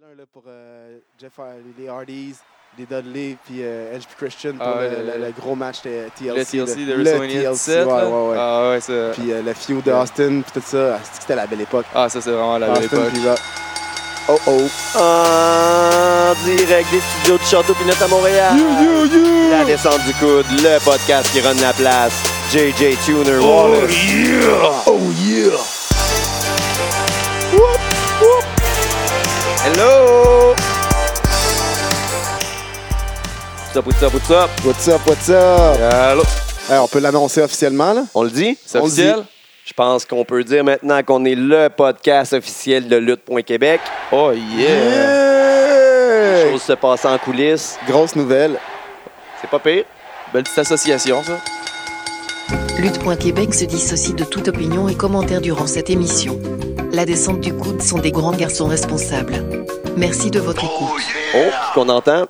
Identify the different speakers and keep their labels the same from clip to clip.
Speaker 1: Là, là, pour euh, Jeff Hardy, les Hardys, les Dudley, puis euh, Edge puis Christian pour
Speaker 2: Ah ouais,
Speaker 1: le, le-
Speaker 2: le-
Speaker 1: le gros match de TLC.
Speaker 2: Le TLC de
Speaker 1: là.
Speaker 2: WrestleMania
Speaker 1: Le
Speaker 2: 17.
Speaker 1: TLC, ouais,
Speaker 2: là.
Speaker 1: ouais, ouais.
Speaker 2: Ah ouais, ça.
Speaker 1: Puis euh, le feud de Austin, puis tout ça. Ah, c'est-tu que C'était la belle époque.
Speaker 2: Ah, ça, c'est vraiment la belle
Speaker 1: Austin,
Speaker 2: époque.
Speaker 1: puis là, Oh oh.
Speaker 3: En direct des studios du Château Pinot à Montréal. Ah, La descente du coude, le podcast qui run la place. JJ Tuner Wallace.
Speaker 1: Oh yeah!
Speaker 3: Hello! What's up, what's up, what's up?
Speaker 1: What's up, what's up?
Speaker 3: Allô?
Speaker 1: Hey, on peut l'annoncer officiellement, là?
Speaker 3: On le dit?
Speaker 2: C'est
Speaker 1: On le
Speaker 2: officiel?
Speaker 3: Je pense qu'on peut dire maintenant qu'on est le podcast officiel de Lutte.Québec.
Speaker 2: Oh yeah!
Speaker 1: Yeah!
Speaker 3: Chose se passe en coulisses.
Speaker 1: Grosse nouvelle.
Speaker 3: C'est pas pire.
Speaker 2: Belle petite association, ça.
Speaker 4: Lutte.Québec se dissocie de toute opinion et commentaire durant cette émission. La descente du coude sont des grands garçons responsables. Merci de votre écoute.
Speaker 3: Oh, ce qu'on entend.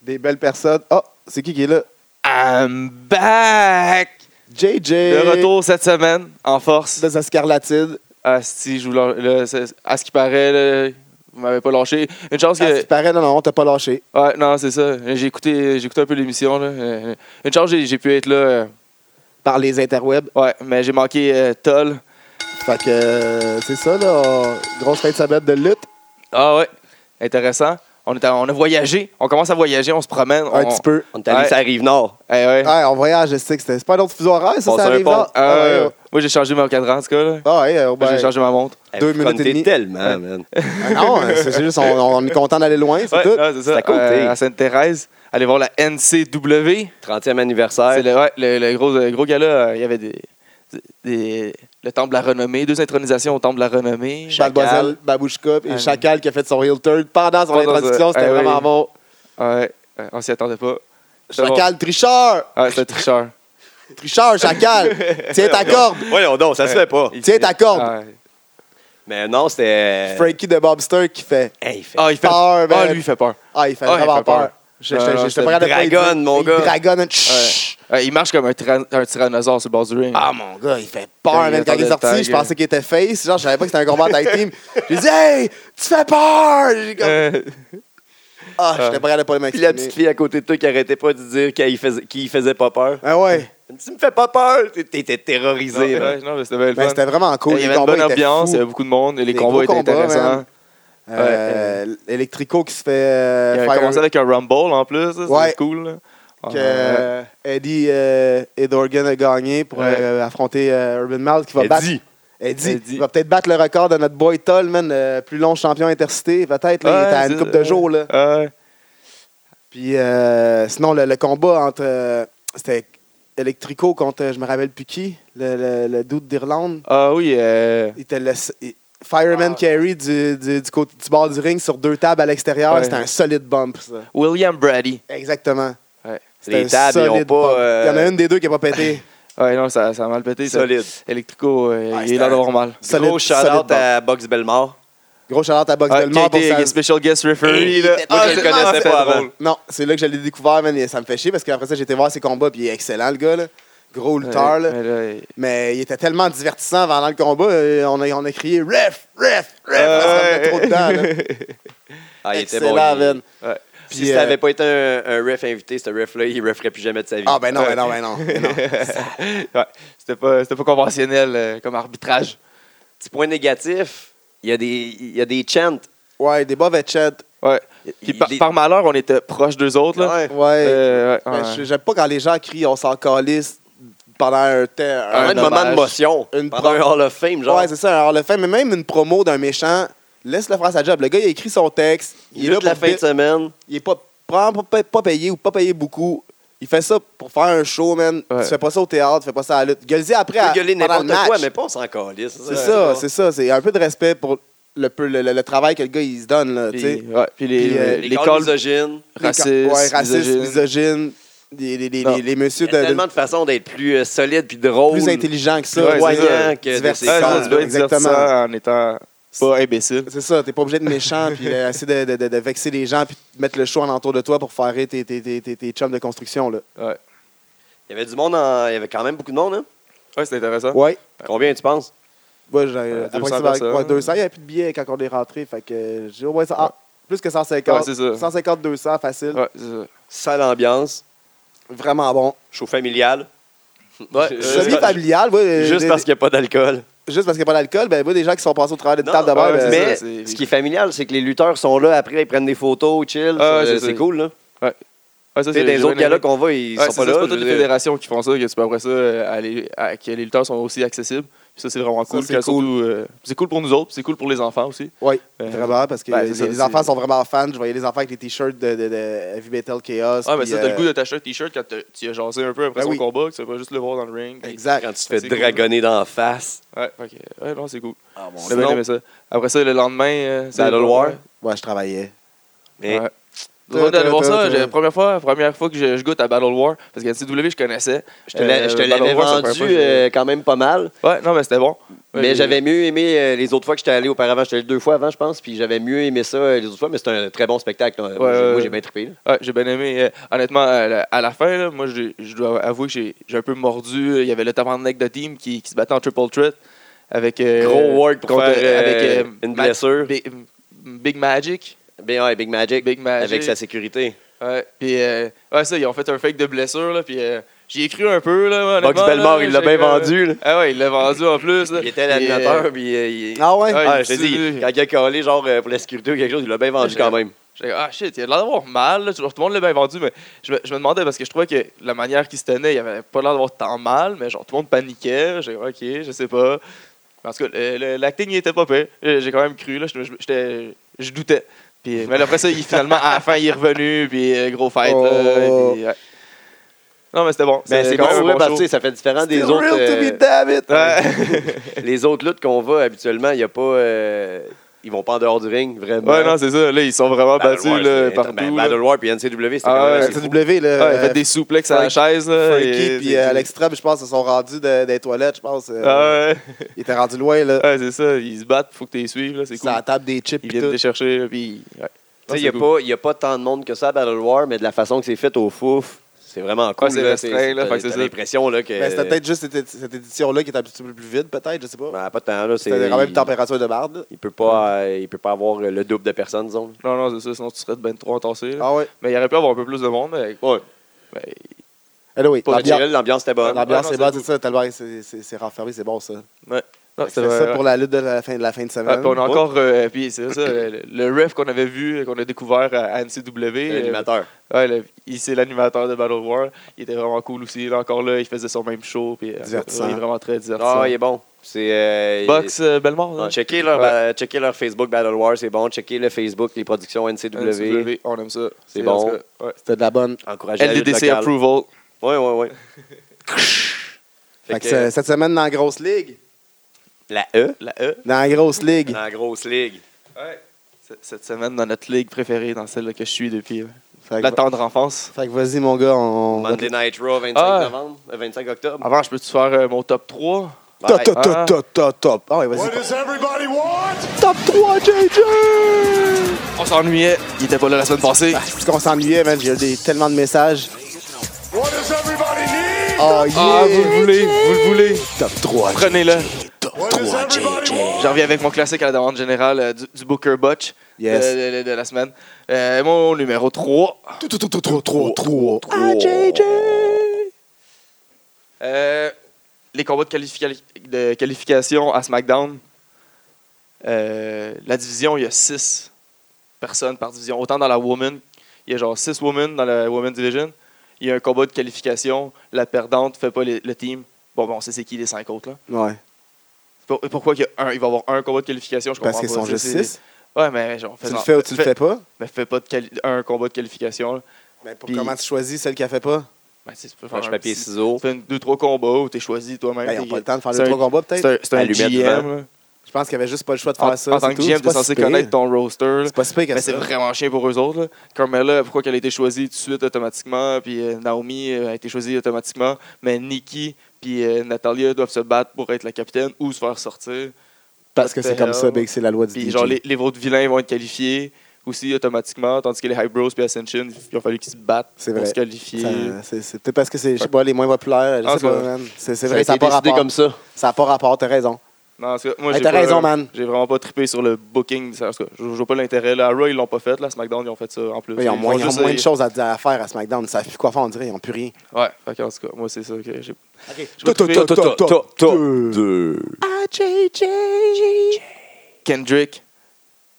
Speaker 1: Des belles personnes. Oh, c'est qui qui est là?
Speaker 2: I'm back!
Speaker 1: JJ.
Speaker 2: Le retour cette semaine, en force.
Speaker 1: de sa scarlatine.
Speaker 2: Ah, si, je vous lâche- là, c'est- à ce qui paraît, là, vous m'avez pas lâché. Une chance
Speaker 1: Ah,
Speaker 2: que.
Speaker 1: c'est pareil, non, non, on t'a pas lâché.
Speaker 2: Ouais, non, c'est ça. J'ai écouté, j'ai écouté un peu l'émission. là. Euh, Une chance, j'ai j'ai pu être là. euh,
Speaker 1: Par les interwebs.
Speaker 2: Ouais, mais j'ai manqué euh, Toll.
Speaker 1: Fait que euh, c'est ça, là. on- Grosse fin de semaine de lutte.
Speaker 2: Ah ouais, intéressant. On, est à- on a voyagé. On commence à voyager, on se promène.
Speaker 1: Un
Speaker 2: on-
Speaker 1: petit peu.
Speaker 3: On est allé
Speaker 2: Ouais.
Speaker 3: sur la rive nord.
Speaker 2: Eh ouais.
Speaker 1: Ouais, on voyage, je sais que c'était- c'est pas un autre fuseau horaire, ça,
Speaker 3: Bon,
Speaker 1: ça
Speaker 3: c'est un
Speaker 1: arrive
Speaker 3: pont.
Speaker 1: là.
Speaker 2: Ah
Speaker 1: Ah,
Speaker 2: ouais,
Speaker 1: ouais,
Speaker 2: ouais. Moi, j'ai changé mon cadran, en tout cas. là.
Speaker 1: Ah ouais, euh, ben,
Speaker 2: J'ai changé ma montre.
Speaker 1: Deux
Speaker 3: Vous
Speaker 1: minutes et
Speaker 3: comptez
Speaker 1: demie.
Speaker 3: Eh, tellement, man.
Speaker 1: ah non, hein, c'est juste, on, on est content d'aller loin, c'est
Speaker 2: Ouais,
Speaker 1: tout.
Speaker 2: non, c'est ça.
Speaker 3: C'est à côté.
Speaker 2: Euh, à Sainte-Thérèse. Allez voir la NCW.
Speaker 3: 30e anniversaire.
Speaker 2: C'est le, ouais, le- le gros, le gros gala. euh, Il y avait des, des- le temple de la renommée, deux intronisations au temple de la renommée.
Speaker 1: Mademoiselle Babouchka et
Speaker 2: Ah,
Speaker 1: Chacal qui a fait son heel turn pendant son
Speaker 2: Pendant
Speaker 1: introduction,
Speaker 2: ça.
Speaker 1: c'était
Speaker 2: Eh oui.
Speaker 1: vraiment bon.
Speaker 2: Ouais, ouais, on s'y attendait pas. C'est bon.
Speaker 1: Chacal, tricheur!
Speaker 2: Ouais, c'est un tricheur.
Speaker 1: Tricheur, Chacal! Tiens ta corde!
Speaker 3: Voyons donc, ça se fait pas.
Speaker 2: Il-
Speaker 1: Tiens ta corde!
Speaker 2: Ah, ouais.
Speaker 3: Mais non, c'était.
Speaker 1: Frankie de Bobster qui fait.
Speaker 3: Hey, il fait-
Speaker 2: Ah, il fait
Speaker 1: Peur,
Speaker 2: Ah,
Speaker 1: man.
Speaker 2: lui, il fait peur.
Speaker 1: Ah, il fait
Speaker 2: Ah, il
Speaker 1: vraiment
Speaker 2: fait peur.
Speaker 1: peur. J'étais
Speaker 2: Non, non,
Speaker 1: pas
Speaker 2: c'est
Speaker 1: capable de pas le dire.
Speaker 3: dragonne, mon
Speaker 1: Il
Speaker 3: gars.
Speaker 1: Dragonne, hein. Chut.
Speaker 2: Ouais, il marche comme un, tyran- un tyrannosaure sur le bord du ring.
Speaker 1: Ah mon gars, il fait peur,
Speaker 2: Il
Speaker 1: même quand il est
Speaker 2: attendait le
Speaker 1: sorti,
Speaker 2: tag,
Speaker 1: je
Speaker 2: euh.
Speaker 1: pensais qu'il était face. Genre, je savais pas que c'était un combat tag team. J'ai dit, hey, tu fais peur! J'ai comme,
Speaker 2: Euh,
Speaker 1: ah, j'étais prêt à ne pas
Speaker 3: Puis la petite
Speaker 1: m'exprimer.
Speaker 3: fille à côté de toi qui arrêtait pas de dire qu'il faisait, qu'il faisait pas peur.
Speaker 1: Ah ouais,
Speaker 3: Tu me fais pas peur! T'étais
Speaker 2: non,
Speaker 3: terrorisé. là.
Speaker 2: ouais, non, mais c'était bien le
Speaker 1: Ben,
Speaker 2: fun.
Speaker 1: c'était vraiment cool.
Speaker 2: il y
Speaker 1: Les
Speaker 2: avait une
Speaker 1: combats
Speaker 2: bonne
Speaker 1: étaient
Speaker 2: ambiance, euh, il y
Speaker 1: fous.
Speaker 2: avait beaucoup de monde, et les
Speaker 1: Des
Speaker 2: combats étaient
Speaker 1: gros combats,
Speaker 2: intéressants.
Speaker 1: man. Euh, Electrico qui se fait euh,
Speaker 2: Il a
Speaker 1: faire
Speaker 2: commencé avec un Rumble en plus, ça,
Speaker 1: Ouais.
Speaker 2: c'était cool. là.
Speaker 1: que
Speaker 2: Ouais.
Speaker 1: euh, Eddie euh, Edorgan a gagné pour
Speaker 2: Ouais.
Speaker 1: euh, affronter euh, Urban Mal qui va battre.
Speaker 3: Eddie.
Speaker 1: Eddie.
Speaker 2: Eddie.
Speaker 1: Il va peut-être battre le record de notre boy Toll, man, le plus long champion intercité. Peut-être, là, il
Speaker 2: Ouais,
Speaker 1: était à une
Speaker 2: c'est-
Speaker 1: coupe de jours. Là.
Speaker 2: Ouais.
Speaker 1: Puis euh, sinon, le, le combat entre. euh, c'était Electrico contre, euh, je me rappelle plus qui, le, le, le dude d'Irlande.
Speaker 2: Ah oui, euh,
Speaker 1: Il était le. s- il- Fireman
Speaker 3: Ah.
Speaker 1: Carry du, du, du côté du bord du ring sur deux tables à l'extérieur.
Speaker 2: Ouais.
Speaker 1: C'était un solide bump, ça.
Speaker 2: William Brady.
Speaker 1: Exactement.
Speaker 2: Ouais.
Speaker 1: C'était
Speaker 3: Les
Speaker 1: un
Speaker 3: tables, ils ont
Speaker 1: solide
Speaker 3: pas,
Speaker 1: bump.
Speaker 3: euh,
Speaker 1: Il y en a une des deux qui n'a pas pété.
Speaker 2: Ouais, non, ça, ça a mal pété. ça.
Speaker 3: Solide.
Speaker 2: Electrico, euh,
Speaker 1: Ouais,
Speaker 2: il
Speaker 1: c'était
Speaker 2: est là
Speaker 1: un-
Speaker 2: d'avoir mal.
Speaker 1: Solide-
Speaker 3: Gros
Speaker 1: solide
Speaker 3: shout-out à Box Belmore.
Speaker 1: Gros shout-out à Box
Speaker 2: Ah,
Speaker 1: Delmar
Speaker 2: qui a
Speaker 1: pour
Speaker 2: été
Speaker 1: sa...
Speaker 2: special guest
Speaker 3: Hey,
Speaker 2: referee. là.
Speaker 3: moi, je le
Speaker 2: c'était-
Speaker 3: connaissais
Speaker 2: c'était
Speaker 3: pas
Speaker 2: drôle.
Speaker 3: avant.
Speaker 1: Non, c'est là que je l'ai découvert, man, et ça me fait chier parce qu'après ça, j'ai été voir ses combats, puis il est excellent, le gars, là. Gros lutteur,
Speaker 2: Ouais,
Speaker 1: là.
Speaker 2: mais là, il-
Speaker 1: Mais il était tellement divertissant pendant le combat, euh, on a, on a crié ref, ref, ref, parce qu'on
Speaker 2: Ouais.
Speaker 1: avait trop de temps. là.
Speaker 3: Ah, il était
Speaker 1: Excellent,
Speaker 3: bon. il-
Speaker 1: man.
Speaker 2: Ouais.
Speaker 3: Puis
Speaker 1: Puis,
Speaker 3: si
Speaker 1: euh,
Speaker 3: ça avait pas été un, un ref invité, ce ref-là, il referait plus jamais de sa vie.
Speaker 1: Ah, ben non, ben non, ben non. ben non.
Speaker 2: Ouais, C'était pas, c'était pas conventionnel euh, comme arbitrage.
Speaker 3: Petit point négatif, il y a des, il y a des chants.
Speaker 1: Ouais, des mauvais chats.
Speaker 2: Ouais.
Speaker 3: Il-
Speaker 2: Puis par,
Speaker 3: il-
Speaker 2: par malheur, on était proches d'eux autres. Là.
Speaker 1: Ouais.
Speaker 2: Euh, ouais,
Speaker 1: Ben,
Speaker 2: ouais.
Speaker 1: je- J'aime pas quand les gens crient on s'en calisse pendant un temps.
Speaker 3: Pendant
Speaker 1: un-
Speaker 3: un moment
Speaker 2: dommage.
Speaker 3: d'émotion.
Speaker 1: Une
Speaker 3: Pendant un
Speaker 1: pro-
Speaker 3: Hall of Fame, genre.
Speaker 1: Ouais, c'est ça. Alors, le fait, mais même une promo d'un méchant, laisse-le faire sa job. Le gars, il a écrit son texte. Il,
Speaker 3: il
Speaker 1: est là
Speaker 3: lutte la
Speaker 1: pour
Speaker 3: fin
Speaker 1: bi-
Speaker 3: de semaine.
Speaker 1: Il est pas, pas, pas- pas payé ou pas payé beaucoup. Il fait ça pour faire un show, man.
Speaker 2: Ouais.
Speaker 1: Tu fais pas ça au théâtre, tu fais pas ça à la lutte. Gueulez après.
Speaker 3: Il peut
Speaker 1: à-
Speaker 3: gueuler
Speaker 1: pendant le
Speaker 3: n'importe quoi,
Speaker 1: match.
Speaker 3: mais pas on s'en calisse.
Speaker 1: C'est ça, c'est ça. C'est un peu de respect pour le, peu- le, le- le travail que le gars, il se donne, là. tu
Speaker 2: Puis,
Speaker 1: sais.
Speaker 2: ouais, puis les,
Speaker 1: Puis, euh,
Speaker 3: Les
Speaker 2: les
Speaker 3: calls
Speaker 2: calls
Speaker 3: misogynes.
Speaker 2: racistes,
Speaker 1: Les- ouais, racistes,
Speaker 2: misogynes.
Speaker 1: misogynes, les, les, les,
Speaker 2: Non.
Speaker 1: les, les messieurs
Speaker 3: Il y a
Speaker 1: de- de-
Speaker 3: tellement de façons d'être plus euh, solide puis drôle.
Speaker 1: plus intelligents que ça.
Speaker 2: Ouais,
Speaker 1: Ouais,
Speaker 2: c'est ça.
Speaker 3: voyant que
Speaker 1: Divertissant.
Speaker 2: Ouais, non, tu dois être
Speaker 1: Exactement.
Speaker 2: divertissant en étant pas imbécile.
Speaker 1: C'est ça, t'es pas obligé de méchant, puis euh, essayer de, de- de- de vexer les gens, puis de mettre le show en entour de toi pour faire rire tes, tes, tes, tes, tes chums de construction. Là.
Speaker 2: Ouais,
Speaker 3: Il y avait du monde, en- il y avait quand même beaucoup de monde. Hein?
Speaker 2: Ah. ouais c'est intéressant.
Speaker 1: Ouais.
Speaker 3: Combien tu penses?
Speaker 1: Ouais, j'ai- après
Speaker 2: 200
Speaker 1: ça, va-
Speaker 2: personnes.
Speaker 1: ouais, 200. Il n'y avait plus de billets quand on est rentré. Fait que j'ai au moins ça- ah, plus que 150.
Speaker 2: Ouais, c'est ça.
Speaker 1: 150, 200, facile.
Speaker 2: Ouais, c'est ça.
Speaker 3: Sale ambiance,
Speaker 1: Vraiment bon.
Speaker 2: Euh,
Speaker 3: show familial,
Speaker 2: Ouais,
Speaker 3: Je-
Speaker 2: euh,
Speaker 1: Semi
Speaker 3: je-
Speaker 1: familial, ouais, euh,
Speaker 3: juste
Speaker 1: des-
Speaker 3: parce qu'il n'y a pas d'alcool.
Speaker 1: juste parce qu'il n'y a pas d'alcool, ben, moi, des gens qui sont passés au travers d'une
Speaker 3: Non,
Speaker 1: table de
Speaker 2: ouais,
Speaker 1: bar,
Speaker 2: mais
Speaker 1: ben,
Speaker 2: c'est
Speaker 3: Mais
Speaker 2: ça, c'est-
Speaker 3: ce qui est familial, c'est que les lutteurs sont là après, ils prennent des photos, chill.
Speaker 2: Ah,
Speaker 3: ça,
Speaker 2: c'est
Speaker 3: c'est
Speaker 2: ça.
Speaker 3: cool, là.
Speaker 2: ouais, ça,
Speaker 3: Tu sais,
Speaker 2: j'ai
Speaker 3: dans les autres
Speaker 2: bien
Speaker 3: gars-là
Speaker 2: aimé.
Speaker 3: qu'on va, ils
Speaker 2: Ouais,
Speaker 3: sont
Speaker 2: c'est ça, c'est
Speaker 3: pas là.
Speaker 2: pas toutes
Speaker 3: je
Speaker 2: les
Speaker 3: veux dire.
Speaker 2: fédérations qui font ça, que tu peux après ça, euh, aller, à- que les lutteurs sont aussi accessibles. Puis ça, c'est vraiment cool.
Speaker 1: c'est
Speaker 2: que surtout, euh, c'est cool pour nous autres, puis c'est cool pour les enfants aussi.
Speaker 1: Oui,
Speaker 2: Euh,
Speaker 1: vraiment, parce que
Speaker 2: ben,
Speaker 1: les,
Speaker 2: c'est ça,
Speaker 1: les
Speaker 2: c'est-
Speaker 1: enfants sont vraiment fans. Je voyais les enfants avec les t-shirts de, de, de Heavy Metal Chaos.
Speaker 2: Ah, mais
Speaker 1: puis,
Speaker 2: ça, t'as le
Speaker 1: euh,
Speaker 2: goût de t'acheter un t-shirt quand t'as- tu as jasé un peu après
Speaker 1: Ben
Speaker 2: son
Speaker 1: oui.
Speaker 2: combat, que tu vas pas juste le voir dans le ring. puis-
Speaker 1: Exact.
Speaker 3: Quand tu te fais
Speaker 2: C'est cool.
Speaker 3: dragonner dans la face.
Speaker 2: Ouais, fait que- ouais, non, c'est cool.
Speaker 3: Ah,
Speaker 2: J'ai bien aimé ça. Après ça, le lendemain, euh, c'est
Speaker 3: Battle
Speaker 2: le-
Speaker 3: War.
Speaker 1: Ouais, je travaillais.
Speaker 3: Mais
Speaker 2: Ouais.
Speaker 1: Toi,
Speaker 2: Drôle d'aller
Speaker 1: toi,
Speaker 2: voir
Speaker 1: toi,
Speaker 2: ça.
Speaker 1: toi.
Speaker 2: j'ai- Première fois, première fois que je, je goûte à Battle War, parce que la CW, je connaissais.
Speaker 3: je te l'a-
Speaker 2: Euh,
Speaker 3: je te
Speaker 2: Battle
Speaker 3: l'avais
Speaker 2: War, c'est la première
Speaker 3: vendu
Speaker 2: fois que j'ai-
Speaker 3: euh, quand même pas mal.
Speaker 2: Ouais, non, mais c'était bon. Ouais,
Speaker 3: Mais
Speaker 2: j'ai-
Speaker 3: j'avais mieux aimé euh, les autres fois que j'étais allé auparavant. J'étais allé deux fois avant, je pense. Puis j'avais mieux aimé ça euh, les autres fois. Mais c'était un très bon spectacle. là. Moi, j'ai-
Speaker 2: ouais,
Speaker 3: moi,
Speaker 2: ouais.
Speaker 3: j'ai bien trippé. là.
Speaker 2: Ouais, j'ai bien aimé. Euh, honnêtement, à la, à la fin, là, moi, j'ai- je dois avouer que j'ai- j'ai un peu mordu. euh, Il y avait le tabarnak de team qui, qui se battait en triple threat avec. euh,
Speaker 3: Gros work pour
Speaker 2: contre-
Speaker 3: faire euh,
Speaker 2: avec, euh,
Speaker 3: une
Speaker 2: Ma-
Speaker 3: blessure.
Speaker 2: Big, Big Magic.
Speaker 3: Ben ouais, Big Magic.
Speaker 2: Big Magic.
Speaker 3: Avec sa sécurité.
Speaker 2: Ouais, puis, euh, ouais, ça, ils ont fait un fake de blessure, là, puis euh, j'y ai cru un peu, là. honnêtement,
Speaker 3: Box
Speaker 2: là,
Speaker 3: Belmore, il l'a
Speaker 2: j'ai-
Speaker 3: bien vendu. là.
Speaker 2: Ah ouais, il l'a vendu en plus. là.
Speaker 3: Il était
Speaker 2: Puis,
Speaker 3: l'animateur.
Speaker 2: euh,
Speaker 3: Puis euh, il-
Speaker 1: Ah ouais?
Speaker 2: Ouais.
Speaker 3: Ah,
Speaker 2: il
Speaker 3: je te
Speaker 2: est
Speaker 3: dis,
Speaker 2: stylé.
Speaker 3: quand il a collé genre euh, pour la sécurité ou quelque chose, il l'a bien vendu quand même.
Speaker 2: J'étais comme, ah shit, il a l'air d'avoir mal, là. tout le monde l'a bien vendu, mais je me, je me demandais parce que je trouvais que la manière qu'il se tenait, il avait pas l'air d'avoir tant mal, mais genre tout le monde paniquait, j'ai dit, ok, je sais pas. En tout cas, le- le- l'acting il était pas pire, Euh, j'ai quand même cru, là, je, je- j'étais- je doutais. Puis, mais après ça, il, finalement, à la fin, il est revenu, puis euh, gros fight. là,
Speaker 1: Oh.
Speaker 2: puis, ouais. Non, mais c'était bon.
Speaker 3: Ben, c'est
Speaker 2: quand
Speaker 3: bon,
Speaker 2: même un
Speaker 3: ouais, parce
Speaker 2: show.
Speaker 3: que, tu sais, ça fait différent des
Speaker 1: Still
Speaker 3: autres,
Speaker 1: real to
Speaker 3: euh,
Speaker 1: be, damn it!
Speaker 2: Ouais.
Speaker 3: les autres luttes qu'on va habituellement. Il y a pas, euh, ils vont pas en dehors du ring, vraiment.
Speaker 2: Ouais, non, c'est ça, là, ils sont vraiment battus
Speaker 3: War,
Speaker 2: là,
Speaker 3: c'est-
Speaker 2: partout.
Speaker 3: ben,
Speaker 2: là.
Speaker 3: Battle War puis NCW, c'était
Speaker 2: Ah,
Speaker 3: quand même
Speaker 2: ouais,
Speaker 3: assez
Speaker 1: La
Speaker 2: c'est-
Speaker 3: fou.
Speaker 1: CW, là.
Speaker 2: Ouais, Ah, il
Speaker 1: euh,
Speaker 2: fait des souplexes à la
Speaker 1: Frank-
Speaker 2: chaise. Là, et-
Speaker 1: Frankie puis euh, Alex Trapp, je pense, se sont rendus de- des toilettes, je pense. euh,
Speaker 2: Ah, ouais. Ah
Speaker 1: Ils étaient rendus loin, là.
Speaker 2: Ouais, c'est ça. Ils se battent, faut que tu les suives. là, C'est
Speaker 1: C'est
Speaker 2: cool.
Speaker 1: à la table des chips
Speaker 2: Ils
Speaker 1: pis
Speaker 2: viennent
Speaker 1: tout.
Speaker 2: te chercher. là, Puis, ouais.
Speaker 3: Tu sais, Il n'y a,
Speaker 2: Ah, C'est cool.
Speaker 3: pas- il y a pas tant de monde que ça à Battle War, mais de la façon que c'est fait au fouf, c'est vraiment cool.
Speaker 2: Ouais, Ah, c'est
Speaker 3: là,
Speaker 2: restreint,
Speaker 3: t'sais,
Speaker 2: là,
Speaker 3: t'as-
Speaker 2: fait que c'est
Speaker 3: t'as
Speaker 2: ça.
Speaker 3: l'impression là, que.
Speaker 1: Mais Ben, c'était peut-être juste cette, cette édition-là qui était un petit peu plus vide, peut-être, je sais pas.
Speaker 3: Ben, pas tant, là. c'est-
Speaker 1: C'était quand même
Speaker 3: il-
Speaker 1: une température de marde. là.
Speaker 3: Il peut pas, euh, il peut pas avoir euh, le double de personnes, disons.
Speaker 2: Non, non, c'est ça. Sinon, tu serais de ben trop entassé. là.
Speaker 1: Ah ouais.
Speaker 2: Mais il aurait pu avoir un peu plus de monde. Mais...
Speaker 3: Ouais.
Speaker 2: ben,
Speaker 1: Anyway,
Speaker 3: Pour le
Speaker 1: l'ambiance-
Speaker 3: Jirel, l'ambiance était bonne.
Speaker 2: Ah,
Speaker 1: l'ambiance,
Speaker 2: non,
Speaker 1: c'est
Speaker 2: c'est
Speaker 1: bon,
Speaker 2: cool.
Speaker 1: c'est ça. Tellement c'est- c'est c'est renfermé, c'est bon, ça.
Speaker 2: non,
Speaker 1: Fait que
Speaker 2: c'est
Speaker 1: Ah, C'est
Speaker 2: vrai, Ah,
Speaker 1: ça
Speaker 2: ouais.
Speaker 1: pour la lutte de la fin de la fin de
Speaker 2: Ouais,
Speaker 1: semaine.
Speaker 2: puis on a encore. euh, puis c'est ça, le, le ref qu'on avait vu, euh, qu'on a découvert à à NCW. euh,
Speaker 3: L'animateur.
Speaker 2: ouais, le- il- c'est l'animateur de Battle War. Il était vraiment cool aussi. Là, encore là, il faisait son même show. Puis, euh,
Speaker 1: Divertissant.
Speaker 2: ouais, il est vraiment très divertissant.
Speaker 3: Ah, il est bon. C'est. euh,
Speaker 2: Box euh, Belmore.
Speaker 3: Ah,
Speaker 2: hein?
Speaker 3: Checkez leur,
Speaker 2: Ouais.
Speaker 3: bah, checkez leur Facebook Battle War, c'est bon. Checkez le Facebook, les productions NCW.
Speaker 2: NCW, on aime ça.
Speaker 3: C'est bon.
Speaker 2: en tout cas, ouais.
Speaker 1: C'était de la bonne.
Speaker 3: Encouragez la lutte
Speaker 2: LDDC
Speaker 3: locale.
Speaker 2: Approval.
Speaker 3: Ouais, ouais, ouais.
Speaker 1: Fait
Speaker 3: fait
Speaker 1: que
Speaker 3: que,
Speaker 1: ce- cette semaine, dans la grosse ligue.
Speaker 3: la E,
Speaker 2: La E.
Speaker 1: Dans la grosse ligue.
Speaker 3: dans la grosse ligue.
Speaker 2: Ouais. C- Cette semaine, dans notre ligue préférée, dans celle que je suis depuis euh,
Speaker 1: Fait que,
Speaker 2: la tendre enfance.
Speaker 1: fait que vas-y, mon gars, on.
Speaker 3: Monday Night Raw, 25
Speaker 2: Ah.
Speaker 3: novembre, euh, 25 octobre.
Speaker 2: Avant, je peux-tu faire euh, mon top 3?
Speaker 1: Top,
Speaker 3: Bye.
Speaker 1: top,
Speaker 2: Ah.
Speaker 1: top, top, top, top. Ah ouais, vas-y.
Speaker 5: What does everybody want?
Speaker 1: Top 3, JJ!
Speaker 2: On s'ennuyait. Il était pas là la semaine passée.
Speaker 1: Parce qu'on s'ennuyait, man. J'ai eu des- tellement de messages.
Speaker 5: What does everybody need?
Speaker 1: Oh, yeah!
Speaker 2: Ah, vous le voulez, vous le voulez.
Speaker 1: Top 3.
Speaker 2: Prenez-le.
Speaker 5: What does everybody want?
Speaker 2: J'en reviens avec mon classique à la demande générale euh, du, du Booker Butch de-
Speaker 1: Yes.
Speaker 2: de, de la semaine. Euh, mon numéro 3.
Speaker 1: 3, 3, 3.
Speaker 2: Euh, les combats de, qualifi- de qualification à SmackDown, euh, la division, il y a 6 personnes par division. Autant dans la Woman, il y a genre 6 Women dans la Women Division. Il y a un combat de qualification, la perdante fait pas les- le team. Bon, bon, on sait c'est qui les 5 autres. Là.
Speaker 1: Ouais.
Speaker 2: Pour- pourquoi il, y a un, il va y avoir un combat de qualification Je comprends
Speaker 1: Parce qu'ils
Speaker 2: pas.
Speaker 1: sont
Speaker 2: C'est-
Speaker 1: juste
Speaker 2: c'est-
Speaker 1: 6.
Speaker 2: Ouais, mais genre,
Speaker 1: Tu
Speaker 2: fais-en-
Speaker 1: le fais ou tu le fais pas?
Speaker 2: Mais fais pas de quali- un combat de qualification. là.
Speaker 1: Mais pour
Speaker 2: Puis-
Speaker 1: comment tu choisis celle qui a fait pas?
Speaker 2: Ben, tu sais, tu peux faire
Speaker 3: Franche
Speaker 2: un
Speaker 3: papier
Speaker 2: petit-
Speaker 3: ciseaux.
Speaker 2: tu fais une- deux, trois combats où t'es choisi toi-même.
Speaker 1: Ben, ils n'ont
Speaker 2: t'es-
Speaker 1: pas le temps de faire
Speaker 2: c'est
Speaker 1: les
Speaker 2: un-
Speaker 1: trois combats, peut-être.
Speaker 2: C'est un, c'est un
Speaker 3: Allumette
Speaker 2: GM.
Speaker 3: vent.
Speaker 2: là.
Speaker 1: Je pense qu'il n'y avait juste pas le choix de faire
Speaker 2: en,
Speaker 1: ça.
Speaker 2: en tant
Speaker 1: c'est
Speaker 2: que
Speaker 1: tout.
Speaker 2: GM,
Speaker 1: C'est
Speaker 2: t'es
Speaker 1: pas
Speaker 2: censé
Speaker 1: si pire.
Speaker 2: connaître ton roster. là.
Speaker 1: C'est pas si pire que
Speaker 2: Mais
Speaker 1: ça.
Speaker 2: c'est vraiment chiant pour eux autres. là. Carmella, pourquoi qu'elle a été choisie tout de suite automatiquement, puis euh, Naomi euh, a été choisie automatiquement, mais Nikki puis euh, Natalia doivent se battre pour être la capitaine ou se faire sortir.
Speaker 1: Parce que c'est comme ça, Big, c'est la loi du
Speaker 2: Puis
Speaker 1: DJ.
Speaker 2: genre les, les autres vilains vont être qualifiés aussi automatiquement, tandis que les High Bros puis Ascension, il a fallu qu'ils se battent
Speaker 1: C'est
Speaker 2: pour
Speaker 1: vrai.
Speaker 2: se qualifier.
Speaker 1: Ça- C'est c'est peut-être parce que c'est je sais pas, les moins populaires. Je
Speaker 2: Ah,
Speaker 1: sais
Speaker 2: c'est
Speaker 1: pas,
Speaker 2: vrai.
Speaker 1: man. C'est c'est
Speaker 3: Ça a
Speaker 1: vrai, ça n'a
Speaker 3: été
Speaker 1: pas
Speaker 3: décidé
Speaker 1: rapport.
Speaker 3: comme ça.
Speaker 1: Ça n'a pas rapport, t'as raison.
Speaker 2: Non, en tout cas, moi,
Speaker 1: Hey,
Speaker 2: j'ai
Speaker 1: t'as
Speaker 2: pas-
Speaker 1: raison, man.
Speaker 2: J'ai vraiment pas trippé sur le booking. Ça, en tout cas, je je vois pas l'intérêt. Là, à Raw, ils l'ont pas fait. Là, à SmackDown, ils ont fait ça en plus.
Speaker 1: Ils ont moins, ils ont
Speaker 2: juste-
Speaker 1: moins de choses à, dire- à faire à SmackDown. Ils savent plus quoi faire, on dirait. Ils n'ont plus rien.
Speaker 2: Ouais, Fait que, en tout cas, moi, c'est ça que j'ai.
Speaker 1: Toi, toi, toi, toi, toi, toi, toi.
Speaker 2: Kendrick,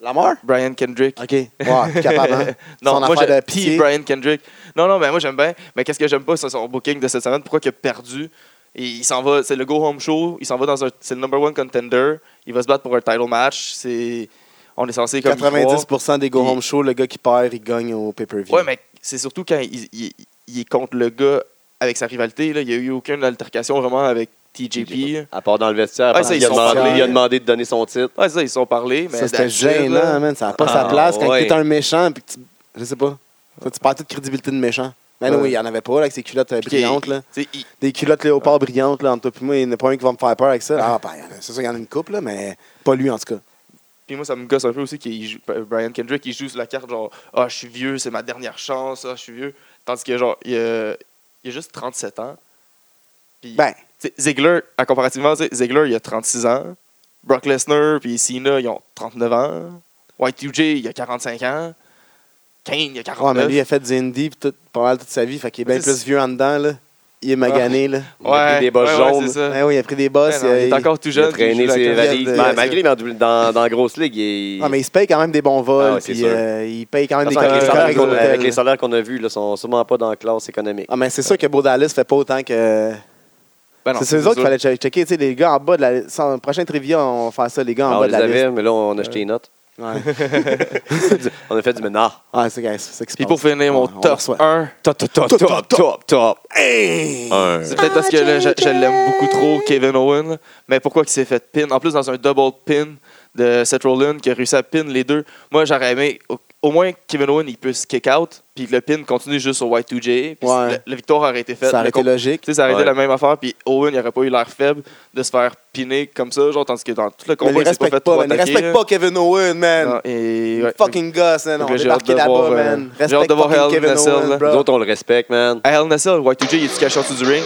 Speaker 1: Lamar?
Speaker 2: Brian Kendrick.
Speaker 1: OK. Ouais, plus capable, hein? Ah, Son
Speaker 2: Non, moi,
Speaker 1: affaire
Speaker 2: j'ai
Speaker 1: de
Speaker 2: P.
Speaker 1: pitié.
Speaker 2: Brian Kendrick. Non, non, mais moi, j'aime bien. Mais qu'est-ce que j'aime pas, c'est son booking de cette semaine. Pourquoi qu'il a perdu? Et il s'en va, c'est le Go Home Show. Il s'en va dans un. C'est le number one contender. Il va se battre pour un title match. C'est. On est censé comme. y croire.
Speaker 1: 90% des
Speaker 2: Il-
Speaker 1: go-home shows, le gars qui perd, il gagne au pay-per-view.
Speaker 2: Ouais, mais c'est surtout quand il, il- il est contre le gars avec sa rivalité. Là. Il n'y a eu aucune altercation vraiment avec TJP.
Speaker 3: À part dans le vestiaire,
Speaker 2: Ah,
Speaker 3: parce
Speaker 2: ça, ils
Speaker 3: qu'il a
Speaker 2: sont
Speaker 3: demandé,
Speaker 1: fiers.
Speaker 3: il a demandé de donner son titre.
Speaker 2: Ouais, c'est ça, ils se sont parlé. Mais
Speaker 1: Ça, c'était
Speaker 2: that's it, là.
Speaker 1: gênant, man. Ça n'a pas
Speaker 3: Ah,
Speaker 1: sa place quand
Speaker 3: ouais.
Speaker 1: t'es un méchant. Puis tu- je sais pas. Ça, tu perds toute crédibilité de méchant. Mais non,
Speaker 2: Ouais.
Speaker 1: il n'y en avait pas, là, avec ses culottes euh,
Speaker 2: Puis qu'il-
Speaker 1: brillantes, là.
Speaker 2: tu sais, il-
Speaker 1: Des culottes léopard brillantes, là, entre toi et moi. Il n'y en a pas un qui va me faire peur avec ça. Ah, ben, il y en a- c'est sûr, il y en a une couple, là, mais pas lui, en tout cas.
Speaker 2: Puis moi, ça me gosse un peu aussi que Brian Kendrick, il joue sur la carte genre Ah, je suis vieux, c'est ma dernière chance, ah, je suis vieux. Tandis que genre, il a, il a juste 37 ans. Puis,
Speaker 1: Ben.
Speaker 2: tu sais, Ziggler, à comparativement, tu sais, Ziggler, il a 36 ans. Brock Lesnar puis Cena, ils ont 39 ans. Y2J, il a 45 ans. Kane, il a
Speaker 1: Ouais,
Speaker 2: 49.
Speaker 1: mais lui, il a fait du indie puis tout, pas mal toute sa vie. Fait qu'il est bien
Speaker 2: Mais euh, c'est-
Speaker 1: plus vieux en dedans, là. Il est magané, là.
Speaker 3: Il a pris des bas jaunes.
Speaker 2: c'est ça.
Speaker 1: Ouais, oui, il a pris des bosses.
Speaker 2: Ouais, Ben non, il est encore tout
Speaker 3: Il a
Speaker 2: jeune. puis
Speaker 3: traîné
Speaker 2: joue la
Speaker 3: ses
Speaker 2: carte.
Speaker 1: carrière
Speaker 3: valises.
Speaker 1: de-
Speaker 3: Ben, Malgré, mais en double- dans, dans la grosse ligue, il...
Speaker 1: Ah, mais il se paye quand même des bons vols.
Speaker 3: Ah ouais, c'est
Speaker 1: puis,
Speaker 3: sûr.
Speaker 1: euh, il paye quand même
Speaker 3: De
Speaker 1: des
Speaker 3: toute façon, avec, les
Speaker 2: des
Speaker 1: corrections
Speaker 3: salaires
Speaker 1: avec
Speaker 3: qu'on-
Speaker 1: l'hôtel.
Speaker 3: avec les salaires qu'on a vus, là, ils sont sûrement pas dans la classe économique.
Speaker 1: Ah, mais c'est sûr que Beau Dallas fait pas autant que.
Speaker 2: Ben non,
Speaker 1: c'est ceux
Speaker 2: sûr.
Speaker 1: autres qu'il fallait che- checker. Tu sais, les gars en bas de la. Sans, le prochain trivia, on va faire ça, les gars en
Speaker 3: Ah, on
Speaker 1: bas de
Speaker 3: les
Speaker 1: la liste.
Speaker 3: avait, mais là, on a jeté les notes.
Speaker 1: Ouais,
Speaker 3: on a fait du ménard.
Speaker 1: ouais c'est guys, c'est ça qui se
Speaker 2: Puis
Speaker 1: passe.
Speaker 2: pour finir, mon
Speaker 1: Ouais, Ah, on
Speaker 2: top
Speaker 1: reçoit.
Speaker 2: 1,
Speaker 3: Top, top, top, top, top, top. Un.
Speaker 2: c'est peut-être parce que là, je, je l'aime beaucoup trop, Kevin Owen. Mais pourquoi il s'est fait pin En plus, dans un double pin de Seth Rollins qui a réussi à pin les deux. Moi, j'aurais aimé au, au moins Kevin Owen il puisse kick out, puis le pin continue juste au Y2J. Puis
Speaker 1: Ouais.
Speaker 2: la, la victoire aurait été faite.
Speaker 1: Ça
Speaker 2: Le
Speaker 1: aurait été
Speaker 2: com-
Speaker 1: logique.
Speaker 2: Tu sais, ça aurait été
Speaker 3: Ouais.
Speaker 2: la même affaire, puis Owen il aurait pas eu l'air faible de se faire piner comme ça, genre, tandis que dans tout le
Speaker 1: Mais
Speaker 2: combat,
Speaker 1: les
Speaker 2: il s'est pas
Speaker 1: respecte pas,
Speaker 2: fait trop
Speaker 1: man. Ils
Speaker 2: attaquer,
Speaker 1: respectent
Speaker 2: là.
Speaker 1: pas Kevin Owen, man.
Speaker 2: Non, et, ouais.
Speaker 1: Fucking gosse, man.
Speaker 2: Fait
Speaker 1: On
Speaker 2: que
Speaker 1: est
Speaker 2: j'ai hâte
Speaker 1: débarqué
Speaker 2: de
Speaker 1: là-bas,
Speaker 2: voir, euh,
Speaker 1: man.
Speaker 2: j'ai hâte
Speaker 1: Respecte
Speaker 2: de voir
Speaker 1: fucking
Speaker 2: Hell in a
Speaker 1: Kevin
Speaker 2: Cell, là.
Speaker 1: Owen,
Speaker 3: Nous
Speaker 1: bro.
Speaker 3: autres, on le respecte, man.
Speaker 2: À Hell in a Cell, Y2J, il est caché en dessous du ring.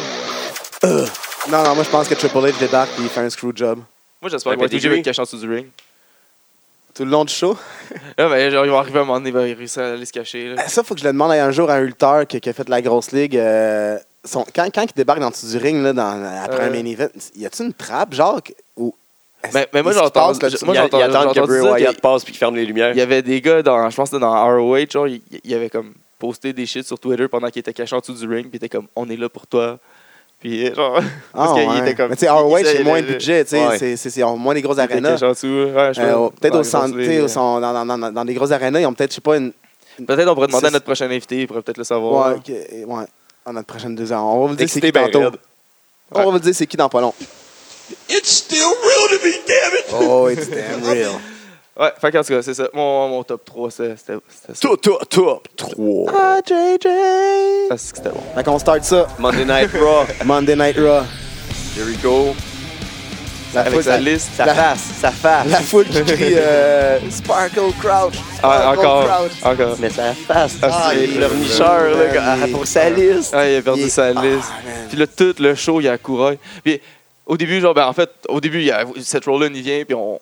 Speaker 1: Non, non, moi, je pense que Triple H débarque et il fait un screw job.
Speaker 2: Moi, j'espère
Speaker 3: Ouais,
Speaker 2: que
Speaker 3: mais
Speaker 2: Y2J
Speaker 3: t'es
Speaker 2: va être caché en dessous du ring.
Speaker 1: Tout le long du show.
Speaker 2: Là, ben, genre, ils vont arriver à un moment donné, ils vont réussir à aller se cacher. là.
Speaker 1: Ah, Ça, faut que je le demande à un jour à Hulter qui, qui a fait la grosse ligue. euh, son- quand, quand il débarque dans le dessous du ring là, dans, après
Speaker 2: Euh.
Speaker 1: un main event, y a-tu une trappe, genre que- ou-
Speaker 2: Mais, mais moi,
Speaker 1: Qu'est-ce qui
Speaker 2: j'entends.
Speaker 1: se passe là-dessus?
Speaker 2: je- Moi,
Speaker 3: Ils
Speaker 2: j'entends.
Speaker 3: attendent que
Speaker 2: j'entends ça,
Speaker 3: Bray
Speaker 2: qu'il y a-
Speaker 3: Wyatt passe puis qu'il ferme les lumières.
Speaker 2: Il y avait des gars, dans, je pense que c'était dans ROH, genre, il il y avait comme posté des shit sur Twitter pendant qu'il était caché en dessous du ring, puis il était comme, on est là pour toi. Puis, euh, genre, parce
Speaker 1: Ah,
Speaker 2: qu'il
Speaker 1: ouais.
Speaker 2: était comme.
Speaker 1: Mais tu sais, ROH,
Speaker 2: il- il-
Speaker 1: c'est moins de
Speaker 2: il-
Speaker 1: budget. tu sais,
Speaker 3: Ouais.
Speaker 1: c'est- c'est- c'est- Ils ont moins les grosses
Speaker 2: il était
Speaker 1: arenas.
Speaker 2: caché en dessous. ouais, je
Speaker 1: Euh,
Speaker 2: trouve.
Speaker 1: peut-être
Speaker 2: Dans
Speaker 1: au
Speaker 2: les
Speaker 1: centre,
Speaker 2: grosses
Speaker 1: tu sais,
Speaker 2: ligues.
Speaker 1: au centre- dans, dans- dans- dans les grosses arenas, ils ont peut-être, je sais pas, une.
Speaker 2: Peut-être on pourrait demander à
Speaker 1: C'est-
Speaker 2: notre prochain invité, il pourrait peut-être le
Speaker 1: Ouais,
Speaker 2: savoir.
Speaker 1: ok, ouais, dans notre prochaine deux heures. On va vous dire c'est
Speaker 3: Excité,
Speaker 1: qui
Speaker 3: ben
Speaker 1: tantôt.
Speaker 3: raide.
Speaker 1: On va vous dire c'est qui dans pas long.
Speaker 5: It's still real to me, damn it!
Speaker 1: Oh, it's damn real.
Speaker 2: Ouais, fait qu'en tout cas, c'est ça. Mon, mon top 3, c'est- c'était c'était ça.
Speaker 3: Top, top, top. 3.
Speaker 1: Ah, JJ!
Speaker 2: Parce Ah, que C'était bon.
Speaker 1: Fait qu'on start ça.
Speaker 3: Monday Night Raw.
Speaker 1: Monday Night Raw.
Speaker 3: Jericho.
Speaker 1: La
Speaker 2: Avec
Speaker 1: foule-
Speaker 2: sa liste.
Speaker 3: Sa face, sa face.
Speaker 1: La foule qui crie euh, Sparkle Crouch!
Speaker 2: Ah,
Speaker 1: Sparkle
Speaker 2: encore.
Speaker 1: Crouch!
Speaker 2: Encore.
Speaker 3: Mais sa face,
Speaker 2: Ah,
Speaker 3: c'est
Speaker 1: il-
Speaker 3: le pleurnicheur, là, quand- ah, pour sa liste.
Speaker 2: Ah, il a perdu
Speaker 1: Il-
Speaker 2: sa
Speaker 1: Ah,
Speaker 2: liste.
Speaker 1: man.
Speaker 2: Puis là, tout le show, il y a Courail. Puis au début, genre, ben, en fait, au début, il y a Seth Rollins, il vient, puis on.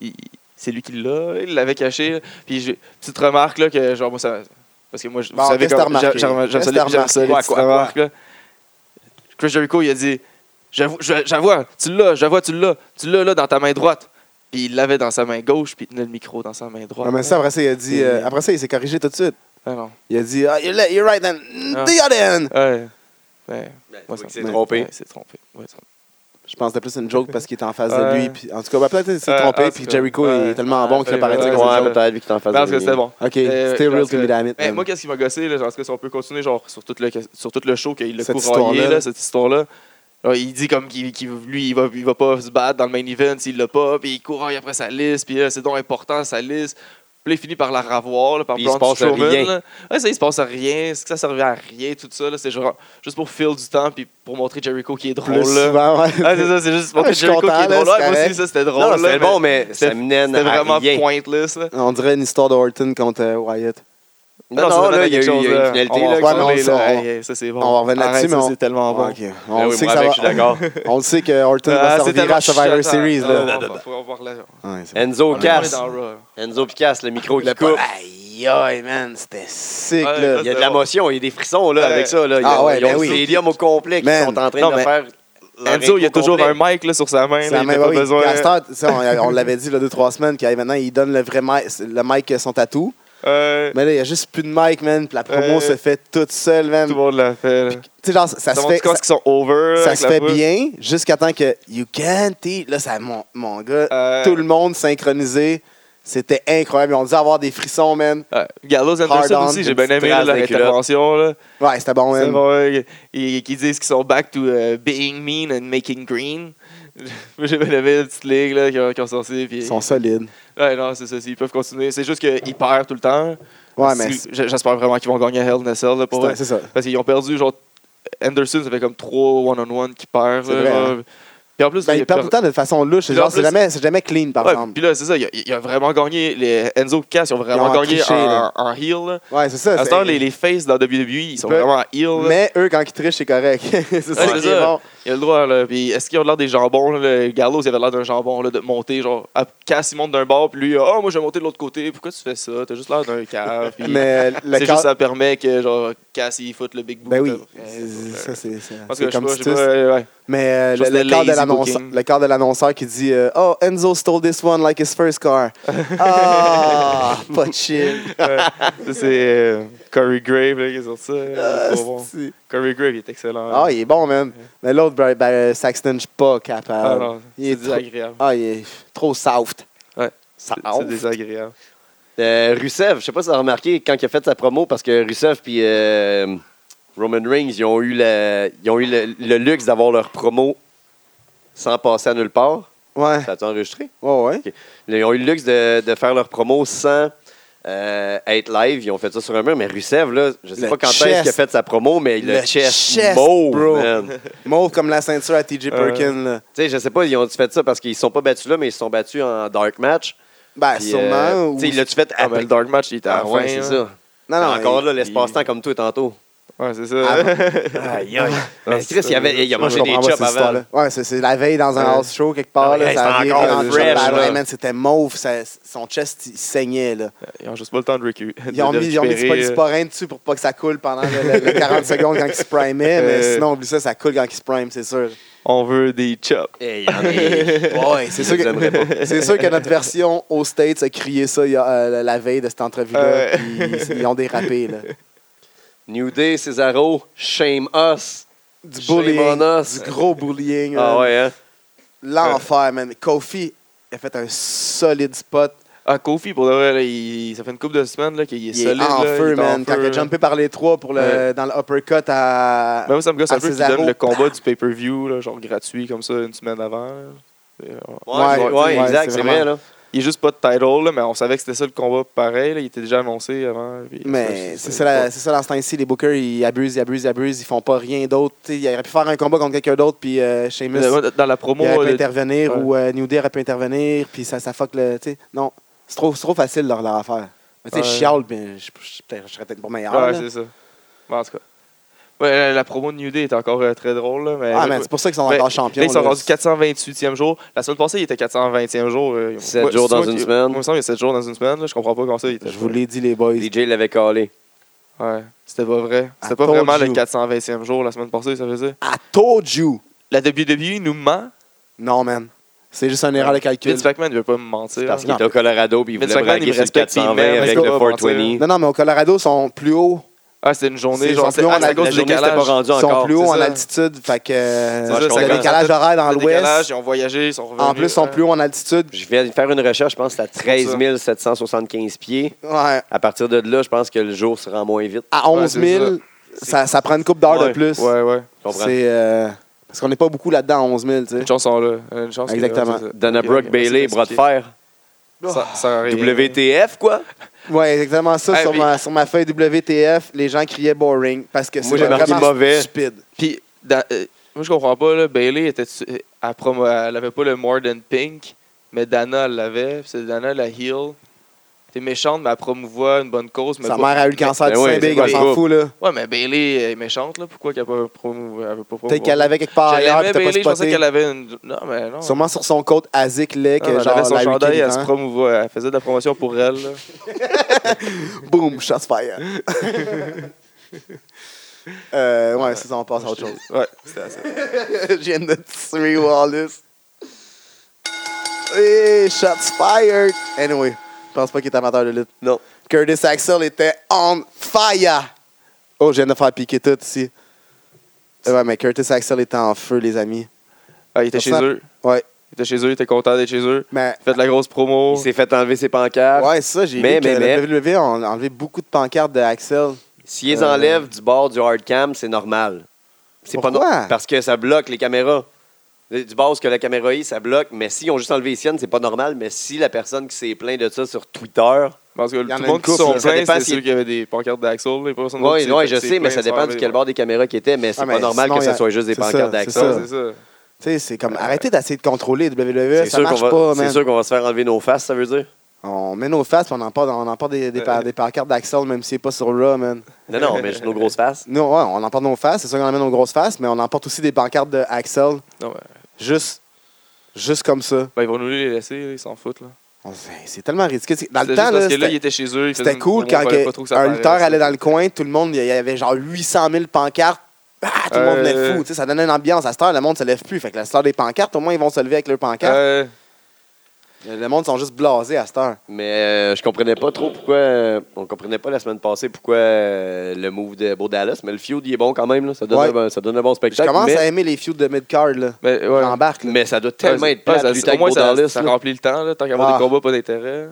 Speaker 2: il- C'est lui qui l'a, il l'avait caché. Puis j'ai- petite remarque, là, que genre, moi, ça. Parce que moi, je-
Speaker 1: Bon,
Speaker 2: vous savez
Speaker 1: qu'est-ce que
Speaker 2: comme.
Speaker 1: t'as
Speaker 2: J'aime
Speaker 1: remarqué?
Speaker 2: j'aime- j'aime
Speaker 1: Qu'est-ce
Speaker 2: ça,
Speaker 1: que t'as
Speaker 2: les- j'aime ça, les
Speaker 1: remarqué?
Speaker 2: petites
Speaker 1: Quoi, quoi,
Speaker 2: remarques, là. Chris Jericho, il a dit J'avoue, je- J'avoue, hein, tu l'as, j'avoue, tu l'as, tu l'as, là, dans ta main droite. Puis il l'avait dans sa main gauche, puis il tenait le micro dans sa main droite.
Speaker 1: Ouais, mais ça, après ça, il a dit. euh, après ça, il s'est corrigé tout de suite.
Speaker 2: Ah non.
Speaker 1: Il a dit, ah, you're, le- you're right then.
Speaker 2: Ah.
Speaker 1: The other end.
Speaker 2: Ouais. Ouais.
Speaker 3: Ouais,
Speaker 2: ça-
Speaker 3: c'est trompé.
Speaker 2: Ouais, c'est trompé. Ouais, ça-
Speaker 1: Je pense que c'était plus une joke parce qu'il était en face
Speaker 2: Ouais. Euh,
Speaker 1: de lui. Puis, en tout cas, bah, peut-être qu'il s'est
Speaker 2: Ouais,
Speaker 1: trompé.
Speaker 2: en tout
Speaker 1: puis
Speaker 2: cas,
Speaker 1: Jericho
Speaker 2: ouais.
Speaker 1: est tellement bon qu'il a
Speaker 3: Ah,
Speaker 2: Ouais,
Speaker 1: paraît
Speaker 2: ouais,
Speaker 1: dire
Speaker 2: ouais,
Speaker 1: qu'on
Speaker 2: ouais.
Speaker 1: joue.
Speaker 3: Ouais, peut-être, vu qu'il t'en fasse
Speaker 2: Parce que
Speaker 3: des-
Speaker 2: c'était bon.
Speaker 1: Ok,
Speaker 2: Euh,
Speaker 1: c'était real
Speaker 2: parce
Speaker 1: to
Speaker 2: que-
Speaker 1: me, damn it,
Speaker 2: Mais
Speaker 1: man.
Speaker 2: moi, qu'est-ce qui m'a gossé, là, genre, est-ce que si on peut continuer genre, sur, tout le, sur tout le show qu'il le
Speaker 1: Cette
Speaker 2: courroyé,
Speaker 1: histoire-là.
Speaker 2: là, cette histoire-là? Genre, il dit comme qu'il, qu'il- lui, il va, il va pas se battre dans le main event s'il l'a pas, puis il courroie après sa liste, puis là, c'est donc important sa liste. Puis là, il finit par la ravoir, là, par
Speaker 3: Puis il
Speaker 2: Braun
Speaker 3: se passe
Speaker 2: Strowman,
Speaker 3: rien.
Speaker 2: là. Ouais, ça, il se passe à rien, c'est que ça servait à rien, tout ça. là, c'est genre, juste pour fill du temps, puis pour montrer Jericho qui est drôle.
Speaker 1: Plus
Speaker 2: là.
Speaker 1: souvent, ouais.
Speaker 2: Ah, c'est ça, c'est juste
Speaker 1: Ah,
Speaker 2: pour montrer
Speaker 1: je suis
Speaker 2: Jericho qui
Speaker 1: content,
Speaker 2: est
Speaker 1: là,
Speaker 2: drôle.
Speaker 1: c'est
Speaker 2: Ouais, moi aussi,
Speaker 1: correct.
Speaker 2: ça, c'était drôle.
Speaker 3: Non,
Speaker 2: là,
Speaker 3: c'était
Speaker 2: mais
Speaker 3: bon, mais ça
Speaker 2: c'était-
Speaker 3: mène
Speaker 2: C'était
Speaker 3: à
Speaker 2: vraiment
Speaker 3: rien.
Speaker 2: pointless. là.
Speaker 1: On dirait une histoire de Orton contre euh, Wyatt.
Speaker 3: Non, non,
Speaker 2: ça
Speaker 3: là,
Speaker 2: donne
Speaker 3: il y a eu
Speaker 2: quelque
Speaker 3: il y a eu
Speaker 2: chose,
Speaker 3: une
Speaker 2: euh,
Speaker 3: finalité.
Speaker 2: on va
Speaker 3: Là,
Speaker 1: Ouais,
Speaker 3: qui-
Speaker 2: reparler,
Speaker 1: mais on s'en-
Speaker 2: là. Hey, hey, ça, c'est bon.
Speaker 1: on va revenir
Speaker 2: Arrête,
Speaker 1: là-dessus,
Speaker 2: ça,
Speaker 1: mais on-
Speaker 2: c'est tellement bon.
Speaker 1: Ah, ok.
Speaker 2: Ben
Speaker 1: On
Speaker 2: oui,
Speaker 1: le sait que ça
Speaker 2: moi avec,
Speaker 1: va.
Speaker 2: je suis d'accord.
Speaker 1: On le sait que Orton va
Speaker 2: Ah,
Speaker 1: se
Speaker 2: c'est
Speaker 1: revirer
Speaker 2: tellement
Speaker 1: à Survivor
Speaker 2: chiant.
Speaker 1: Series.
Speaker 2: Ah,
Speaker 1: Là.
Speaker 2: on va- on va relancer.
Speaker 1: Ouais, c'est bon.
Speaker 3: Enzo
Speaker 2: On est
Speaker 3: casse.
Speaker 2: dans Raw.
Speaker 3: Enzo qui casse le micro qui
Speaker 1: Le
Speaker 3: coupe.
Speaker 1: pas- Aïe, aïe, man, c'était sick,
Speaker 2: Ouais,
Speaker 1: là.
Speaker 3: Il y a de
Speaker 2: C'est bon.
Speaker 3: l'émotion, il y a des frissons là,
Speaker 2: Ah, Ouais.
Speaker 3: avec ça. Là. Il y a-
Speaker 1: Ah ouais,
Speaker 3: ils ont
Speaker 1: ben
Speaker 3: le
Speaker 1: oui.
Speaker 3: stadium au complet qui
Speaker 1: Man.
Speaker 3: sont en train
Speaker 2: Non,
Speaker 3: de
Speaker 2: mais
Speaker 3: faire. leur
Speaker 2: Enzo, il y a
Speaker 3: intro
Speaker 2: toujours
Speaker 3: complet.
Speaker 2: un mic là, sur sa main.
Speaker 1: C'est
Speaker 2: là,
Speaker 1: la
Speaker 2: il n'a
Speaker 1: même-
Speaker 2: pas
Speaker 1: oui.
Speaker 2: besoin.
Speaker 1: Puis à cette heure, tu sais, on, on l'avait dit là, deux, trois semaines, qu'il maintenant, il donne le vrai mic, le mic euh, son tatou.
Speaker 2: Ouais,
Speaker 1: Mais là, il n'y a juste plus de mic, man. Puis la promo
Speaker 2: Ouais.
Speaker 1: se fait toute seule, man.
Speaker 2: Tout le
Speaker 1: Tu
Speaker 2: monde l'a fait. là.
Speaker 1: sais, genre, ça, ça
Speaker 2: Ça
Speaker 1: se
Speaker 2: montre
Speaker 1: fait,
Speaker 2: quand
Speaker 1: ça,
Speaker 2: ils sont over.
Speaker 1: ça
Speaker 2: avec
Speaker 1: se
Speaker 2: la
Speaker 1: fait
Speaker 2: foule.
Speaker 1: bien jusqu'à temps que You can't eat. Là, ça, mon, mon gars,
Speaker 2: Euh.
Speaker 1: tout le monde synchronisé. C'était incroyable. On disait avoir des frissons, man.
Speaker 2: Ouais. euh, Gallows
Speaker 1: Hard
Speaker 2: Anderson
Speaker 1: on,
Speaker 2: aussi, j'ai
Speaker 1: une
Speaker 2: bien
Speaker 3: petite
Speaker 2: aimé là,
Speaker 3: trace
Speaker 2: leur
Speaker 3: de culotte.
Speaker 2: intervention. Là.
Speaker 1: Ouais, c'était bon,
Speaker 2: C'est
Speaker 1: man.
Speaker 2: bon, ouais, ils, qu'ils disent qu'ils sont back to euh, being mean and making green. J'ai bien aimé la petite ligue là, qui ont, qui ont sorti. Puis,
Speaker 1: Ils sont solides.
Speaker 2: Ouais, non, c'est ça, ils peuvent continuer. C'est juste qu'ils perdent tout le temps.
Speaker 1: Ouais, mais
Speaker 2: Si- j'- J'espère vraiment qu'ils vont gagner à Hell in a Cell. Là, pour
Speaker 1: c'est
Speaker 2: vrai.
Speaker 1: c'est ça.
Speaker 2: Parce qu'ils ont perdu, genre, Anderson, ça fait comme trois one-on-one qui perd.
Speaker 1: C'est
Speaker 2: là,
Speaker 1: vrai,
Speaker 2: genre. Puis en plus,
Speaker 1: Ben,
Speaker 2: il
Speaker 1: ils
Speaker 2: a
Speaker 1: perdent
Speaker 2: per-
Speaker 1: tout le temps de façon louche.
Speaker 2: Puis
Speaker 1: Genre,
Speaker 2: en
Speaker 1: c'est
Speaker 2: plus-
Speaker 1: jamais, c'est jamais clean, par
Speaker 2: Ouais,
Speaker 1: exemple.
Speaker 2: puis là, c'est ça, il a, il a vraiment gagné. Les Enzo Cass, ils ont vraiment
Speaker 1: Ils ont
Speaker 2: gagné
Speaker 1: triché,
Speaker 2: en,
Speaker 1: là.
Speaker 2: en heel. là.
Speaker 1: Ouais, c'est ça.
Speaker 2: À ce
Speaker 1: c'est-
Speaker 2: temps, les, les faces dans WWE, ils sont
Speaker 1: Ils peuvent-
Speaker 2: vraiment en heel. là.
Speaker 1: Mais eux, quand ils trichent, c'est correct. c'est ça
Speaker 2: c'est
Speaker 1: qui est
Speaker 2: ça.
Speaker 1: bon.
Speaker 2: Il a le droit, là. Puis est-ce qu'ils ont l'air des jambons, là? Le Gallows, il avait l'air d'un jambon, là, de monter, genre, à- Cass, il monte d'un bord, puis lui, oh, moi, je vais monter de l'autre côté. Pourquoi tu fais ça? T'as juste l'air d'un cave. Puis
Speaker 1: Mais le
Speaker 2: c'est
Speaker 1: cas-
Speaker 2: juste, ça permet que, genre, Cass, il foute le big boot.
Speaker 1: Ben oui,
Speaker 2: là.
Speaker 1: c'est- ça c'est ça.
Speaker 2: euh, Parce
Speaker 1: C'est
Speaker 2: que je sais
Speaker 1: comme
Speaker 2: pas,
Speaker 1: si
Speaker 2: je sais
Speaker 1: tu-
Speaker 2: pas, ouais, ouais.
Speaker 1: Mais euh,
Speaker 2: Je pense
Speaker 1: le,
Speaker 2: que
Speaker 1: le
Speaker 2: c'est
Speaker 1: corps de
Speaker 2: lazy
Speaker 1: l'annonceur-
Speaker 2: booking.
Speaker 1: le corps de l'annonceur qui dit euh, Oh, Enzo stole this one like his first car. Ah, pas de chill.
Speaker 2: Ça, c'est euh, Corey Grave, là, qui est sorti. là,
Speaker 1: Ah,
Speaker 2: c'est trop bon.
Speaker 1: c'est-
Speaker 2: Corey Grave, il est excellent.
Speaker 1: Ah, il est bon, man. Mais l'autre, ben, ben, Saxton, je suis pas
Speaker 2: Ah,
Speaker 1: capable.
Speaker 2: non,
Speaker 1: il est
Speaker 2: c'est
Speaker 1: trop-
Speaker 2: désagréable.
Speaker 1: Ah, il est trop soft.
Speaker 2: Ouais.
Speaker 1: Soft.
Speaker 2: C'est- C'est désagréable.
Speaker 3: Euh, Rusev, je sais pas si tu as remarqué quand il a fait sa promo, parce que Rusev puis euh, Roman Reigns, ils ont eu, la- ils ont eu le, le luxe d'avoir leur promo sans passer à nulle part.
Speaker 1: Ouais,
Speaker 3: Ça a enregistré?
Speaker 1: ouais, ouais.
Speaker 3: Ils ont eu le luxe de, de faire leur promo sans euh, être live. Ils ont fait ça sur un mur. Mais Rusev, là, je sais
Speaker 1: Le
Speaker 3: pas quand
Speaker 1: chest.
Speaker 3: est-ce qu'il a fait sa promo, mais le,
Speaker 1: Le
Speaker 3: chest,
Speaker 1: chest,
Speaker 3: mauve,
Speaker 1: bro.
Speaker 3: man. Tu
Speaker 1: Mauve comme la ceinture à TJ
Speaker 2: Euh.
Speaker 1: Perkins. là.
Speaker 3: sais, je sais pas, ils ont fait ça parce qu'ils se sont pas battus là, mais ils se sont battus en dark match.
Speaker 1: Ben,
Speaker 3: Puis,
Speaker 1: sûrement.
Speaker 3: euh,
Speaker 1: ou- ben,
Speaker 3: Tu sais, il l'a-tu fait
Speaker 2: Ah, mais
Speaker 3: après
Speaker 2: le Dark Match, il était à la
Speaker 3: Ah, ouais,
Speaker 2: fin,
Speaker 3: c'est
Speaker 2: là.
Speaker 3: ça.
Speaker 1: Non, non,
Speaker 3: Encore
Speaker 1: Ah, il-
Speaker 3: là, l'espace-temps comme tout tantôt.
Speaker 2: Ouais, c'est
Speaker 1: Ah,
Speaker 2: ça.
Speaker 3: Aïe, aïe. Mais Chris, il, avait, il a
Speaker 1: Moi, Ah, je
Speaker 3: mangé des
Speaker 1: comprends pas
Speaker 3: chops
Speaker 1: cette
Speaker 3: avant.
Speaker 1: histoire-là. Ouais, c'est, c'est la veille dans un
Speaker 2: Ouais.
Speaker 1: house show quelque part.
Speaker 3: Ouais,
Speaker 1: là, ça
Speaker 3: c'était
Speaker 1: arrive
Speaker 3: encore
Speaker 1: dans le
Speaker 3: fresh,
Speaker 1: shop.
Speaker 3: là.
Speaker 1: Ouais, man, c'était mauve. ça- son chest, il saignait. Là.
Speaker 2: Ils ont juste pas le temps de récu- de-
Speaker 1: Ils ont
Speaker 2: de
Speaker 1: mis, ils ont mis du
Speaker 2: récupérer, euh.
Speaker 1: polysporin dessus pour pas que ça coule pendant le- le- les 40 secondes quand ils se primaient. Mais
Speaker 2: Euh.
Speaker 1: sinon, oublie ça, ça coule quand ils se priment, c'est sûr.
Speaker 2: On veut des chops.
Speaker 3: Hey, Eh, il y en a-
Speaker 1: Ouais, c'est sûr,
Speaker 3: Je les aimerais
Speaker 1: que, c'est sûr que notre version aux States a crié ça il y a, euh, la veille de cette entrevue-là.
Speaker 2: Ouais.
Speaker 1: puis Ils, ils ont dérapé. Là.
Speaker 3: New Day, Cesaro, Shame Us.
Speaker 1: Du
Speaker 3: Shame
Speaker 1: bullying.
Speaker 3: on us.
Speaker 1: Du gros bullying.
Speaker 3: Ah
Speaker 1: man.
Speaker 3: ouais, hein?
Speaker 1: L'enfer, man. Kofi, il a fait un solide spot.
Speaker 2: Ah, Kofi, pour de vrai, là, il- ça fait une couple de semaines là, qu'il est,
Speaker 1: Il est
Speaker 2: solide.
Speaker 1: en
Speaker 2: là,
Speaker 1: feu,
Speaker 2: il est en
Speaker 1: man. Quand
Speaker 2: feu.
Speaker 1: il a jumpé par les trois pour le,
Speaker 2: Ouais.
Speaker 1: dans le uppercut à.
Speaker 2: Ben, moi, ça me gosse
Speaker 1: à
Speaker 2: un peu qu'il
Speaker 1: Cesaro,
Speaker 2: donne le combat du pay-per-view, là, genre gratuit, comme ça, une semaine avant. là. Et, euh,
Speaker 3: Ouais,
Speaker 1: Ouais,
Speaker 3: ouais,
Speaker 1: ouais,
Speaker 3: exact,
Speaker 1: c'est
Speaker 3: c'est vrai,
Speaker 1: vraiment-
Speaker 3: là.
Speaker 2: Il est juste pas de title, là, mais on savait que c'était ça le combat pareil. là, il était déjà annoncé avant. puis-
Speaker 1: Mais c'est ça, la- c'est ça, dans ce temps-ci, les bookers, ils abusent, ils abusent, ils abusent, ils font pas rien d'autre. Tu sais, Ils auraient pu faire un combat contre quelqu'un d'autre, puis euh, Sheamus,
Speaker 2: Mais, ouais, Dans la
Speaker 1: il
Speaker 2: promo,
Speaker 1: aurait pu
Speaker 2: euh,
Speaker 1: intervenir,
Speaker 2: ouais.
Speaker 1: ou euh, New Day aurait pu intervenir, puis ça, ça fuck le. tu sais. Non, c'est trop, c'est trop facile leur, leur affaire. Mais tu sais,
Speaker 2: Ouais.
Speaker 1: je chiale, mais je je- peut-être- je serais peut-être pas meilleur.
Speaker 2: ouais,
Speaker 1: là.
Speaker 2: c'est ça. Bon, en tout cas. Ouais, la- la promo de New Day est encore euh, très drôle. là, mais
Speaker 1: ah, man, c'est pour ça qu'ils sont
Speaker 2: Mais-
Speaker 1: encore champions.
Speaker 2: Là, ils sont
Speaker 1: là.
Speaker 2: rendus 428e jour. La semaine passée, il était 420e jour. euh,
Speaker 3: Sept
Speaker 2: moi,
Speaker 3: jours
Speaker 2: c'est
Speaker 3: dans
Speaker 2: moi
Speaker 3: une
Speaker 2: qui-
Speaker 3: semaine.
Speaker 2: Moi, il me semble qu'il y a 7 jours dans une semaine. là, Je comprends pas comment ça. Il était
Speaker 1: Je vous l'ai dit, les boys.
Speaker 3: DJ l'avait calé.
Speaker 2: Ouais, c'était pas vrai.
Speaker 1: I
Speaker 2: C'était pas
Speaker 1: told
Speaker 2: vraiment le
Speaker 1: you.
Speaker 2: 420e jour la semaine passée, ça veut dire.
Speaker 1: I told you!
Speaker 2: La WWE nous ment.
Speaker 1: Non, man. C'est juste une erreur de calcul.
Speaker 2: Vince McMahon, il veut pas me mentir.
Speaker 3: Parce qu'il
Speaker 1: Non.
Speaker 3: était au Colorado, puis il
Speaker 2: Mais
Speaker 3: voulait
Speaker 2: Sagan, il
Speaker 3: braguer
Speaker 2: me
Speaker 3: sur le
Speaker 2: respecte, il
Speaker 3: 420
Speaker 2: m'aime,
Speaker 3: avec
Speaker 2: parce
Speaker 3: le
Speaker 2: qu'on va mentir.
Speaker 3: 420.
Speaker 1: Non, non, mais au Colorado, ils sont plus haut.
Speaker 2: Ah, c'était une journée,
Speaker 1: C'est
Speaker 2: genre,
Speaker 1: son
Speaker 2: c'est
Speaker 1: plus
Speaker 2: ah,
Speaker 1: long
Speaker 2: c'est à
Speaker 1: la-
Speaker 2: cause
Speaker 3: La
Speaker 2: du
Speaker 3: journée, c'était pas
Speaker 2: décalage.
Speaker 3: rendu
Speaker 1: Ils sont
Speaker 3: encore.
Speaker 1: plus haut
Speaker 2: c'est
Speaker 1: en
Speaker 2: ça.
Speaker 1: altitude. Fait que euh,
Speaker 3: Ouais, je
Speaker 1: le
Speaker 3: comprends.
Speaker 1: décalage horaire dans
Speaker 2: Le décalage,
Speaker 1: l'ouest.
Speaker 2: Ils ont voyagé, ils sont revenus.
Speaker 1: En plus, ils sont
Speaker 2: ouais.
Speaker 1: plus haut en altitude.
Speaker 3: Je viens de faire une recherche, je pense, à 13 775 pieds.
Speaker 1: Ouais.
Speaker 3: À partir de là, je pense que le jour se rend moins vite.
Speaker 1: À
Speaker 2: Ouais,
Speaker 1: 11 000, ça, ça prend une coupe d'heure
Speaker 3: Ouais.
Speaker 1: de plus.
Speaker 2: Ouais, ouais.
Speaker 3: Je comprends.
Speaker 1: C'est, euh, parce qu'on n'est pas beaucoup là-dedans à 11 000. tu sais.
Speaker 2: Une chance, on l'a. Une chance.
Speaker 1: Exactement.
Speaker 3: Donna Brooke Bailey, bras de fer.
Speaker 2: Ça, ça arrive.
Speaker 3: WTF, quoi?
Speaker 1: Ouais, exactement ça.
Speaker 2: Ah,
Speaker 1: sur,
Speaker 2: puis-
Speaker 1: ma, sur ma feuille WTF, les gens criaient boring parce que
Speaker 3: Moi,
Speaker 1: c'est
Speaker 3: j'ai marqué
Speaker 1: vraiment
Speaker 3: mauvais.
Speaker 1: stupide.
Speaker 2: Puis, dans- euh, moi, je comprends pas, là. Bailey, était elle, promo, elle avait pas le More Than Pink, mais Dana, elle l'avait. puis C'est Dana, la heel. t'es méchante, mais elle promouvoit une bonne cause. Mais Ben
Speaker 1: Sa
Speaker 2: pas-
Speaker 1: mère a eu le cancer
Speaker 3: Mais
Speaker 1: de
Speaker 3: ouais, c'est
Speaker 1: Saint-Big,
Speaker 3: quoi
Speaker 1: on
Speaker 3: le
Speaker 1: s'en
Speaker 3: groupe?
Speaker 1: fout, là.
Speaker 2: Ouais, mais Bailey est méchante, là. Pourquoi qu'elle veut pas promouvoir? Elle veut pas
Speaker 1: Peut-être
Speaker 2: promouvoir.
Speaker 1: qu'elle l'avait quelque part
Speaker 2: Je
Speaker 1: ailleurs,
Speaker 2: l'aimais,
Speaker 1: puis t'as pas
Speaker 2: Bailey, je pensais
Speaker 1: spoté.
Speaker 2: qu'elle avait une. Non, mais non.
Speaker 1: Sûrement sur son compte Azik, là,
Speaker 2: Non,
Speaker 1: que
Speaker 2: elle
Speaker 1: E genre
Speaker 2: avait son
Speaker 1: la hein.
Speaker 2: chandail,
Speaker 1: week-end
Speaker 2: elle se
Speaker 1: avant.
Speaker 2: promouvoit. Elle faisait de la promotion pour elle. là.
Speaker 1: Boom, shots fire. euh, ouais, c'est ça, on passe à autre chose.
Speaker 2: Ouais, c'était ça.
Speaker 1: Je viens de tuer Wallace. Hey, shots fired. Anyway, je pense pas qu'il est amateur de lutte.
Speaker 3: Non.
Speaker 1: Curtis Axel était on fire. Oh, je viens de faire piquer tout ici. Eh Ouais, mais Curtis Axel était en feu, les amis.
Speaker 2: Ah, il était chez
Speaker 1: Personne-
Speaker 2: eux.
Speaker 1: Ouais.
Speaker 2: Il était chez eux, il était content d'être chez eux.
Speaker 1: Mais
Speaker 2: Faites la grosse promo.
Speaker 3: Il s'est fait enlever ses pancartes.
Speaker 1: ouais, ça, j'ai
Speaker 3: Mais,
Speaker 1: vu que
Speaker 3: mais,
Speaker 1: la
Speaker 3: mais.
Speaker 1: WWE a en- enlevé beaucoup de pancartes de Axel.
Speaker 3: S'ils les
Speaker 1: Euh,
Speaker 3: enlèvent du bord du hard cam, c'est normal. C'est pas
Speaker 1: Pourquoi?
Speaker 3: normal. Parce que ça bloque les caméras. Le- Du bord, ce que la caméra est, ça bloque. Mais s'ils ont juste enlevé les siennes, c'est pas normal. Mais si la personne qui s'est plaint de ça sur Twitter.
Speaker 2: Parce que tout
Speaker 1: y en
Speaker 2: le
Speaker 1: a
Speaker 2: monde
Speaker 1: une
Speaker 2: qui
Speaker 1: couple,
Speaker 2: sont
Speaker 1: là.
Speaker 3: Ça
Speaker 2: pleins,
Speaker 3: dépend
Speaker 2: c'est
Speaker 3: si-
Speaker 2: ceux qui avaient des pancartes d'Axel. Oui,
Speaker 3: Oui, ouais, je sais, mais ça dépend du quel bord des caméras qui était. Mais c'est
Speaker 1: Ouais,
Speaker 3: pas
Speaker 1: Ah, mais
Speaker 3: normal
Speaker 1: sinon,
Speaker 3: que
Speaker 1: il y
Speaker 3: ça
Speaker 1: a-
Speaker 3: soit juste des
Speaker 1: c'est ça,
Speaker 3: pancartes
Speaker 1: c'est
Speaker 2: Non,
Speaker 3: d'Axel.
Speaker 2: c'est ça.
Speaker 1: Tu sais, c'est comme arrêtez d'essayer de contrôler WWE,
Speaker 3: Euh. C'est
Speaker 1: ça
Speaker 3: sûr qu'on
Speaker 1: marche
Speaker 3: va,
Speaker 1: pas,
Speaker 3: c'est
Speaker 1: man.
Speaker 3: sûr qu'on va se faire enlever nos faces, ça veut dire?
Speaker 1: On met nos faces, puis on en porte, on en porte des, des, par-
Speaker 2: Euh.
Speaker 1: des pancartes d'Axel, même si c'est pas sur Raw, man.
Speaker 3: Non, non, mais juste nos grosses faces.
Speaker 1: Nous, ouais, on emporte nos faces, c'est sûr qu'on amène nos grosses faces, mais on emporte aussi des pancartes de Axel,
Speaker 2: Non, ben,
Speaker 1: juste, juste comme ça.
Speaker 2: ben, ils vont nous les laisser, là, ils s'en foutent. Là.
Speaker 1: On- C'est c'est tellement ridicule. C'est- Dans le
Speaker 2: C'était
Speaker 1: temps,
Speaker 2: juste parce
Speaker 1: là,
Speaker 2: que là, ils
Speaker 1: c'était
Speaker 2: étaient chez eux. ils faisaient
Speaker 1: c'était
Speaker 2: une
Speaker 1: cool
Speaker 2: promo,
Speaker 1: quand
Speaker 2: fallait
Speaker 1: que
Speaker 2: pas trop que ça
Speaker 1: un
Speaker 2: apparaisse,
Speaker 1: lutteur
Speaker 2: là.
Speaker 1: allait dans le coin, tout le monde, il y avait genre 800 000 pancartes. Ah, tout le monde venait
Speaker 2: Euh.
Speaker 1: fou. Tu sais, Ça donnait une ambiance. À cette heure, le monde se lève plus. Fait que la star des pancartes, au moins, ils vont se lever avec leurs pancartes.
Speaker 2: Euh,
Speaker 1: Le monde sont juste blasés à cette heure.
Speaker 3: Mais euh, je comprenais pas trop pourquoi. euh, on comprenait pas la semaine passée pourquoi euh, le move de Beau Dallas, mais le feud, il est bon quand même. là. Ça, donne
Speaker 1: Ouais.
Speaker 3: un, bon- ça donne un bon
Speaker 1: Je
Speaker 3: spectacle.
Speaker 1: commence
Speaker 3: mais,
Speaker 1: à aimer les feuds de mid-card, là.
Speaker 2: mais, ben, ouais.
Speaker 1: J'embarque, là.
Speaker 3: mais ça doit tellement
Speaker 2: Ouais,
Speaker 3: être plate,
Speaker 2: ça-
Speaker 3: lutter
Speaker 2: Au
Speaker 3: avec
Speaker 2: moins,
Speaker 3: Bo
Speaker 2: ça,
Speaker 3: Dallas,
Speaker 2: ça
Speaker 3: là.
Speaker 2: remplit le temps, là, tant qu'avoir
Speaker 1: Ah.
Speaker 2: des combats, pas d'intérêt.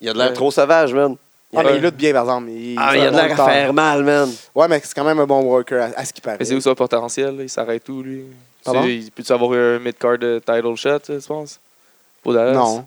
Speaker 3: Il a de l'air trop sauvage, man.
Speaker 1: Ah, mais
Speaker 2: Ouais.
Speaker 1: il lutte bien, par exemple. Il,
Speaker 3: Ah,
Speaker 1: c'est
Speaker 3: il a
Speaker 1: un
Speaker 3: de
Speaker 1: bon
Speaker 3: l'air à
Speaker 1: lutteur.
Speaker 3: faire mal, man.
Speaker 1: Ouais, mais c'est quand même un bon worker, à, à ce qui paraît.
Speaker 2: Mais c'est où son potentiel? là? Il s'arrête tout, lui.
Speaker 1: Pardon?
Speaker 2: Tu- Il peut-tu avoir un mid-card euh, title shot, euh, tu penses? Pour Dallas?
Speaker 1: Non.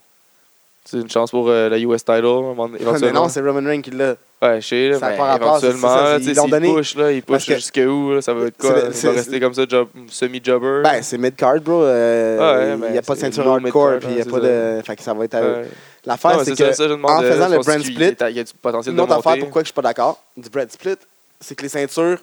Speaker 2: C'est une chance pour euh, la US title, éventuellement.
Speaker 1: Mais non, c'est Roman Reigns qui l'a.
Speaker 2: Ouais, je sais, là,
Speaker 1: Ça a
Speaker 2: mais
Speaker 1: pas rapport, c'est-
Speaker 2: éventuellement,
Speaker 1: c'est ça, ils
Speaker 2: là, tu sais,
Speaker 1: l'ont
Speaker 2: s'il
Speaker 1: donné.
Speaker 2: push, là, il
Speaker 1: Parce
Speaker 2: push
Speaker 1: que-
Speaker 2: jusqu'à où, là, ça va être
Speaker 1: C'est
Speaker 2: quoi?
Speaker 1: le-
Speaker 2: là? Il
Speaker 1: c'est-
Speaker 2: va rester comme ça, job, semi-jobber?
Speaker 1: Ben, c'est mid-card, bro. Euh,
Speaker 2: Ouais,
Speaker 1: il n'y
Speaker 2: ben,
Speaker 1: a pas de
Speaker 2: c'est
Speaker 1: ceinture
Speaker 2: low
Speaker 1: hardcore,
Speaker 2: mid-card,
Speaker 1: puis il n'y a
Speaker 2: ouais,
Speaker 1: pas
Speaker 2: c'est
Speaker 1: de. Fait que ça va être. à eux.
Speaker 2: Ouais.
Speaker 1: L'affaire,
Speaker 2: Non,
Speaker 1: c'est
Speaker 2: ça,
Speaker 1: que.
Speaker 2: ça, je demande,
Speaker 1: en
Speaker 2: euh,
Speaker 1: faisant
Speaker 2: je
Speaker 1: le
Speaker 2: pense
Speaker 1: brand
Speaker 2: qu'il-
Speaker 1: split,
Speaker 2: il y a du potentiel
Speaker 1: une
Speaker 2: de
Speaker 1: autre affaire
Speaker 2: monter.
Speaker 1: pourquoi que je suis pas d'accord du bread split, c'est que les ceintures,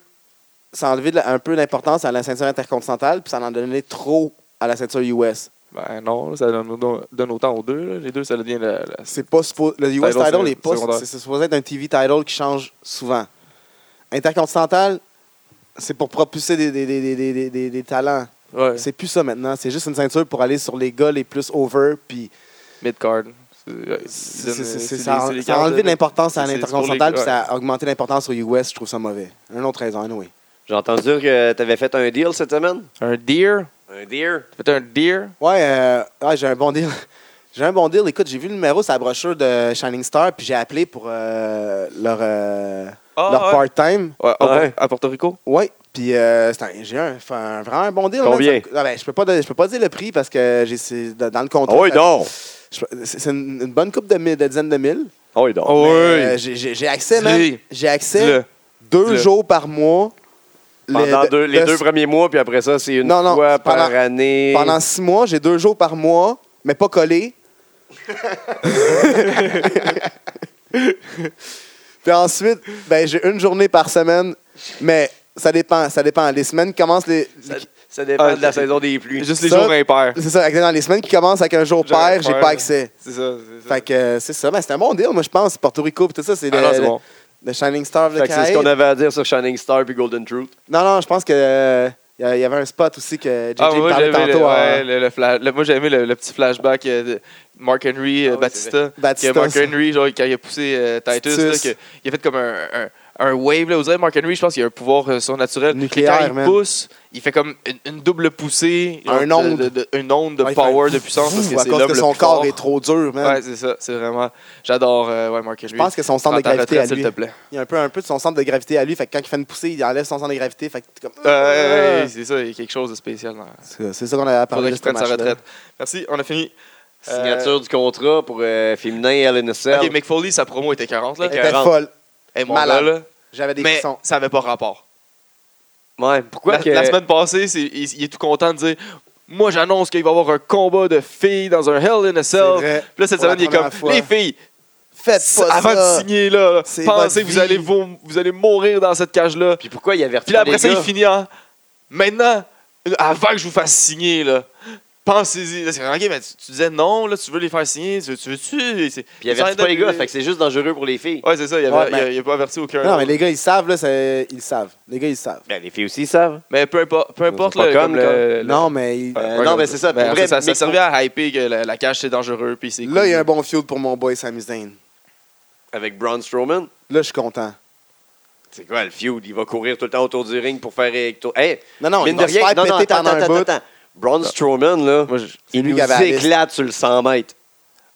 Speaker 1: ça a enlevé de la- un peu d'importance à la ceinture intercontinentale, puis ça en a donné trop à la ceinture US.
Speaker 2: Ben non, ça donne, don- donne autant aux deux. là. Les deux, ça devient la, la-
Speaker 1: C'est pas suppo- le US
Speaker 2: Title,
Speaker 1: title,
Speaker 2: c'est
Speaker 1: est pas
Speaker 2: secondaire.
Speaker 1: c'est c'est supposé être un TV title qui change souvent. Intercontinental, c'est pour propulser des, des- des- des- des- des- des- des talents.
Speaker 2: ouais,
Speaker 1: C'est plus ça maintenant. C'est juste une ceinture pour aller sur les gars les plus over. Puis
Speaker 2: mid-card. euh,
Speaker 1: c'est- c'est- c'est- ça a ça a enlevé de l'importance à
Speaker 2: c'est- c'est pour les-
Speaker 1: l'intercontinental, puis
Speaker 2: ouais.
Speaker 1: ça a augmenté l'importance au US. Je trouve ça mauvais. Un autre raison, anyway.
Speaker 3: J'ai entendu dire que t'avais fait un deal cette semaine.
Speaker 2: Un deer?
Speaker 3: Un deal?
Speaker 2: Faites un deer?
Speaker 1: Ouais, euh, ouais, j'ai un bon deal. J'ai un bon deal. Écoute, j'ai vu le numéro sur la brochure de Shining Star, puis j'ai appelé pour euh, leur, euh,
Speaker 2: Ah,
Speaker 1: leur
Speaker 2: ouais.
Speaker 1: part-time.
Speaker 2: Ouais, ah,
Speaker 3: Ouais.
Speaker 2: bon, À Porto Rico?
Speaker 1: Ouais, puis euh, c'est un- j'ai un, fait un- vraiment un bon deal. man.
Speaker 3: Combien?
Speaker 1: Ça me- Ah, ben, je peux pas don- je peux pas dire le prix parce que j'ai c'est dans dans le contrat.
Speaker 3: Ah oui,
Speaker 1: ça-
Speaker 3: donc!
Speaker 1: je- C'est c'est une, une bonne coupe de, mille- de dizaines de mille.
Speaker 3: Ah oui, donc!
Speaker 2: Oh,
Speaker 1: Mais,
Speaker 2: oui.
Speaker 1: euh, j'ai- j'ai j'ai accès, man.
Speaker 2: Dis-le.
Speaker 1: J'ai accès
Speaker 2: Dis-le.
Speaker 1: deux
Speaker 2: Dis-le.
Speaker 1: jours par mois.
Speaker 3: Pendant
Speaker 1: Le-
Speaker 3: deux- les
Speaker 1: le-
Speaker 3: deux premiers mois, puis après ça, c'est une
Speaker 1: Non, non,
Speaker 3: fois
Speaker 1: c'est pendant-
Speaker 3: par année.
Speaker 1: Pendant six mois, j'ai deux jours par mois, mais pas collé. Puis ensuite, ben, j'ai une journée par semaine, mais ça dépend, ça dépend. Les semaines qui commencent les.
Speaker 3: Ça, ça dépend
Speaker 2: Ah,
Speaker 3: de la
Speaker 2: c'est-
Speaker 3: saison des pluies.
Speaker 2: Juste les
Speaker 1: Ça-
Speaker 2: jours impairs.
Speaker 1: C'est ça, exactement. Les semaines qui commencent avec un jour
Speaker 2: Jour
Speaker 1: pair, j'ai
Speaker 2: pair.
Speaker 1: pas accès.
Speaker 2: C'est ça. c'est ça.
Speaker 1: Fait que euh, c'est ça. Ben, c'est un bon deal, moi, je pense. Porto Rico, puis tout ça, c'est
Speaker 2: Ah
Speaker 1: le,
Speaker 2: non, c'est
Speaker 1: le-
Speaker 2: bon.
Speaker 1: le Shining Star. of the
Speaker 3: Fait que c'est ce
Speaker 1: Caraïbes.
Speaker 3: qu'on avait à dire sur Shining Star puis Golden Truth.
Speaker 1: Non, non, je pense que. euh, Il y avait un spot aussi que JJ
Speaker 2: Ah, moi,
Speaker 1: parlait
Speaker 2: j'aimais le,
Speaker 1: tantôt.
Speaker 2: ouais,
Speaker 1: hein.
Speaker 2: le, le flash- le- moi, j'ai aimé le, le petit flashback euh, de Mark Henry, euh,
Speaker 3: Ah oui, c'est
Speaker 2: Batista.
Speaker 1: Batista,
Speaker 2: que Mark
Speaker 1: ça.
Speaker 2: Henry, genre, quand il a poussé euh, Titus, là,
Speaker 1: Titus.
Speaker 2: que- il a fait comme un, un- un wave. Là. Vous savez, Mark Henry, je pense qu'il a un pouvoir euh, surnaturel.
Speaker 1: Nucléaire,
Speaker 2: Et quand il
Speaker 1: man.
Speaker 2: pousse, il fait comme une, une double poussée. genre,
Speaker 1: Un
Speaker 2: de-
Speaker 1: onde.
Speaker 2: de, de- une onde de
Speaker 1: Ouais, il fait un
Speaker 2: power, de puissance. Parce que
Speaker 1: à
Speaker 2: c'est
Speaker 1: cause
Speaker 2: l'homme
Speaker 1: que
Speaker 2: le
Speaker 1: son
Speaker 2: plus
Speaker 1: corps
Speaker 2: fort.
Speaker 1: est trop dur, man.
Speaker 2: Ouais, c'est ça. C'est vraiment. J'adore euh, ouais, Mark Henry.
Speaker 1: Je pense que son centre de
Speaker 2: Prends ta
Speaker 1: gravité à
Speaker 2: retraite,
Speaker 1: lui.
Speaker 2: S'il te plaît.
Speaker 1: Il y a un peu, un peu de son centre de gravité à lui. Fait que quand il fait une poussée, il enlève son centre de gravité. Fait que t'es comme.
Speaker 2: Ouais, ouais, c'est ça. Il y a quelque chose de spécial. dans-
Speaker 1: C'est c'est ça qu'on a parlé
Speaker 2: Faudrait
Speaker 1: de
Speaker 2: qu'il
Speaker 1: ce
Speaker 2: prenne sa
Speaker 1: match-là.
Speaker 2: retraite. Merci, on a fini. Euh,
Speaker 3: Signature du contrat pour euh, féminin LNSL.
Speaker 2: Ok, Mick Foley, sa promo était 40 là.
Speaker 1: Elle était
Speaker 3: Écœurante.
Speaker 1: folle.
Speaker 2: Eh, mon
Speaker 1: Malade.
Speaker 2: gars, là.
Speaker 1: J'avais des
Speaker 2: Mais
Speaker 1: frissons.
Speaker 2: ça n'avait pas rapport.
Speaker 3: Ouais, pourquoi
Speaker 2: la,
Speaker 3: que...
Speaker 2: la semaine passée, c'est- il, il est tout content de dire Moi, j'annonce qu'il va y avoir un combat de filles dans un Hell in a
Speaker 1: C'est
Speaker 2: Cell.
Speaker 1: vrai.
Speaker 2: Puis là, cette
Speaker 1: Pour la
Speaker 2: semaine, il est
Speaker 1: première
Speaker 2: comme
Speaker 1: fois.
Speaker 2: Les filles,
Speaker 1: Faites pas
Speaker 2: avant
Speaker 1: ça.
Speaker 2: de signer là, là,
Speaker 1: C'est
Speaker 2: pensez
Speaker 1: votre
Speaker 2: vous allez
Speaker 1: vie.
Speaker 2: vous, vous allez mourir dans cette cage là.
Speaker 3: Puis pourquoi il avertit
Speaker 2: Puis là, après
Speaker 3: les
Speaker 2: ça, il
Speaker 3: gars?
Speaker 2: finit en maintenant avant que je vous fasse signer là. Pensez-y. Là, c'est comme, OK, mais tu, tu disais non, là, tu veux les faire signer, tu, tu veux-tu? C'est-
Speaker 3: Puis il avertit
Speaker 2: ils
Speaker 3: pas les gars,
Speaker 2: sont-
Speaker 3: fait que c'est juste dangereux pour les filles.
Speaker 2: Ouais, c'est ça, il n'y
Speaker 1: Ouais,
Speaker 2: a,
Speaker 1: mais-
Speaker 2: il a pas averti aucun.
Speaker 1: Non, mais les gars, ils savent, là, c'est- ils savent. Les gars, ils savent.
Speaker 3: Ben, les filles aussi ils savent.
Speaker 2: Mais peu importe, peu importe
Speaker 3: pas
Speaker 2: le,
Speaker 3: comme,
Speaker 2: comme le- le-
Speaker 1: Non, mais ils-
Speaker 3: Euh, non, mais c'est ça, pour
Speaker 2: en
Speaker 3: vrai,
Speaker 2: fait, ça, ça
Speaker 3: mais-
Speaker 2: servait à hyper que la, la cage c'est dangereux. Puis c'est
Speaker 1: euh, là,
Speaker 2: cool.
Speaker 1: il y a un bon feud pour mon boy Sami Zayn.
Speaker 3: Avec Braun Strowman,
Speaker 1: Là, je suis content.
Speaker 3: c'est quoi le feud? Il va courir tout le temps autour du ring pour faire. électro- Hey,
Speaker 1: Non, non,
Speaker 3: mine
Speaker 1: il
Speaker 3: de
Speaker 1: va se
Speaker 3: rien,
Speaker 1: faire
Speaker 3: non, non,
Speaker 1: péter
Speaker 3: attends,
Speaker 1: pendant un
Speaker 3: attends,
Speaker 1: bout. Ah.
Speaker 3: attends. Braun Strowman, là,
Speaker 2: Moi, je-
Speaker 3: il
Speaker 1: lui
Speaker 3: nous
Speaker 1: qui avait la liste.
Speaker 3: éclate sur le 100 mètres.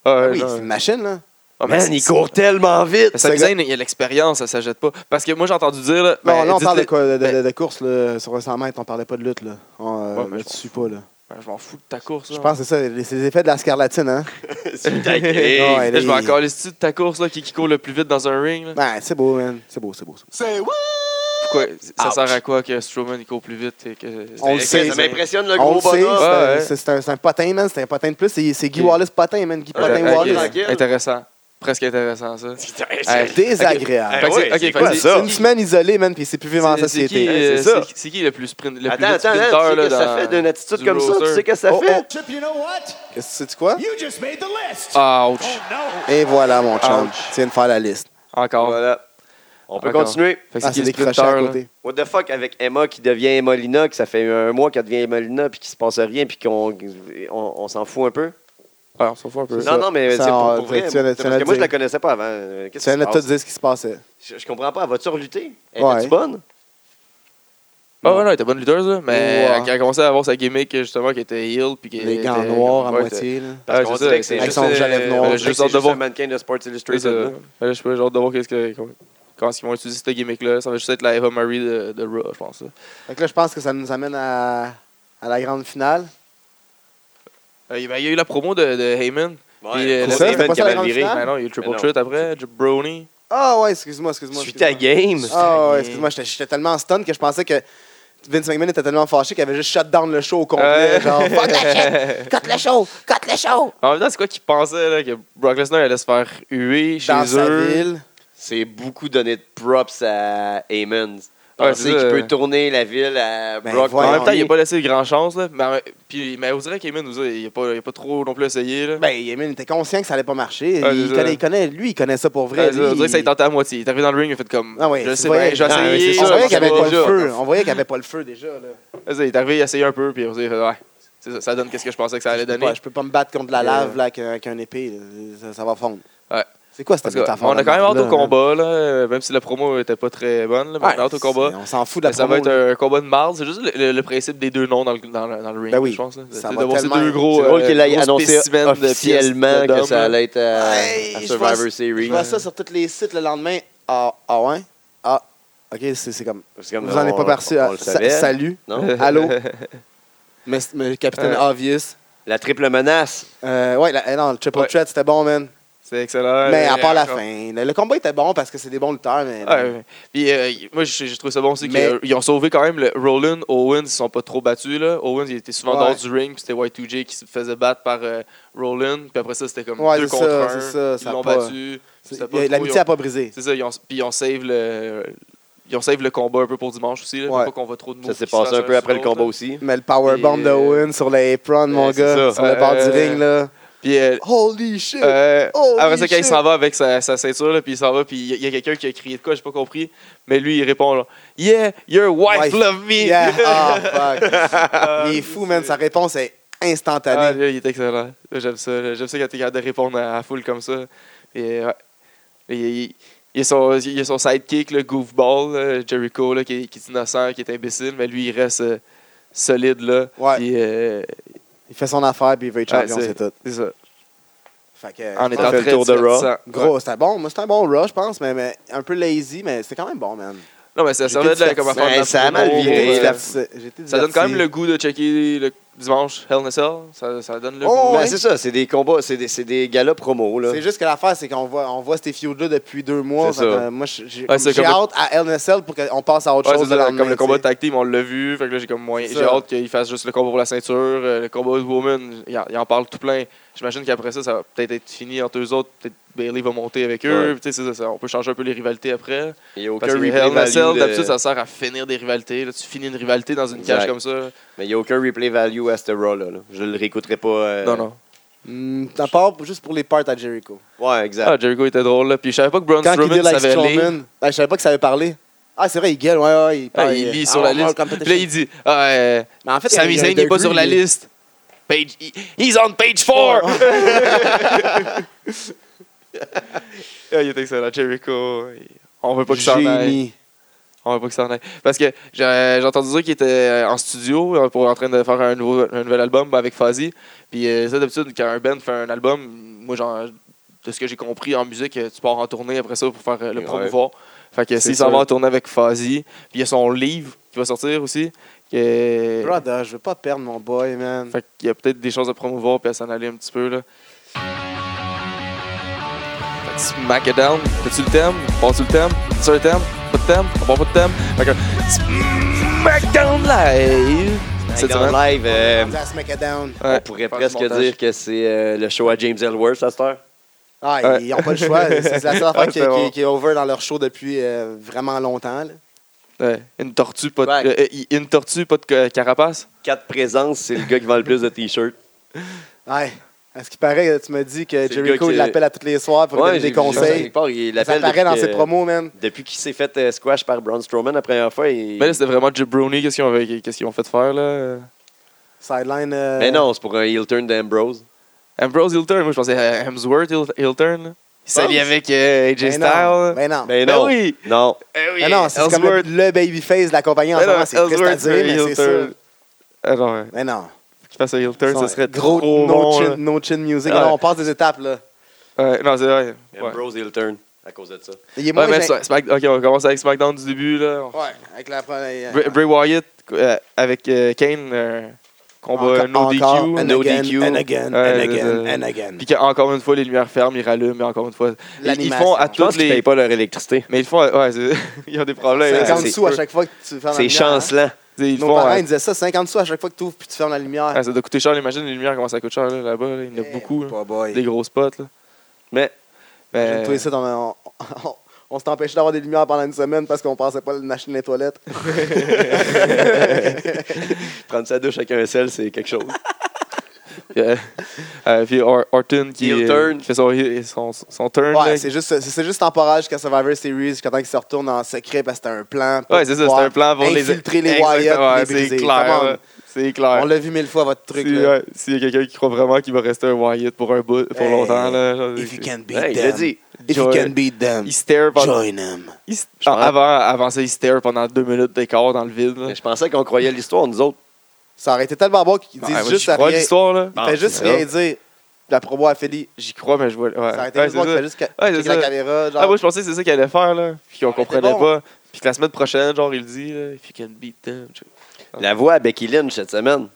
Speaker 2: Ah, ouais,
Speaker 1: Oui,
Speaker 2: non.
Speaker 1: c'est une machine, là.
Speaker 2: Ah,
Speaker 1: ben,
Speaker 2: mais
Speaker 3: Man,
Speaker 2: c'est-
Speaker 3: il court tellement vite.
Speaker 2: Mais Sami
Speaker 1: Ce gars-
Speaker 2: Zayn, il y a l'expérience, ça s'ajoute pas. Parce que moi, j'ai entendu dire. Là,
Speaker 1: Non,
Speaker 2: ben,
Speaker 1: là, on
Speaker 2: dites-le-
Speaker 1: parle de, quoi, de, de-
Speaker 2: ben,
Speaker 1: de course là, sur un 100 mètres, on parlait pas de lutte. Là. On, euh,
Speaker 2: Ouais, mais
Speaker 1: je
Speaker 2: je
Speaker 1: te suis pas, là.
Speaker 2: ben, je m'en fous de ta course.
Speaker 1: Je
Speaker 2: là.
Speaker 1: pense que c'est ça, les- c'est les effets de la scarlatine, hein?
Speaker 3: C'est
Speaker 2: Hey,
Speaker 3: taqué.
Speaker 1: Ouais,
Speaker 2: là, je
Speaker 1: là,
Speaker 2: m'en
Speaker 1: il-
Speaker 2: calisse de ta course là, qui, qui court le plus vite dans un ring. là?
Speaker 1: Ben, c'est beau, man. C'est beau, c'est beau. c'est beau.
Speaker 5: Say what?
Speaker 2: Pourquoi Ça
Speaker 3: Ouch.
Speaker 2: sert à quoi que Strowman il court plus vite et que...
Speaker 1: On le
Speaker 3: Hey,
Speaker 1: sait,
Speaker 3: Ça
Speaker 1: ça.
Speaker 3: m'impressionne le
Speaker 1: On
Speaker 3: gros
Speaker 1: le sait, c'est
Speaker 3: bonhomme.
Speaker 2: Ouais,
Speaker 1: un-
Speaker 2: ouais.
Speaker 1: c'est un, c'est un potin, man. C'est un potin de plus. C'est c'est Guy
Speaker 2: Ok.
Speaker 1: Wallace potin, man. Guy
Speaker 3: Ok,
Speaker 1: Potin
Speaker 3: ok.
Speaker 1: Wallace.
Speaker 3: tranquille.
Speaker 2: Intéressant. Presque intéressant ça. Hey,
Speaker 1: Désagréable.
Speaker 2: Fait que c'est-
Speaker 3: ouais,
Speaker 2: ok,
Speaker 3: Ben c'est
Speaker 2: fait
Speaker 3: quoi
Speaker 2: que
Speaker 3: ça?
Speaker 1: C'est une semaine isolée, man, puis c'est plus vivant en
Speaker 2: C'est- C'est qui,
Speaker 1: société.
Speaker 2: euh,
Speaker 3: Ouais, c'est ça.
Speaker 2: c'est- c'est qui le plus sprint- le plus
Speaker 3: Attends,
Speaker 2: vite
Speaker 3: attends,
Speaker 2: sprinter
Speaker 3: attends, tu sais
Speaker 2: là,
Speaker 3: que ça
Speaker 2: dans-
Speaker 3: fait d'une attitude
Speaker 2: du
Speaker 3: comme ça, tu
Speaker 2: roster?
Speaker 3: sais que ça
Speaker 1: Oh,
Speaker 3: fait?
Speaker 5: Chip, you know what?
Speaker 1: C'est quoi?
Speaker 5: You just made the list.
Speaker 2: Ah, Ouch.
Speaker 5: oh no.
Speaker 1: Et voilà, mon chum.
Speaker 2: Ouch.
Speaker 1: Tu viens de faire la liste.
Speaker 2: Encore.
Speaker 3: Voilà. On peut
Speaker 2: Encore.
Speaker 3: continuer.
Speaker 2: Fait que
Speaker 1: Ah,
Speaker 2: c'est qui
Speaker 1: c'est
Speaker 2: le
Speaker 1: des crochets à
Speaker 2: sprinter, là?
Speaker 1: côté.
Speaker 3: What the fuck avec Emma qui devient Emolina, que ça fait un mois qu'elle devient Emolina, puis qu'il se passe rien, puis qu'on on, on s'en fout un peu?
Speaker 2: Ah, on s'en fout un peu.
Speaker 1: C'est
Speaker 3: Non, non, mais c'est
Speaker 1: Ça,
Speaker 3: pour,
Speaker 1: on-
Speaker 3: pour vrai.
Speaker 1: tu viens de-
Speaker 3: parce
Speaker 1: tu viens de
Speaker 3: que moi, je
Speaker 1: dire.
Speaker 3: la connaissais pas avant. Euh,
Speaker 1: Tu
Speaker 3: Qu'est-ce
Speaker 1: viens
Speaker 3: qui
Speaker 1: de
Speaker 3: se
Speaker 1: tout
Speaker 3: passe?
Speaker 1: dire ce qui se passait.
Speaker 3: Je, je comprends pas. Va-tu relutter? Elle
Speaker 1: Ouais.
Speaker 3: est bonne?
Speaker 2: Ah ouais, non, elle était bonne lutteuse, là, mais
Speaker 1: Ouais.
Speaker 2: quand elle commençait à avoir sa gimmick, justement, qui était heel. Puis qu'elle
Speaker 1: Les gants
Speaker 2: était-
Speaker 1: noirs à
Speaker 2: Ouais,
Speaker 1: moitié, là.
Speaker 3: Parce
Speaker 2: Ouais,
Speaker 3: qu'on
Speaker 2: c'est
Speaker 3: dirait
Speaker 2: ça,
Speaker 3: que c'est
Speaker 1: avec
Speaker 3: juste,
Speaker 1: son jalette
Speaker 3: euh,
Speaker 1: noire.
Speaker 3: on dirait
Speaker 2: J'ai
Speaker 3: que
Speaker 2: juste
Speaker 3: c'est
Speaker 2: hâte de
Speaker 3: juste
Speaker 2: voir.
Speaker 3: un mannequin de Sports
Speaker 2: C'est ça.
Speaker 3: Illustrated. là.
Speaker 2: Là, je peux, j'ai hâte de voir qu'est-ce que- comment- comment est-ce qu'ils vont utiliser cette gimmick-là. Ça va juste être la Eva Marie de, de Raw, je pense. là.
Speaker 1: Fait que là, je pense que ça nous amène à, à la grande finale.
Speaker 2: Euh, il ben, il y a eu la promo de, de Heyman. Puis, euh,
Speaker 3: Ouais,
Speaker 2: le
Speaker 3: gros
Speaker 2: ça,
Speaker 3: event
Speaker 1: c'est pas
Speaker 3: qui
Speaker 1: ça, la
Speaker 3: avait
Speaker 1: grande
Speaker 3: viré.
Speaker 1: finale?
Speaker 2: Ben non, il y a eu le Triple
Speaker 3: Mais non.
Speaker 2: Threat après, Jabroni.
Speaker 1: Ah ouais, excuse-moi, excuse-moi.
Speaker 3: Suis
Speaker 1: excuse-moi.
Speaker 3: ta game.
Speaker 1: Ah
Speaker 2: Putain.
Speaker 1: ouais, excuse-moi, j'étais- j'étais tellement stun que je pensais que Vince McMahon était tellement fâché qu'il avait juste shut down le show au complet.
Speaker 2: Ouais.
Speaker 1: Genre, fuck la shit, cut le show, cut le show.
Speaker 2: En même temps, c'est quoi qu'ils pensaient là, que Brock Lesnar allait se faire huer chez
Speaker 1: Dans sa
Speaker 2: eux?
Speaker 1: ville.
Speaker 3: C'est beaucoup donné de props à Heyman.
Speaker 2: Ouais,
Speaker 3: Penser
Speaker 2: c'est ça.
Speaker 3: qu'il peut tourner la ville à
Speaker 1: Ben,
Speaker 3: Brock.
Speaker 1: voyons.
Speaker 2: En même temps, il
Speaker 1: Ouais.
Speaker 2: n'a pas laissé de grand chance. Là. Mais, puis, mais on dirait qu'Heyman, nous a- il n'a pas, il a pas trop non plus essayé. Là.
Speaker 1: Ben, Yemin était conscient que ça allait pas marcher.
Speaker 2: Ouais,
Speaker 1: il,
Speaker 2: c'est
Speaker 1: connaît,
Speaker 2: ça.
Speaker 1: il connaît, lui, il connaît ça pour
Speaker 2: Ouais,
Speaker 1: vrai.
Speaker 2: c'est ça, on
Speaker 1: lui,
Speaker 2: dirait que ça il tenté à moitié. Il est arrivé dans le ring, il a fait comme.
Speaker 1: Ah ouais,
Speaker 2: je
Speaker 1: tu
Speaker 2: sais
Speaker 1: voyais-
Speaker 2: bien, j'ai
Speaker 3: Ah ouais,
Speaker 2: essayé.
Speaker 3: c'est
Speaker 1: on
Speaker 3: ça,
Speaker 1: voyait
Speaker 3: on
Speaker 1: qu'il n'y avait
Speaker 3: sait
Speaker 1: pas le
Speaker 3: déjà.
Speaker 1: feu. On voyait qu'il n'y avait pas le feu déjà. Là.
Speaker 2: C'est ça, Il est arrivé, il a essayé un peu, puis on s'est fait, ouais, c'est ça, ça donne qu'est-ce que je pensais que ça allait donner.
Speaker 1: Ouais, je peux pas me battre contre de la
Speaker 2: Euh.
Speaker 1: lave là, avec, un- avec un épée. là. Ça, ça va fondre.
Speaker 2: Ouais.
Speaker 1: C'est quoi cette
Speaker 2: Parce que,
Speaker 1: métaphore?
Speaker 2: on a quand même hâte
Speaker 1: là,
Speaker 2: au combat, là, euh, même si la promo était pas très bonne, là, mais
Speaker 1: Ouais,
Speaker 2: on a hâte au combat.
Speaker 1: c'est- On s'en fout de
Speaker 2: Mais
Speaker 1: la
Speaker 2: ça va
Speaker 1: promo,
Speaker 2: être un combat de marde. C'est juste le, le- le principe des deux noms dans le, dans le- dans le ring,
Speaker 1: Ben oui.
Speaker 2: je pense. là.
Speaker 1: Ça
Speaker 2: C'est
Speaker 1: va
Speaker 2: d'avoir ces
Speaker 1: tellement-
Speaker 2: deux gros.
Speaker 3: C'est drôle
Speaker 2: euh,
Speaker 3: qu'il ait
Speaker 2: gros
Speaker 3: annoncé
Speaker 2: spécimens de pièces
Speaker 3: officiellement
Speaker 2: de
Speaker 3: que
Speaker 2: dom,
Speaker 3: ça
Speaker 2: là.
Speaker 3: allait être à,
Speaker 2: euh,
Speaker 1: Hey,
Speaker 3: à
Speaker 1: je
Speaker 3: Survivor
Speaker 1: vois-
Speaker 3: Series.
Speaker 1: Je vois ça sur tous les sites le lendemain. Ah, ah ouais? Ah, ok, c'est c'est comme.
Speaker 3: Parce que comme
Speaker 1: vous en êtes
Speaker 3: on-
Speaker 1: pas ah, perçu.
Speaker 3: on le
Speaker 1: Sa-
Speaker 3: savait.
Speaker 1: salut.
Speaker 3: Non?
Speaker 1: Allô? mais, mais Capitaine
Speaker 2: Ouais.
Speaker 1: Obvious.
Speaker 3: La triple menace.
Speaker 1: Euh, ouais, la- eh non, le triple
Speaker 2: Ouais.
Speaker 1: threat, c'était bon, man.
Speaker 2: C'est excellent.
Speaker 1: mais à
Speaker 2: Euh,
Speaker 1: part la
Speaker 2: encore-
Speaker 1: fin. Le, le combat était bon parce que c'est des bons lutteurs, mais.
Speaker 2: Ouais, ouais. Puis euh, y- moi, j'ai j'ai trouvé ça bon aussi
Speaker 1: Mais-
Speaker 2: qu'ils ont sauvé quand même le Rollins, Owens, ils sont pas trop battus. Là. Owens, il était souvent
Speaker 1: Ouais.
Speaker 2: dehors du ring, puis c'était Y2J qui se faisait battre par euh, Rollins, puis après ça, c'était comme
Speaker 1: Ouais,
Speaker 2: deux
Speaker 1: c'est
Speaker 2: contre
Speaker 1: ça,
Speaker 2: un.
Speaker 1: c'est ça, ça
Speaker 2: ils
Speaker 1: a
Speaker 2: l'ont
Speaker 1: pas-
Speaker 2: battu.
Speaker 1: c'est-
Speaker 2: c'était pas
Speaker 1: y a-
Speaker 2: trop,
Speaker 1: L'amitié
Speaker 2: ils ont-
Speaker 1: n'a pas brisé.
Speaker 2: C'est ça, ils ont, puis ils ont save le, ils ont save le combat un peu pour dimanche aussi. Là,
Speaker 1: Ouais.
Speaker 2: Pas qu'on va trop de
Speaker 3: Ça
Speaker 2: moves
Speaker 3: s'est
Speaker 2: qui se
Speaker 3: passé un
Speaker 2: fassent
Speaker 3: peu après le
Speaker 2: sur l'autre,
Speaker 3: combat
Speaker 2: là.
Speaker 3: aussi.
Speaker 1: Mais le powerbomb
Speaker 2: Et-
Speaker 1: de Owen sur l'apron, mon
Speaker 3: Ouais, c'est
Speaker 1: gars,
Speaker 3: ça.
Speaker 1: sur le bord
Speaker 2: Euh,
Speaker 1: du ring, là.
Speaker 2: Puis euh,
Speaker 1: Holy shit!
Speaker 2: euh,
Speaker 1: Holy
Speaker 2: après ça, quand
Speaker 1: shit.
Speaker 2: il s'en va avec sa, sa ceinture, là, puis il s'en va, puis il y a- il y a, quelqu'un qui a crié de quoi, j'ai pas compris. Mais lui, il répond genre, Yeah, your wife,
Speaker 1: Wife.
Speaker 2: love me! Euh,
Speaker 1: Yeah, ah, fuck. Il est fou, man. Sa réponse est
Speaker 2: Ah,
Speaker 1: instantanée.
Speaker 2: là, il est excellent. Là, J'aime ça. là. J'aime ça quand t'es capable de répondre à la foule comme ça. Et, euh, ouais. Et, il, il- il a son, il a son sidekick, le goofball, là, Jericho, là, qui, qui est innocent, qui est imbécile, mais lui, il reste euh, solide. Là.
Speaker 1: Ouais.
Speaker 2: Puis, euh,
Speaker 1: Il fait son affaire, puis il veut être champion,
Speaker 2: ouais,
Speaker 1: c'est tout.
Speaker 2: C'est ça.
Speaker 1: Fait que,
Speaker 2: En
Speaker 1: je
Speaker 2: étant
Speaker 3: fait
Speaker 2: très
Speaker 3: le tour de Raw.
Speaker 2: divertissant.
Speaker 1: Gros, c'était bon. Moi, c'était un bon rush, je pense, mais, mais un peu lazy, mais c'était quand même bon, man.
Speaker 2: Non, mais ça
Speaker 1: J'étais
Speaker 2: servait de
Speaker 1: diverti.
Speaker 2: la comme affaire de
Speaker 3: Ben,
Speaker 2: la
Speaker 3: ça a
Speaker 2: promo,
Speaker 3: mal viré,
Speaker 2: euh,
Speaker 1: J'étais
Speaker 3: là.
Speaker 1: diverti- j'étais
Speaker 2: Ça donne quand même le
Speaker 1: diverti.
Speaker 2: goût de checker le dimanche Hell in a Cell. Ça, ça donne le
Speaker 1: Oh,
Speaker 2: goût.
Speaker 1: ouais.
Speaker 3: Ben, c'est ça, c'est des combats, c'est des, c'est des galas promo. Là.
Speaker 1: C'est juste que l'affaire, c'est qu'on voit, on voit ces feuds-là depuis deux mois.
Speaker 3: C'est
Speaker 1: Fait que,
Speaker 3: ça.
Speaker 1: euh, moi, j'ai j'ai-
Speaker 2: Ouais, c'est
Speaker 1: j'ai
Speaker 2: comme le-
Speaker 1: hâte à LNSL pour qu'on passe à autre
Speaker 2: Ouais, c'est
Speaker 1: chose.
Speaker 2: ça,
Speaker 1: le
Speaker 2: comme le
Speaker 1: lendemain,
Speaker 2: combat
Speaker 1: tu sais.
Speaker 2: tag team, on l'a vu. Fait que là, j'ai comme moyen.
Speaker 1: C'est
Speaker 2: J'ai
Speaker 1: ça.
Speaker 2: hâte qu'il fasse juste le combat pour la ceinture. euh, Le combat de Woman, il en, il en parle tout plein. J'imagine qu'après ça, ça va peut-être être fini entre eux autres. Peut-être Bailey va monter avec eux.
Speaker 3: Ouais.
Speaker 2: Puis, tu sais, c'est ça, on peut changer un peu les rivalités après.
Speaker 3: Il n'y a aucun
Speaker 2: Parce que
Speaker 3: replay
Speaker 2: Hell in a
Speaker 3: value.
Speaker 2: Cell,
Speaker 3: de-
Speaker 2: d'habitude, ça sert à finir des rivalités. Là, tu finis une rivalité dans une cage
Speaker 3: Exact.
Speaker 2: comme
Speaker 1: Euh,
Speaker 2: ça.
Speaker 3: Mais il n'y a aucun replay value à ce Raw-là. là. Je ne le réécouterai pas. euh,
Speaker 2: Non, non.
Speaker 1: Hmm, à part juste pour les parts à Jericho.
Speaker 3: Ouais, exact.
Speaker 2: Ah, Jericho était drôle. Là. Puis je savais pas que Braun
Speaker 1: Quand il
Speaker 2: Strowman
Speaker 1: dit like
Speaker 2: savait lire.
Speaker 1: Strowman, ah, je savais pas que ça avait parlé. Ah, c'est vrai, il gueule, ouais, ouais. Il,
Speaker 2: Ah,
Speaker 1: parle,
Speaker 2: il lit
Speaker 1: ah,
Speaker 2: sur la
Speaker 1: on parle
Speaker 2: liste.
Speaker 1: comme peut-être
Speaker 2: Puis là, il dit ah, euh,
Speaker 1: Mais en fait,
Speaker 2: Sami
Speaker 1: il y a
Speaker 2: Zayn
Speaker 1: un
Speaker 2: n'est pas
Speaker 1: degré,
Speaker 2: sur la
Speaker 1: il-
Speaker 2: liste. Page, he- he's on page 4! Ah, il est excellent, Jericho. On veut pas que ça en aille.
Speaker 1: Génie.
Speaker 2: On veut pas que ça en aille. Parce que j'ai j'ai entendu dire qu'il était euh, en studio euh, pour en train de faire un, nouveau, un nouvel album avec Fuzzy. Puis euh, ça, d'habitude, quand un band fait un album, moi, genre, de ce que j'ai compris en musique, euh, tu pars en tournée après ça pour faire euh, le
Speaker 3: Ouais.
Speaker 2: promouvoir. Fait que
Speaker 1: C'est
Speaker 2: s'il s'en va
Speaker 1: ça.
Speaker 2: en tournée avec Fuzzy, puis il y a son livre qui va sortir aussi. Que...
Speaker 1: Brother, je veux pas perdre mon boy, man.
Speaker 2: Fait qu'il y a peut-être des choses à promouvoir puis à s'en aller un petit peu là. Fait que Smack it down. T'as-tu le thème? Pas-tu le thème? T'as-tu le thème? Pas de thème? On part pas de thème? Fait que Smack down live! Cette
Speaker 3: Dans
Speaker 2: semaine.
Speaker 3: live, euh,
Speaker 1: That's Smackdown.
Speaker 2: Ouais.
Speaker 3: on pourrait
Speaker 2: Faire du
Speaker 3: presque
Speaker 2: montage.
Speaker 3: dire que c'est euh, le show à James Ellsworth à cette heure.
Speaker 1: Ah,
Speaker 2: Ouais.
Speaker 1: ils n'ont pas le choix. C'est la seule
Speaker 2: Ah,
Speaker 1: affaire qui,
Speaker 2: c'est bon.
Speaker 1: qui- qui est over dans leur show depuis euh, vraiment longtemps. là.
Speaker 2: Ouais. Une tortue, pas de,
Speaker 3: Ouais.
Speaker 2: euh, euh, une tortue, pas de ca- carapace.
Speaker 3: Quatre présences, c'est le gars qui vend le plus de t-shirts.
Speaker 1: Ouais. À ce qui paraît, tu m'as dit que
Speaker 3: C'est le gars
Speaker 1: Jericho
Speaker 3: qui-
Speaker 1: il l'appelle à tous les soirs pour lui
Speaker 3: Ouais,
Speaker 1: donner
Speaker 3: j'ai
Speaker 1: des
Speaker 3: vu ça
Speaker 1: conseils.
Speaker 3: quelque part, il
Speaker 1: Ça
Speaker 3: l'appelle
Speaker 1: apparaît dans
Speaker 3: depuis
Speaker 1: ses
Speaker 3: que-
Speaker 1: promos, man.
Speaker 3: Depuis qu'il s'est fait euh, squash par Braun Strowman la première fois, il...
Speaker 2: Mais Ben là, c'était vraiment Jabroni, qu'est-ce qu'ils ont, qu'est-ce qu'ils ont fait faire là?
Speaker 1: Sideline. euh,
Speaker 3: Mais non, c'est pour un heel turn d'Ambrose.
Speaker 2: Ambrose Hilton, moi je pensais à Hemsworth Hil- Hilton. Il s'allie
Speaker 3: Pense.
Speaker 2: avec euh, AJ
Speaker 1: Mais
Speaker 2: Styles.
Speaker 1: non. Mais non.
Speaker 3: Ben
Speaker 2: Ben
Speaker 3: non.
Speaker 2: oui.
Speaker 3: Non.
Speaker 2: Eh oui,
Speaker 1: Mais non, c'est comme le,
Speaker 2: Ellsworth.
Speaker 1: le babyface de la compagnie en ce
Speaker 2: Alors,
Speaker 1: moment. C'est triste à dire, mais c'est ça.
Speaker 2: Ah non, ouais.
Speaker 1: Mais non.
Speaker 2: Qu'il fasse un heel turn, ce
Speaker 1: Son-
Speaker 2: serait
Speaker 1: gros
Speaker 2: trop
Speaker 1: no,
Speaker 2: bon.
Speaker 1: chin,
Speaker 2: là.
Speaker 1: no chin music.
Speaker 2: Ouais.
Speaker 1: Non, on passe des étapes, là.
Speaker 2: Ouais, non, c'est vrai. Ouais. Ouais,
Speaker 3: Ambrose heel turn à cause de ça.
Speaker 1: Il est moins
Speaker 2: mais
Speaker 1: gênant.
Speaker 2: Smack- Smack- OK, on commence avec SmackDown du début. Là.
Speaker 1: Ouais, avec la première.
Speaker 2: Bray, Bray Wyatt euh, avec euh, Kane, euh, combat
Speaker 1: Encore-
Speaker 2: no
Speaker 1: encore,
Speaker 2: DQ.
Speaker 1: and
Speaker 3: no
Speaker 1: again,
Speaker 3: DQ.
Speaker 1: And again,
Speaker 2: Ouais,
Speaker 1: and
Speaker 2: c'est
Speaker 1: again,
Speaker 2: ça.
Speaker 1: and again.
Speaker 2: Puis qu'encore une fois, les lumières ferment, ils rallument, mais encore une fois. Ils, ils
Speaker 1: L'animation.
Speaker 2: font à
Speaker 3: Je pense
Speaker 2: toutes
Speaker 3: qu'ils payent
Speaker 2: les.
Speaker 3: pas leur électricité.
Speaker 2: Mais ils font. Ouais, c'est- ils ont des problèmes. là.
Speaker 1: 50
Speaker 3: c'est-
Speaker 1: sous à chaque fois que tu fermes la
Speaker 3: C'est
Speaker 1: lumière. hein?
Speaker 3: chancelant.
Speaker 2: Ils
Speaker 1: Nos
Speaker 2: font.
Speaker 1: parents
Speaker 2: à-
Speaker 1: ils disaient ça, 50 sous à chaque fois que tu ouvres puis tu fermes la lumière.
Speaker 2: Ah, ça doit coûter cher, imagine les lumières, comment ça coûte cher là, là-bas. là. Il y en a
Speaker 1: Eh,
Speaker 2: beaucoup. là.
Speaker 1: pas boy.
Speaker 2: Des gros spots. Là.
Speaker 3: Mais
Speaker 2: Mais-
Speaker 1: Imagine-toi ici, on, on, on- on s'est empêché d'avoir des lumières pendant une semaine parce qu'on pensait pas acheter les toilettes.
Speaker 3: prendre sa douche avec un sel, c'est quelque chose.
Speaker 2: Puis, euh, euh, puis Or- Orton qui,
Speaker 3: Heel
Speaker 2: euh,
Speaker 3: turn.
Speaker 2: qui fait son, heel- son, son turn. là.
Speaker 1: Ouais, c'est juste, c'est- c'est juste temporaire jusqu'à Survivor Series, jusqu'à temps qu'ils se retournent en secret parce que c'était un plan. pour
Speaker 2: Ouais, c'est ça,
Speaker 1: pouvoir
Speaker 2: c'est un plan pour les
Speaker 1: infiltrer les
Speaker 2: Exactement,
Speaker 1: Wyatt
Speaker 2: ouais,
Speaker 1: et les briser.
Speaker 2: C'est
Speaker 1: Come
Speaker 2: clair.
Speaker 1: on.
Speaker 2: là. C'est clair.
Speaker 1: On l'a vu mille fois, votre truc.
Speaker 2: Si,
Speaker 1: là.
Speaker 2: ouais, S'il y a quelqu'un qui croit vraiment qu'il va rester un Wyatt pour un bout, pour
Speaker 1: Hey,
Speaker 2: longtemps, là, genre,
Speaker 1: If you can beat
Speaker 3: Ouais, il l'a
Speaker 1: them,
Speaker 3: dit.
Speaker 1: if you
Speaker 2: Join-
Speaker 1: can beat them,
Speaker 2: il stare pendant.
Speaker 1: join them.
Speaker 2: il s-
Speaker 3: Je pense-
Speaker 2: avant, avant ça, il stare pendant deux minutes d'écart dans le vide. là.
Speaker 3: Mais je pensais qu'on croyait l'histoire, nous autres.
Speaker 1: Ça aurait été tellement bon qu'ils
Speaker 2: Ouais,
Speaker 1: disent
Speaker 2: moi,
Speaker 1: juste
Speaker 2: j'y
Speaker 1: à
Speaker 2: crois
Speaker 1: rien.
Speaker 2: l'histoire, là.
Speaker 1: Il fait juste
Speaker 3: c'est
Speaker 1: rien dire. La promo a fini.
Speaker 2: J'y crois, mais je vois. Ouais.
Speaker 1: Ça aurait été
Speaker 2: Ouais,
Speaker 1: juste bon
Speaker 2: c'est
Speaker 1: qu'il
Speaker 2: ça.
Speaker 1: fait juste ca-
Speaker 2: Ouais, c'est
Speaker 1: checker la
Speaker 2: ça.
Speaker 1: caméra. genre,
Speaker 2: Ah, moi, je pensais que c'est ça qu'il allait faire, là. Puis
Speaker 1: Ça
Speaker 2: qu'on
Speaker 1: aurait été
Speaker 2: comprenait
Speaker 1: bon.
Speaker 2: pas. Puis que la semaine prochaine, genre, il dit, là, if you can beat them. tu sais.
Speaker 1: Ah.
Speaker 3: La voix à Becky Lynch cette semaine.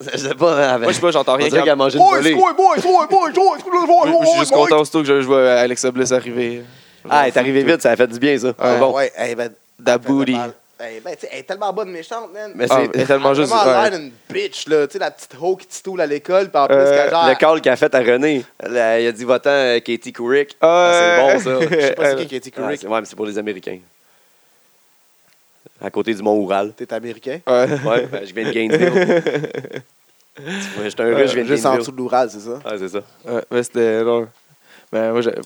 Speaker 3: Je sais pas.
Speaker 2: Moi, je sais pas, j'entends rien.
Speaker 3: On dirait
Speaker 2: quand-
Speaker 3: qu'elle a mangé une
Speaker 1: Boys,
Speaker 3: volée.
Speaker 1: boys, boys, boys, boys, boys, boys, boys,
Speaker 2: Moi, je suis
Speaker 1: boys,
Speaker 2: juste
Speaker 1: boys.
Speaker 2: content surtout que je, je vois Alexa Bliss arriver.
Speaker 3: Ah, elle est arrivée vite, ça a fait du bien, ça.
Speaker 2: Ouais.
Speaker 3: Bon.
Speaker 1: Ah, Ouais, elle va-
Speaker 2: Da
Speaker 1: elle va
Speaker 2: booty.
Speaker 1: mal- Elle ben, tu sais, elle est tellement bonne méchante, man.
Speaker 3: Mais
Speaker 1: Mais
Speaker 2: Ah,
Speaker 3: c'est-
Speaker 2: elle est tellement juste.
Speaker 1: vraiment
Speaker 2: ouais.
Speaker 1: l'air d'une bitch, là. Tu sais, la petite hoe qui te stoule à l'école, puis en plus,
Speaker 2: Euh,
Speaker 1: qu'elle genre...
Speaker 3: Le call qu'elle a fait à René, là, il a dit votant euh, Katie Couric. Ah, c'est bon, ça.
Speaker 1: Je sais
Speaker 2: euh,
Speaker 1: pas c'est qui Katie
Speaker 3: Ah,
Speaker 1: Couric.
Speaker 3: c'est- ouais, mais c'est pour les Américains. À côté du mont Oural.
Speaker 1: T'es américain?
Speaker 2: Euh,
Speaker 3: Ouais, ben, je viens de Gainesville. Tu vois, J'étais un russe, je viens de
Speaker 1: Euh, Juste en
Speaker 3: Gainesville.
Speaker 1: dessous de l'Oural, c'est ça?
Speaker 3: Ah, c'est ça.
Speaker 2: Ouais, mais c'était. non. Mais moi, j'aime.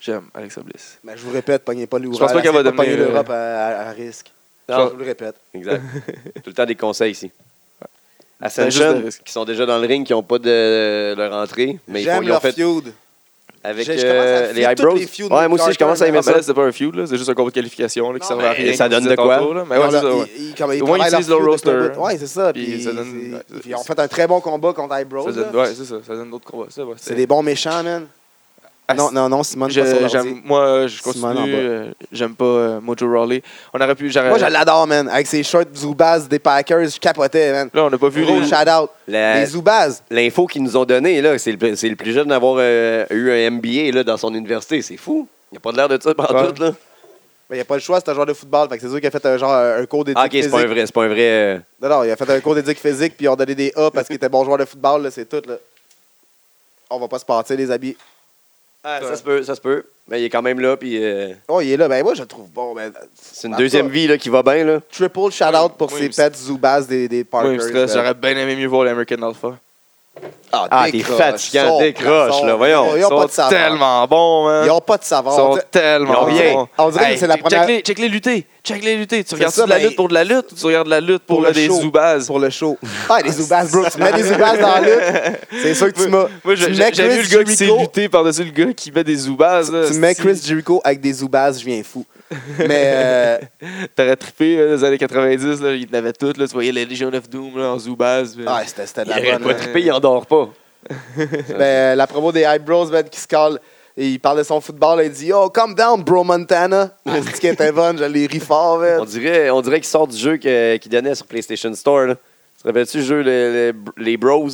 Speaker 2: J'aime Alexa Bliss.
Speaker 1: Mais je vous répète, pognez pas l'Oural.
Speaker 2: pense pas qu'elle va
Speaker 1: Essayez de
Speaker 2: devenir, euh,
Speaker 1: pogner l'Europe à, à- à risque.
Speaker 3: Non.
Speaker 1: Je vous le répète.
Speaker 3: Exact.
Speaker 2: Ah,
Speaker 3: Tout le temps des conseils ici.
Speaker 2: juste
Speaker 3: Ascension,
Speaker 2: de risque.
Speaker 3: qui sont déjà dans le ring, qui n'ont pas de leur entrée, mais ils, font,
Speaker 1: J'aime
Speaker 3: ils ont
Speaker 1: leur
Speaker 3: fait
Speaker 1: feud.
Speaker 3: avec
Speaker 1: Je- je commence à
Speaker 3: euh,
Speaker 1: fier
Speaker 3: les
Speaker 1: toutes
Speaker 3: eyebrows.
Speaker 1: les feuds de
Speaker 3: ouais, moi aussi, je
Speaker 1: Carter,
Speaker 3: commence à aimer
Speaker 2: Mais
Speaker 1: mais
Speaker 2: ça,
Speaker 3: ça.
Speaker 2: là, c'est pas un feud, là. C'est juste un combat de qualification là, qui
Speaker 1: Non,
Speaker 2: servait à
Speaker 1: mais-
Speaker 2: rien.
Speaker 3: Et ça
Speaker 2: comme
Speaker 3: donne
Speaker 2: tu
Speaker 3: de
Speaker 2: disais
Speaker 3: quoi?
Speaker 2: tantôt, là. Mais
Speaker 1: Ils
Speaker 2: ouais,
Speaker 1: ont
Speaker 2: c'est ça,
Speaker 1: leur-
Speaker 2: ouais.
Speaker 1: ils- ils- comme- ils
Speaker 2: Au
Speaker 1: travaillent leur
Speaker 2: moins, ils utilisent leur
Speaker 1: feud avec
Speaker 2: roster.
Speaker 1: l'autre. Ouais, c'est ça.
Speaker 2: Puis
Speaker 1: Puis
Speaker 2: ça donne-
Speaker 1: ils- ils ont fait un très bon combat contre Eyebrows.
Speaker 2: Ça
Speaker 1: là.
Speaker 2: donne, ouais, c'est ça. Ça donne d'autres combats. Ça, ouais,
Speaker 1: C'est des bons méchants, man.
Speaker 2: Ah,
Speaker 1: Non, non, non, Simone,
Speaker 2: Je-
Speaker 1: pas sur l'ordi.
Speaker 2: j'aime, moi, je continue.
Speaker 1: Simone en bas.
Speaker 2: euh, j'aime pas euh, Mojo Rawley. On aurait pu. j'aurais-
Speaker 1: Moi, je l'adore, man. Avec ses shorts Zubaz des Packers, je capotais, man.
Speaker 2: Là, on n'a pas vu.
Speaker 1: Gros
Speaker 2: les-
Speaker 1: shout-out.
Speaker 3: La-
Speaker 1: Les Zubaz.
Speaker 3: L'info qu'ils nous ont donnée, là, c'est le, c'est le plus jeune d'avoir euh, eu un MBA là, dans son université. C'est fou. Il n'y a pas de l'air de ça
Speaker 2: Ouais.
Speaker 3: partout. tout. Là.
Speaker 1: Il n'y a pas le choix, c'est un joueur de football. Fait que c'est sûr qu'il a fait un, genre, un cours d'éthique
Speaker 3: Ah, ok, c'est
Speaker 1: physique.
Speaker 3: pas un vrai. C'est pas un vrai. euh,
Speaker 1: Non, non, il a fait un cours d'éthique physique, puis ils ont donné des A parce qu'il était bon joueur de football, là, c'est tout. Là. on va pas se partir les habits.
Speaker 3: Ah, ça se peut, ça se peut. Mais il est quand même là, puis euh,
Speaker 1: Oh, il est là. Ben, moi, je le trouve bon. Ben,
Speaker 3: c'est une
Speaker 1: En
Speaker 3: deuxième
Speaker 1: tout cas,
Speaker 3: vie là, qui va bien. Là.
Speaker 1: Triple shout-out pour
Speaker 2: Oui,
Speaker 1: ces
Speaker 2: il me stresse.
Speaker 1: pets Zubaz des, des
Speaker 2: Moi,
Speaker 1: Parkers.
Speaker 2: il me stresse.
Speaker 1: ben.
Speaker 2: J'aurais bien aimé mieux voir l'American Alpha.
Speaker 3: Ah, t'es
Speaker 1: décroche,
Speaker 3: fatiguant,
Speaker 1: sors,
Speaker 3: décroche,
Speaker 1: sors.
Speaker 3: là, voyons.
Speaker 1: Ils
Speaker 2: Ils
Speaker 1: ont pas
Speaker 2: sont
Speaker 1: de saveur.
Speaker 2: tellement bons, man.
Speaker 1: Ils ont pas de
Speaker 2: Ils
Speaker 1: saveur. On
Speaker 2: sont
Speaker 1: dirait-
Speaker 2: tellement
Speaker 1: on dirait-
Speaker 2: bons.
Speaker 1: on dirait que c'est la
Speaker 2: check-
Speaker 1: première-
Speaker 2: Check les, check les lutter. Check les lutter. Tu regardes
Speaker 1: ça,
Speaker 2: de la
Speaker 1: ben,
Speaker 2: lutte pour de la lutte ou tu regardes de la lutte pour,
Speaker 1: pour
Speaker 2: là,
Speaker 1: le
Speaker 2: des
Speaker 1: show.
Speaker 2: Zubaz?
Speaker 1: Pour le show. Ah, les Zubaz, bro. Tu mets des Zubaz dans la lutte. C'est sûr que tu m'as.
Speaker 2: Moi,
Speaker 1: tu
Speaker 2: j'ai-
Speaker 1: mets
Speaker 2: j'ai j'ai vu
Speaker 1: Chris
Speaker 2: le gars qui s'est
Speaker 1: Jericho-
Speaker 2: lutté par-dessus le gars qui met des Zubaz. là.
Speaker 1: Tu mets
Speaker 2: Si,
Speaker 1: Chris Jericho avec des Zubaz, je viens fou. Mais euh,
Speaker 2: T'aurais trippé là, des années 90, là, il l'avait toutes. Là, tu voyais les Legion of Doom là, en Zubaz. puis-
Speaker 1: ah, c'était c'était de
Speaker 3: Il
Speaker 1: la
Speaker 3: arrête
Speaker 1: bonne.
Speaker 3: pas
Speaker 1: hein.
Speaker 3: de triper, il endort pas.
Speaker 1: Ben, euh, la promo des Eyebrows ben, qui se colle. Et il parle de son football. et il dit Yo, calm down, bro Montana. Le dit qui était bonne, je l'ai ri fort. ben.
Speaker 3: On dirait, on dirait qu'il sort du jeu que- qu'il donnait sur PlayStation Store. Là. Tu te rappelles-tu le jeu le- le- Les Bros?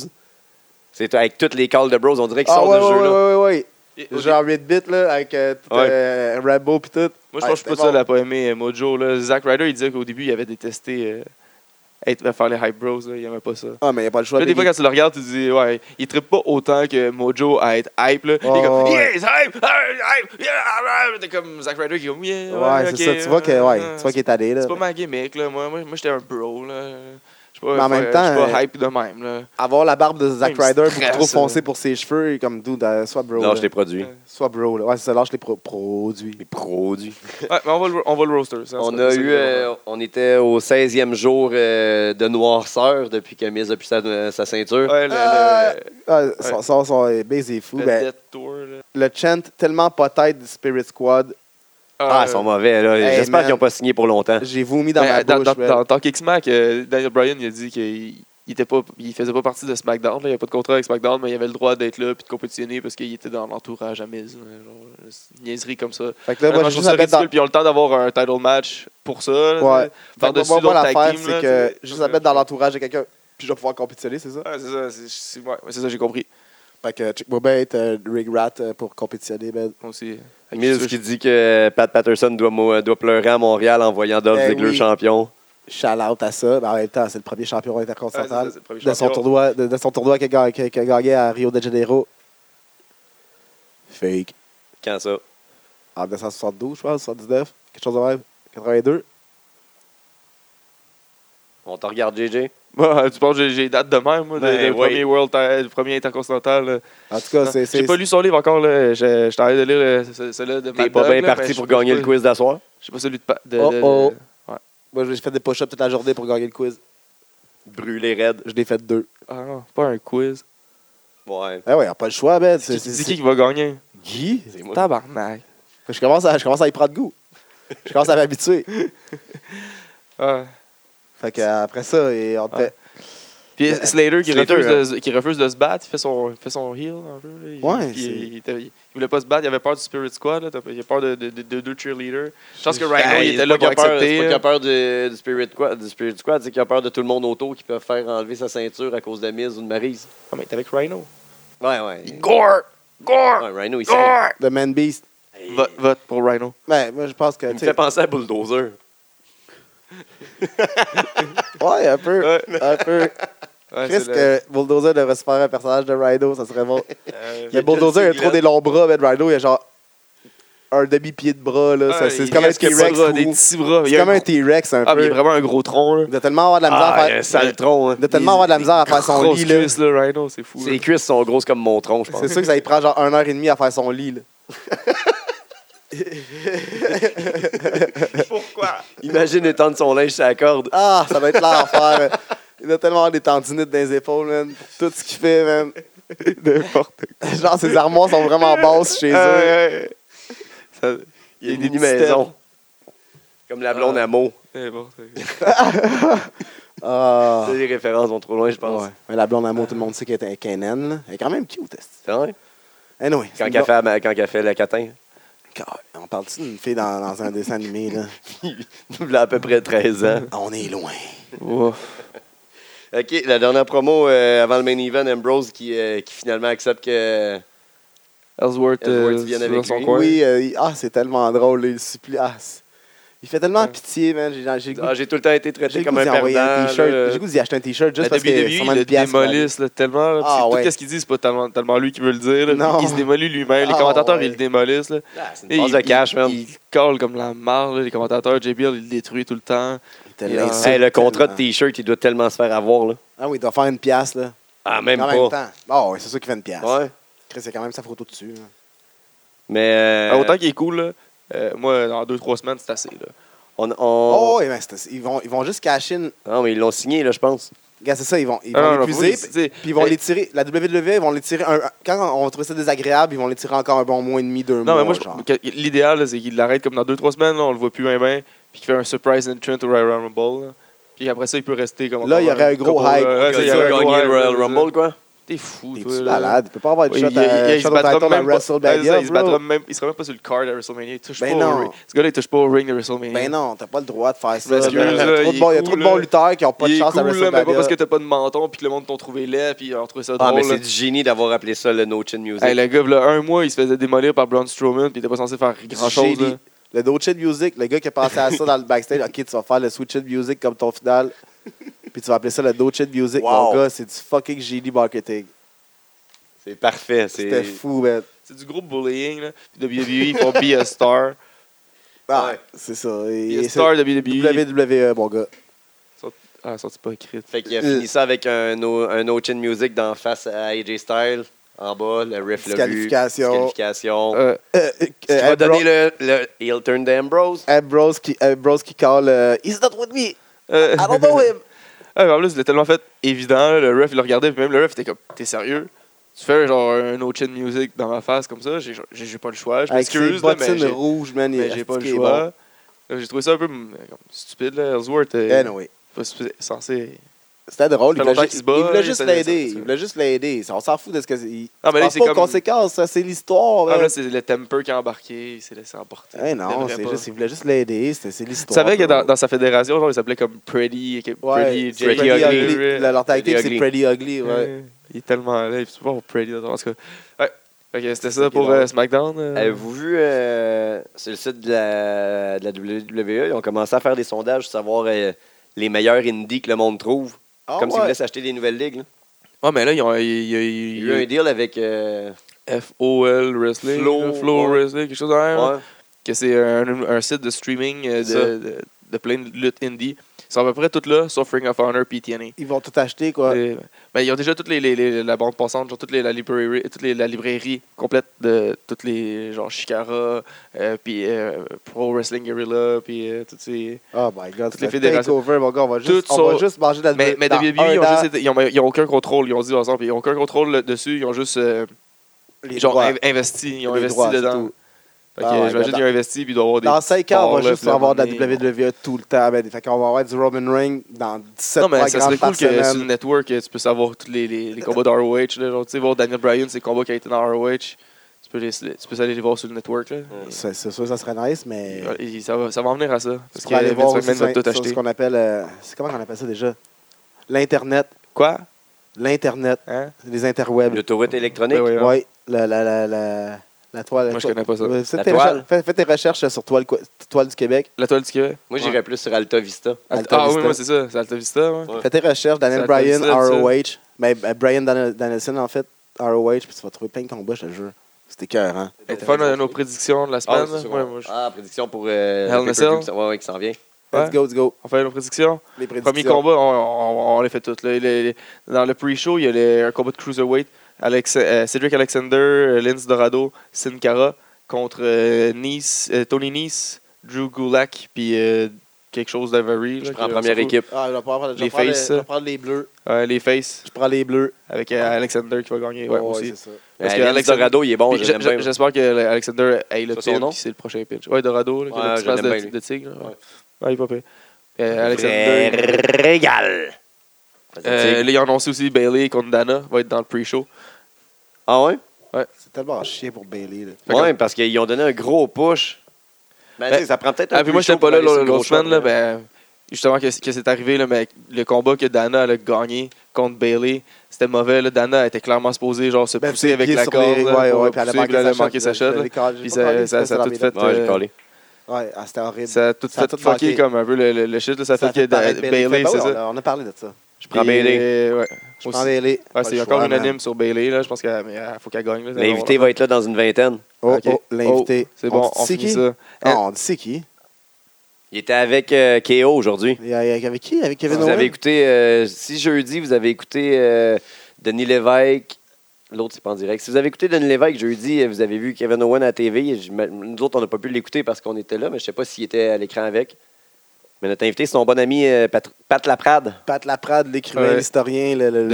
Speaker 3: C'est avec toutes les calls de Bros, on dirait qu'il
Speaker 1: Ah,
Speaker 3: sort
Speaker 1: ouais,
Speaker 3: du
Speaker 1: ouais,
Speaker 3: jeu.
Speaker 1: ouais,
Speaker 3: là.
Speaker 1: ouais, ouais.
Speaker 2: Et- ok.
Speaker 1: Genre 8 bits, là, avec euh, tout,
Speaker 3: Ouais.
Speaker 1: euh, Rambo pis tout.
Speaker 2: Moi, je pense que je suis pas le seul à pas aimer euh, Mojo. Là. Zack Ryder, il disait qu'au début, il avait détesté euh, être, faire les Hype Bros. là, Il aimait pas ça.
Speaker 1: Ah, mais y a pas le choix.
Speaker 2: Là, des
Speaker 1: Biggie.
Speaker 2: fois, quand tu le regardes, tu te dis, ouais, il trippe pas autant que Mojo à être hype. Là. il
Speaker 1: Ouais,
Speaker 2: est comme,
Speaker 1: ouais.
Speaker 2: yes, hype, hype, hype, yeah, alright. T'es comme Zack Ryder qui est comme, yeah,
Speaker 1: Ouais, c'est
Speaker 2: ok,
Speaker 1: ça. Tu vois que, ouais, tu vois qu'il est allé, là.
Speaker 2: C'est pas ma gimmick, là. Moi, moi moi, j'étais un bro, là. Je suis pas,
Speaker 1: Mais en même
Speaker 2: je suis
Speaker 1: temps,
Speaker 2: pas
Speaker 1: euh,
Speaker 2: hype de même, là.
Speaker 1: Avoir la barbe de Zack
Speaker 2: Il me
Speaker 1: Ryder beaucoup
Speaker 2: stresse,
Speaker 1: trop
Speaker 2: ça.
Speaker 1: foncée pour ses cheveux, et comme dude, euh, sois bro.
Speaker 3: Non,
Speaker 1: là.
Speaker 3: je l'ai produit.
Speaker 2: Ouais.
Speaker 1: Sois bro, là. Ouais, c'est ça, lâche les pro- produits.
Speaker 3: Les produits.
Speaker 2: Ouais, mais on va le, on va le roaster. ça,
Speaker 3: On
Speaker 2: c'est pas
Speaker 3: a
Speaker 2: ça que
Speaker 3: eu,
Speaker 2: je veux
Speaker 3: euh, on était au 16e jour euh, de noirceur depuis que Miz a pu sa, sa ceinture.
Speaker 2: dire. Ouais, le,
Speaker 1: Ah,
Speaker 2: le-
Speaker 1: Ah, son, son, son, eh, ben, c'est fou.
Speaker 2: le
Speaker 1: ben,
Speaker 2: Death Tour, là.
Speaker 1: le chant tellement pas tête du Spirit Squad,
Speaker 3: Ah,
Speaker 2: Euh,
Speaker 3: ils sont mauvais, là.
Speaker 1: Hey,
Speaker 3: J'espère
Speaker 1: man.
Speaker 3: qu'ils n'ont pas signé pour longtemps.
Speaker 1: j'ai vomi dans
Speaker 2: Ben,
Speaker 1: ma
Speaker 2: dans,
Speaker 1: bouche.
Speaker 2: dans-
Speaker 1: ben.
Speaker 2: dans Talk X Mac, euh, Daniel Bryan il a dit qu'il il était pas, il faisait pas partie de SmackDown. là. Il n'y a pas de contrat avec SmackDown, mais il avait le droit d'être là puis de compétitionner parce qu'il était dans l'entourage à Miz. là, genre, euh, c'est une niaiserie comme ça.
Speaker 1: Fait que là, Ben, moi, je
Speaker 2: Vraiment, je
Speaker 1: trouve
Speaker 2: trouve ça
Speaker 1: ça bête dans...
Speaker 2: ridicule. Puis ils ont le temps d'avoir un title match pour ça. là,
Speaker 1: Ouais. Fait que
Speaker 2: Par-dessus
Speaker 1: moi, moi,
Speaker 2: d'autres tag
Speaker 1: l'affaire,
Speaker 2: teams,
Speaker 1: c'est
Speaker 2: là,
Speaker 1: que
Speaker 2: tu sais.
Speaker 1: je la mettre dans l'entourage de quelqu'un, puis je vais pouvoir compétitionner, c'est ça?
Speaker 2: Ouais, c'est ça, c'est- c'est ouais, ouais, c'est ça, j'ai compris.
Speaker 1: Fait que check moi bien être euh, Rig Rat euh, pour compétitionner, ben.
Speaker 2: Moi aussi. Fait que
Speaker 3: Miz
Speaker 2: je-
Speaker 3: qui dit que Pat Patterson doit, mo- doit pleurer à Montréal en voyant Dolph
Speaker 1: Ben
Speaker 3: Ziggler
Speaker 1: oui.
Speaker 3: champion.
Speaker 1: Shout out à ça. Mais en même temps, c'est le premier champion
Speaker 2: Ouais, c'est ça,
Speaker 1: intercontinental
Speaker 2: c'est le premier
Speaker 1: de, son
Speaker 2: champion.
Speaker 1: tournoi, de, de son tournoi qu'il a, qu'il a gagné à Rio de Janeiro. Fake.
Speaker 3: Quand ça?
Speaker 1: En 1972, je pense, 79, quelque chose de même. 82.
Speaker 3: On te regarde, JJ?
Speaker 2: Ouais, tu penses que j'ai- j'ai date de même, moi, de-
Speaker 3: Ben,
Speaker 2: de
Speaker 3: oui.
Speaker 2: premier World, ti- du premier Intercontinental. là.
Speaker 1: En tout cas, c'est.
Speaker 2: Ah, J'ai
Speaker 1: c'est-
Speaker 2: pas lu son livre encore, là. Je je t'arrête de lire euh, ce- celui-là de
Speaker 3: T'es
Speaker 2: Mad
Speaker 3: pas
Speaker 2: Dog,
Speaker 3: bien
Speaker 2: là,
Speaker 3: parti
Speaker 2: mais
Speaker 3: pour
Speaker 2: je- je
Speaker 3: gagner
Speaker 2: sais
Speaker 3: le
Speaker 2: pas-
Speaker 3: quiz d'asseoir?
Speaker 2: Je sais pas celui de. pa- de-
Speaker 1: Oh,
Speaker 2: de- de-
Speaker 1: oh.
Speaker 2: Ouais.
Speaker 1: Moi, j'ai fait des push-ups toute la journée pour gagner le quiz.
Speaker 3: Brûlé raide.
Speaker 1: Je l'ai fait deux.
Speaker 2: Ah non, pas un quiz.
Speaker 3: Ouais.
Speaker 1: Ah ouais, on a pas le choix, ben. C'est
Speaker 2: Qui- C'est qui
Speaker 1: c'est-
Speaker 2: qui va gagner
Speaker 1: Guy.
Speaker 3: C'est moi.
Speaker 2: Tabarnak.
Speaker 1: Je commence, à, je commence à y prendre goût. Je commence à m'habituer.
Speaker 2: Ah.
Speaker 1: Fait que, euh, après ça, et on te fait.
Speaker 2: Puis Slater, Ben, qui,
Speaker 3: Slater,
Speaker 2: refuse de, qui refuse de se battre, il fait son, il fait son heel un peu. là. Il,
Speaker 1: Ouais,
Speaker 2: il-
Speaker 1: c'est-
Speaker 2: il, était- il voulait pas se battre, il avait peur du Spirit Squad, là. T'as- il a peur de, de- de- de deux cheerleaders. Je pense que Rhino
Speaker 3: Ben,
Speaker 2: il était
Speaker 3: c'est
Speaker 2: là
Speaker 3: pas
Speaker 2: pour
Speaker 3: qu'il a peur-
Speaker 2: accepter. hein.
Speaker 3: C'est pas qu'il a
Speaker 2: là.
Speaker 3: peur du, du Spirit Squad, du Spirit Squad, c'est qu'il a peur de tout le monde autour qui peut faire enlever sa ceinture à cause de Miz ou de Maryse.
Speaker 2: Ah, mais il était avec Rhino.
Speaker 3: Ouais, ouais.
Speaker 2: Gore Gore
Speaker 3: Ouais, Rhino, il sait.
Speaker 2: Gore
Speaker 1: The Man Beast.
Speaker 2: Vote, vote pour Rhino.
Speaker 1: Ben, moi, je pense que.
Speaker 3: Il me
Speaker 1: tu sais-
Speaker 3: fait penser à Bulldozer.
Speaker 1: Ouais, un peu.
Speaker 2: Ouais.
Speaker 1: Un peu.
Speaker 2: Ouais,
Speaker 1: Chris,
Speaker 2: c'est le-
Speaker 1: que Bulldozer devrait se faire un personnage de Rhino, ça serait bon.
Speaker 2: euh,
Speaker 1: Mais Bulldozer, il a trop des longs bras, mais Rhino, il a genre un demi-pied de bras. là. Ça,
Speaker 2: ah,
Speaker 1: c'est
Speaker 2: il
Speaker 1: comme un
Speaker 2: reste que pas de
Speaker 1: T-Rex.
Speaker 2: bras, Des
Speaker 1: gros.
Speaker 2: petits bras. Il y
Speaker 1: C'est
Speaker 2: a
Speaker 1: comme
Speaker 2: un
Speaker 1: un
Speaker 2: gros-
Speaker 1: T-Rex, un
Speaker 2: Ah, mais il
Speaker 1: peu.
Speaker 2: est vraiment un gros tronc, là.
Speaker 1: De tellement avoir de la misère
Speaker 3: Ah,
Speaker 1: à
Speaker 3: il a un
Speaker 1: faire.
Speaker 3: sale tronc, hein.
Speaker 1: De tellement avoir de la misère à faire son
Speaker 2: Grosse
Speaker 1: lit, là.
Speaker 2: cuisse, là, Rhino, c'est fou. là.
Speaker 3: Ses cuisses sont grosses comme mon tronc, je pense.
Speaker 1: C'est sûr que ça lui prend genre un heure et demie à faire son lit, là.
Speaker 2: Pourquoi
Speaker 3: Imagine étendre son linge sur la corde.
Speaker 1: Ah, ça va être l'enfer. Il a tellement des tendinites dans les épaules, man. pour Tout ce qu'il fait, man.
Speaker 2: N'importe quoi.
Speaker 1: Genre, ses armoires sont vraiment basses chez eux.
Speaker 2: Euh, ça-
Speaker 3: Il y a
Speaker 2: des
Speaker 3: une
Speaker 2: petits
Speaker 3: maison. Comme la blonde
Speaker 2: Ah.
Speaker 3: à mots.
Speaker 2: N'importe quoi.
Speaker 1: Ah.
Speaker 3: Ça, Les références vont trop loin, je pense.
Speaker 1: Ouais. Mais la blonde amour, tout le monde sait qu'elle est un- qu'elle est naine. là. Elle est quand même cute. est-ce
Speaker 3: C'est vrai?
Speaker 1: que- Anyway, c'est
Speaker 3: Quand
Speaker 1: une
Speaker 3: qu'elle
Speaker 1: blonde-
Speaker 3: fait, la- quand qu'elle fait le catin.
Speaker 1: Car- On parle-tu d'une fille dans, dans un dessin animé, là?
Speaker 3: Il a à peu près 13 ans.
Speaker 1: On est loin.
Speaker 2: Ouf.
Speaker 3: OK, la dernière promo euh, avant le main event, Ambrose qui, euh, qui finalement accepte que.
Speaker 2: Ellsworth,
Speaker 3: Ellsworth
Speaker 2: euh,
Speaker 3: vient
Speaker 2: c'est
Speaker 3: avec
Speaker 2: dans son
Speaker 3: lui.
Speaker 2: coin.
Speaker 1: Oui, euh, il- ah, c'est tellement drôle, là, il supplie. Ah, c'est- Il fait tellement pitié, man. J'ai j'ai le goût-
Speaker 3: Ah, J'ai tout le temps été
Speaker 1: j'ai
Speaker 3: traité
Speaker 1: le
Speaker 3: comme
Speaker 1: goût
Speaker 3: un
Speaker 1: d'y envoyer un
Speaker 3: perdant. là.
Speaker 1: t-shirt. J'ai le goût d'y acheter un t-shirt juste
Speaker 2: La
Speaker 1: parce que c'est
Speaker 2: WWE,
Speaker 1: sûrement
Speaker 2: le
Speaker 1: une pièce.
Speaker 2: démolisse là, tellement. là,
Speaker 1: Ah,
Speaker 2: parce que
Speaker 1: ouais.
Speaker 2: Tout ce qu'il dit, c'est pas tellement, tellement lui qui veut le dire. là.
Speaker 1: Non.
Speaker 2: Il se démolit lui-même. Les
Speaker 1: Ah,
Speaker 2: commentateurs,
Speaker 1: ouais.
Speaker 2: ils le démolissent. Là.
Speaker 3: Ah, C'est
Speaker 2: Et
Speaker 3: une base
Speaker 2: il-
Speaker 3: de cash,
Speaker 2: il-
Speaker 3: man.
Speaker 2: Il colle comme la marre, là, les commentateurs. JBL, il le détruit tout le temps.
Speaker 1: Il te
Speaker 2: Hey,
Speaker 1: l'insulte
Speaker 3: Hey, le contrat de
Speaker 1: tellement.
Speaker 3: t-shirt, il doit tellement se faire avoir. Là.
Speaker 1: Ah oui, il doit faire une pièce, là.
Speaker 3: Ah, même
Speaker 1: en
Speaker 3: pas.
Speaker 1: même temps. Ah oui, c'est sûr qu'il fait une pièce.
Speaker 3: Ouais.
Speaker 1: Chris, c'est quand même sa photo dessus. là.
Speaker 3: Mais euh,
Speaker 2: Ah, autant qu'il est cool, là, euh, moi, dans 2-3 semaines, c'est assez. Là.
Speaker 3: on, on-
Speaker 1: Oh, oui, ben, c'est- ils, vont, ils vont juste cacher une.
Speaker 3: Non, mais ils l'ont signé, là, je pense.
Speaker 1: Regarde, c'est ça, ils vont ils
Speaker 2: Ah,
Speaker 1: vont
Speaker 2: non, non,
Speaker 1: l'épuiser.
Speaker 2: faut-
Speaker 1: puis-
Speaker 2: c'est-
Speaker 1: Puis ils vont
Speaker 2: Hey.
Speaker 1: les tirer. La WWE, ils vont les tirer. un- un- quand on va trouver ça désagréable, ils vont les tirer encore un bon mois et demi, deux mois.
Speaker 2: Non, mais moi,
Speaker 1: genre.
Speaker 2: je- que- l'idéal, là, c'est qu'il l'arrête comme dans 2-3 semaines. là, on le voit plus bien, bien. Puis qu'il fait un surprise entrant au Royal Rumble. là. Puis après ça, il peut rester comme.
Speaker 1: Là, il y
Speaker 2: encore
Speaker 1: aurait un gros
Speaker 2: couple,
Speaker 1: hype.
Speaker 2: là. Ouais, ça,
Speaker 3: Il
Speaker 2: il y
Speaker 3: a
Speaker 2: aurait un gros
Speaker 3: gagné
Speaker 2: hype,
Speaker 3: le Royal
Speaker 2: là,
Speaker 3: Rumble, quoi.
Speaker 2: T'es fou,
Speaker 1: T'es-tu
Speaker 2: toi. là.
Speaker 1: malade? Il peut pas avoir de
Speaker 2: Ouais,
Speaker 1: shot
Speaker 2: il- il-
Speaker 1: à
Speaker 2: il se
Speaker 1: shot au
Speaker 2: battra
Speaker 1: title à
Speaker 2: même pas- Ouais, c'est ça,
Speaker 1: WrestleMania,
Speaker 2: il se battra
Speaker 1: bro.
Speaker 2: même- il sera même pas sur le card à WrestleMania. Il touche
Speaker 1: Ben
Speaker 2: pas au
Speaker 1: non.
Speaker 2: ring. Ce gars-là, il touche pas au ring de WrestleMania.
Speaker 1: Ben non, t'as pas le droit de faire ça.
Speaker 2: M'excuse,
Speaker 1: là. Il y a trop
Speaker 2: là, il
Speaker 1: de
Speaker 2: est
Speaker 1: bons- il y a
Speaker 2: cool,
Speaker 1: trop de bons
Speaker 2: là.
Speaker 1: lutteurs qui ont pas de
Speaker 2: il est
Speaker 1: chance à
Speaker 2: cool, là, mais pas parce que
Speaker 1: WrestleMania.
Speaker 2: t'as pas de menton puis que le monde t'ont trouvé laid puis ils ont trouvé ça
Speaker 3: Ah,
Speaker 2: drôle.
Speaker 3: mais
Speaker 2: Oh, là.
Speaker 3: c'est du génie d'avoir appelé ça le No Chin Music.
Speaker 2: Hey, le gars, là, un mois, il se faisait démolir par Braun Strowman puis il était pas censé faire grand-chose.
Speaker 1: Shady.
Speaker 2: là.
Speaker 1: Le Dochet Music, le gars qui a pensé à ça dans le backstage, ok, tu vas faire le Switched Music comme ton final, puis tu vas appeler ça le Dochet Music. Mon
Speaker 3: Wow.
Speaker 1: gars, c'est du fucking GD marketing.
Speaker 3: C'est parfait.
Speaker 1: C'était
Speaker 3: C'est
Speaker 1: fou, man.
Speaker 2: C'est du gros bullying. Là. Puis WWE, ils font Be a Star.
Speaker 1: Ah,
Speaker 3: Ouais.
Speaker 1: C'est ça. E. Et
Speaker 2: Be a
Speaker 1: c'est
Speaker 2: Star, WWE.
Speaker 1: WWE, mon gars.
Speaker 2: Ah, sont pas écrites.
Speaker 3: Fait qu'il a
Speaker 1: Euh.
Speaker 3: fini ça avec un No, un no Chin Music dans face à AJ Styles. En bas, le riff l'a vu.
Speaker 1: Disqualification.
Speaker 3: Disqualification.
Speaker 2: Euh,
Speaker 1: Euh, euh,
Speaker 3: Ce qui va
Speaker 1: Ambro-
Speaker 3: donner le, le heel turn d'Ambrose.
Speaker 1: Ambrose qui, Ambrose qui call euh, He's not with me,
Speaker 2: euh,
Speaker 1: I don't know him.
Speaker 2: Ah, mais en plus, il l'a tellement fait évident. là, le ref, il le regardait, puis même le ref était comme T'es sérieux Tu fais genre un no chin music dans ma face comme ça J'ai j'ai- j'ai pas le choix. Je
Speaker 1: Avec ses
Speaker 2: m'excuse, là, mais
Speaker 1: bottines
Speaker 2: j'ai-
Speaker 1: rouges, man. il
Speaker 2: mais
Speaker 1: est
Speaker 2: j'ai pas le
Speaker 1: stické,
Speaker 2: choix. Là, J'ai trouvé ça un peu mm, comme, stupide. Là. Ellsworth
Speaker 1: bon.
Speaker 2: est
Speaker 1: Euh, Anyway.
Speaker 2: pas supposé- censé.
Speaker 1: C'était drôle. Il
Speaker 2: Ça fait longtemps
Speaker 1: voulait
Speaker 2: qu'il se
Speaker 1: juste,
Speaker 2: bat,
Speaker 1: il voulait
Speaker 2: il
Speaker 1: juste
Speaker 2: essaie de-
Speaker 1: l'aider.
Speaker 2: ça-
Speaker 1: Il voulait juste l'aider. On s'en fout de ce que c'est. Il
Speaker 2: Ah, mais là,
Speaker 1: pense
Speaker 2: c'est
Speaker 1: pas aux
Speaker 2: comme-
Speaker 1: conséquences, ça, c'est l'histoire.
Speaker 2: Ah, mais
Speaker 1: man.
Speaker 2: là, c'est le temper qui a embarqué, il s'est laissé emporter.
Speaker 1: Eh
Speaker 2: Il
Speaker 1: non,
Speaker 2: aimerait
Speaker 1: c'est
Speaker 2: pas.
Speaker 1: juste, il voulait juste l'aider. C'était- C'est
Speaker 2: Tu
Speaker 1: l'histoire.
Speaker 2: savais que
Speaker 1: bro.
Speaker 2: dans, dans sa fédération, genre, il s'appelait comme Pretty, que-
Speaker 1: Ouais,
Speaker 2: Pretty,
Speaker 1: c'est Pretty,
Speaker 2: Pretty Ugly.
Speaker 1: Ugly. La- Leur tactique,
Speaker 3: Pretty
Speaker 1: c'est
Speaker 3: Ugly.
Speaker 1: Pretty Ugly. Ouais.
Speaker 2: Ouais. Il est tellement là, il peut pas avoir Pretty. En tout cas, ouais. Fait que c'était ça
Speaker 1: C'est
Speaker 2: pour
Speaker 1: drôle.
Speaker 2: euh, SmackDown. euh.
Speaker 3: Avez-vous vu euh, sur le site de la, de la WWE, ils ont commencé à faire des sondages pour savoir euh, les meilleurs indies que le monde trouve.
Speaker 1: Ah
Speaker 3: comme s'ils
Speaker 1: ouais.
Speaker 3: voulaient s'acheter des nouvelles ligues. là.
Speaker 2: Ouais, mais là, ils ont. ils- ils-
Speaker 3: Il
Speaker 2: ils-
Speaker 3: y a eu un deal avec. euh,
Speaker 2: FOL Wrestling,
Speaker 3: Flow,
Speaker 2: là, Flow
Speaker 3: ouais.
Speaker 2: Wrestling, quelque chose de même, là,
Speaker 3: ouais.
Speaker 2: Que c'est un, un site de streaming euh,
Speaker 3: C'est ça.
Speaker 2: de, de, de plein de luttes indie. Ils sont à peu près toutes là, sauf Ring of Honor puis TNA.
Speaker 1: Ils vont tout acheter, quoi.
Speaker 2: Et- ben, ils ont déjà toutes les, les- les- la bande passante, genre toutes les, la, librairie, toutes les, la librairie complète de toutes les genre Shikara, euh, puis euh, Pro Wrestling Guerrilla, puis euh, toutes ces.
Speaker 1: Oh my god,
Speaker 2: Toutes
Speaker 1: c'est
Speaker 2: les
Speaker 1: le
Speaker 2: fédérations-
Speaker 1: takeover, mon gars. On va
Speaker 2: Toutes
Speaker 1: juste, on va
Speaker 2: sont-
Speaker 1: juste manger de la
Speaker 2: Mais, mais
Speaker 1: dans
Speaker 2: WWE,
Speaker 1: un
Speaker 2: ils ont,
Speaker 1: an,
Speaker 2: juste été- ils ont, ils ont aucun contrôle, ils ont dit ensemble, ils ont aucun contrôle là- dessus, ils ont juste euh,
Speaker 1: les
Speaker 2: genre,
Speaker 1: droits.
Speaker 2: in- investi, ils ont
Speaker 1: Les
Speaker 2: investi
Speaker 1: droits, c'est
Speaker 2: dedans.
Speaker 1: tout.
Speaker 2: Fait que,
Speaker 1: Ah ouais,
Speaker 2: j'imagine
Speaker 1: dans-
Speaker 2: qu'ils ont investi, puis il doit y avoir des.
Speaker 1: Dans 5 ans, on
Speaker 2: sports,
Speaker 1: va
Speaker 2: là,
Speaker 1: juste
Speaker 2: puis là,
Speaker 1: avoir de la
Speaker 2: à un moment donné,
Speaker 1: WWE tout le temps. Ben, fait qu'on va avoir du Roman Reigns dans 17
Speaker 2: Non, mais ça
Speaker 1: programmes
Speaker 2: serait
Speaker 1: E par
Speaker 2: cool que sur le
Speaker 1: semaine.
Speaker 2: network, tu peux savoir tous les, les, les combats de ROH. Là, genre, tu sais, voir Daniel Bryan, ses combats qui a été dans ROH. Tu peux, les, tu peux aller les voir sur le network. Là.
Speaker 1: C'est c'est sûr, ça serait nice, mais.
Speaker 2: Et- et ça, va, ça va en venir à ça. Parce
Speaker 1: Tu
Speaker 2: que
Speaker 1: pourrais aller
Speaker 2: Vince
Speaker 1: voir aussi
Speaker 2: McMahon
Speaker 1: sur,
Speaker 2: va tout
Speaker 1: sur
Speaker 2: acheter.
Speaker 1: ce qu'on appelle. euh, c'est comment on appelle ça déjà L'Internet.
Speaker 2: Quoi
Speaker 1: L'Internet.
Speaker 2: Hein Ben
Speaker 1: Les interwebs.
Speaker 3: L'autoroute électronique.
Speaker 2: Ouais, ouais.
Speaker 1: Oui, la, la, la, la, la toile.
Speaker 2: Moi, je connais pas ça.
Speaker 1: Euh, fais
Speaker 3: La
Speaker 1: tes
Speaker 3: toile.
Speaker 1: recherches- Fais, fais tes recherches sur toile, Qu- toile du Québec.
Speaker 2: La toile du Québec
Speaker 3: Moi, j'irais plus sur Alta Vista.
Speaker 1: Alta
Speaker 2: Ah oui,
Speaker 1: Vista.
Speaker 2: moi, c'est ça. C'est Alta Vista. ouais.
Speaker 3: Ouais.
Speaker 1: Fais tes recherches, Daniel
Speaker 2: Ça
Speaker 1: Bryan,
Speaker 2: t'aime ça, ça.
Speaker 1: ROH. Mais euh, Bryan Dan- Danielson, en fait, ROH, puis tu vas trouver plein de combats, je te jure. C'était cœur, hein.
Speaker 2: Hey, T'es fan de nos prédictions de la
Speaker 3: Ah,
Speaker 2: semaine
Speaker 3: c'est
Speaker 2: là?
Speaker 3: sûr.
Speaker 2: Ouais, moi, je-
Speaker 3: Ah, prédiction pour. Euh,
Speaker 2: Hell in a
Speaker 3: le pay-per-view
Speaker 2: Cell.
Speaker 3: qui s'en- ouais, ouais, qui s'en vient.
Speaker 2: Ouais.
Speaker 1: Let's go, let's go.
Speaker 2: On fait nos prédictions
Speaker 1: Les prédictions.
Speaker 2: Premier combat, on, on- on les fait toutes. là. Les- les- dans le pre-show, il y a le- un combat de cruiserweight. Alex- euh, Cedric Alexander, euh, Lince Dorado, Sin Cara contre euh, Nice, euh, Tony Nice, Drew Gulak, puis euh, quelque chose d'Avery.
Speaker 3: Je
Speaker 2: là,
Speaker 3: prends
Speaker 2: qui-
Speaker 3: première
Speaker 2: on s'en fout.
Speaker 3: équipe.
Speaker 1: Ah, je vais prendre, je vais
Speaker 2: Les
Speaker 1: prendre
Speaker 2: faces,
Speaker 1: les, je
Speaker 2: ça.
Speaker 1: vais prendre les bleus.
Speaker 2: Ouais, les Faces,
Speaker 1: Je prends les bleus.
Speaker 2: avec euh, Alexander qui va gagner. Ouais,
Speaker 1: Ouais,
Speaker 2: moi aussi.
Speaker 1: c'est ça.
Speaker 2: Parce
Speaker 3: Parce
Speaker 2: que
Speaker 3: que
Speaker 2: Alexandre-
Speaker 3: Euh, Dorado, il est bon.
Speaker 2: Puis
Speaker 3: Je
Speaker 2: j-
Speaker 3: l'aime
Speaker 2: j-
Speaker 3: bien.
Speaker 2: J'espère que le- Alexander ait le
Speaker 3: Ça, son
Speaker 2: pin,
Speaker 3: nom?
Speaker 2: puis c'est le prochain pitch. Ouais, Dorado, là, qui a
Speaker 3: Ouais,
Speaker 2: une
Speaker 3: je
Speaker 2: espèce
Speaker 3: l'aime
Speaker 2: de,
Speaker 3: bien,
Speaker 2: de tigre. là.
Speaker 3: Ouais.
Speaker 2: Ouais. Ouais, il est pas pire. Euh, Alexander.
Speaker 3: Alexander. Régal.
Speaker 2: Euh, là, ils ont annoncé aussi Bailey contre Dana, va être dans le pre-show.
Speaker 3: ah ouais?
Speaker 1: C'est tellement chiant pour Bailey. là.
Speaker 2: Fait
Speaker 3: Ouais, parce qu'ils ont donné un gros push. Ben,
Speaker 2: Ben,
Speaker 3: tu sais, ça prend peut-être un
Speaker 2: Ah, puis moi,
Speaker 3: pre-show
Speaker 2: j'étais pas
Speaker 3: pour
Speaker 2: là
Speaker 1: ben,
Speaker 3: aller sur le gros
Speaker 2: l'autre semaine,
Speaker 3: show,
Speaker 2: là,
Speaker 3: mais-
Speaker 2: ben, justement, que, que c'est arrivé, là, mais le combat que Dana elle a gagné contre Bailey, c'était mauvais. Là. Dana était clairement supposée genre, se
Speaker 1: Ben,
Speaker 2: pousser
Speaker 1: ses
Speaker 2: avec
Speaker 1: pieds
Speaker 2: la
Speaker 1: sur
Speaker 2: corde,
Speaker 1: les-
Speaker 2: là,
Speaker 1: Ouais,
Speaker 2: pour
Speaker 1: ouais, puis elle a
Speaker 2: pousser, puis elle a
Speaker 1: manqué
Speaker 2: manqué sa shot. là.
Speaker 1: Puis
Speaker 2: Puis ça- ça- ça a tout fait.
Speaker 3: Ouais, j'ai
Speaker 2: euh,
Speaker 3: collé.
Speaker 1: Ouais, ah, c'était horrible.
Speaker 2: Ça a tout
Speaker 1: Ça a
Speaker 2: fait
Speaker 1: tout
Speaker 2: fucké
Speaker 1: fucké.
Speaker 2: comme un peu le, le, le shit. Là, ça,
Speaker 1: Ça
Speaker 2: a fait que
Speaker 1: paraître
Speaker 2: da- Bailey,
Speaker 1: Ben
Speaker 2: c'est
Speaker 1: oui,
Speaker 2: ça.
Speaker 1: on, a- on a parlé de ça.
Speaker 2: Je prends
Speaker 3: Et-
Speaker 2: Bailey. Ouais.
Speaker 1: euh, Je
Speaker 2: Aussi.
Speaker 1: prends Bailey.
Speaker 2: Ouais,
Speaker 1: Pas
Speaker 2: c'est
Speaker 1: le
Speaker 2: encore
Speaker 1: choix, man.
Speaker 2: unanime sur Bailey. Là. Je pense qu'il faut qu'elle gagne. là.
Speaker 3: L'invité va être là dans une vingtaine.
Speaker 1: Oh,
Speaker 2: Ok.
Speaker 1: oh, l'invité.
Speaker 2: C'est bon,
Speaker 1: dit
Speaker 2: on
Speaker 1: c'est
Speaker 2: finit
Speaker 1: qui?
Speaker 2: ça.
Speaker 1: Non, on dit c'est qui?
Speaker 3: Il était avec euh, KO aujourd'hui.
Speaker 1: Il y a- il y a- Avec qui? Avec Kevin
Speaker 3: Vous
Speaker 1: Owens?
Speaker 3: avez écouté, euh, si jeudi, vous avez écouté euh, Denis Lévesque. L'autre, c'est pas en direct. Si vous avez écouté Denis Lévesque jeudi, euh, vous avez vu Kevin Owen à la TV. Je- ma- Nous autres, on n'a pas pu l'écouter parce qu'on était là, mais je sais pas s'il était à l'écran avec. Mais notre invité, c'est son bon ami euh, Pat, Pat Laprade.
Speaker 1: Pat Laprade, l'écrivain,
Speaker 2: Ouais.
Speaker 1: l'historien, le, le,
Speaker 2: De,
Speaker 1: le-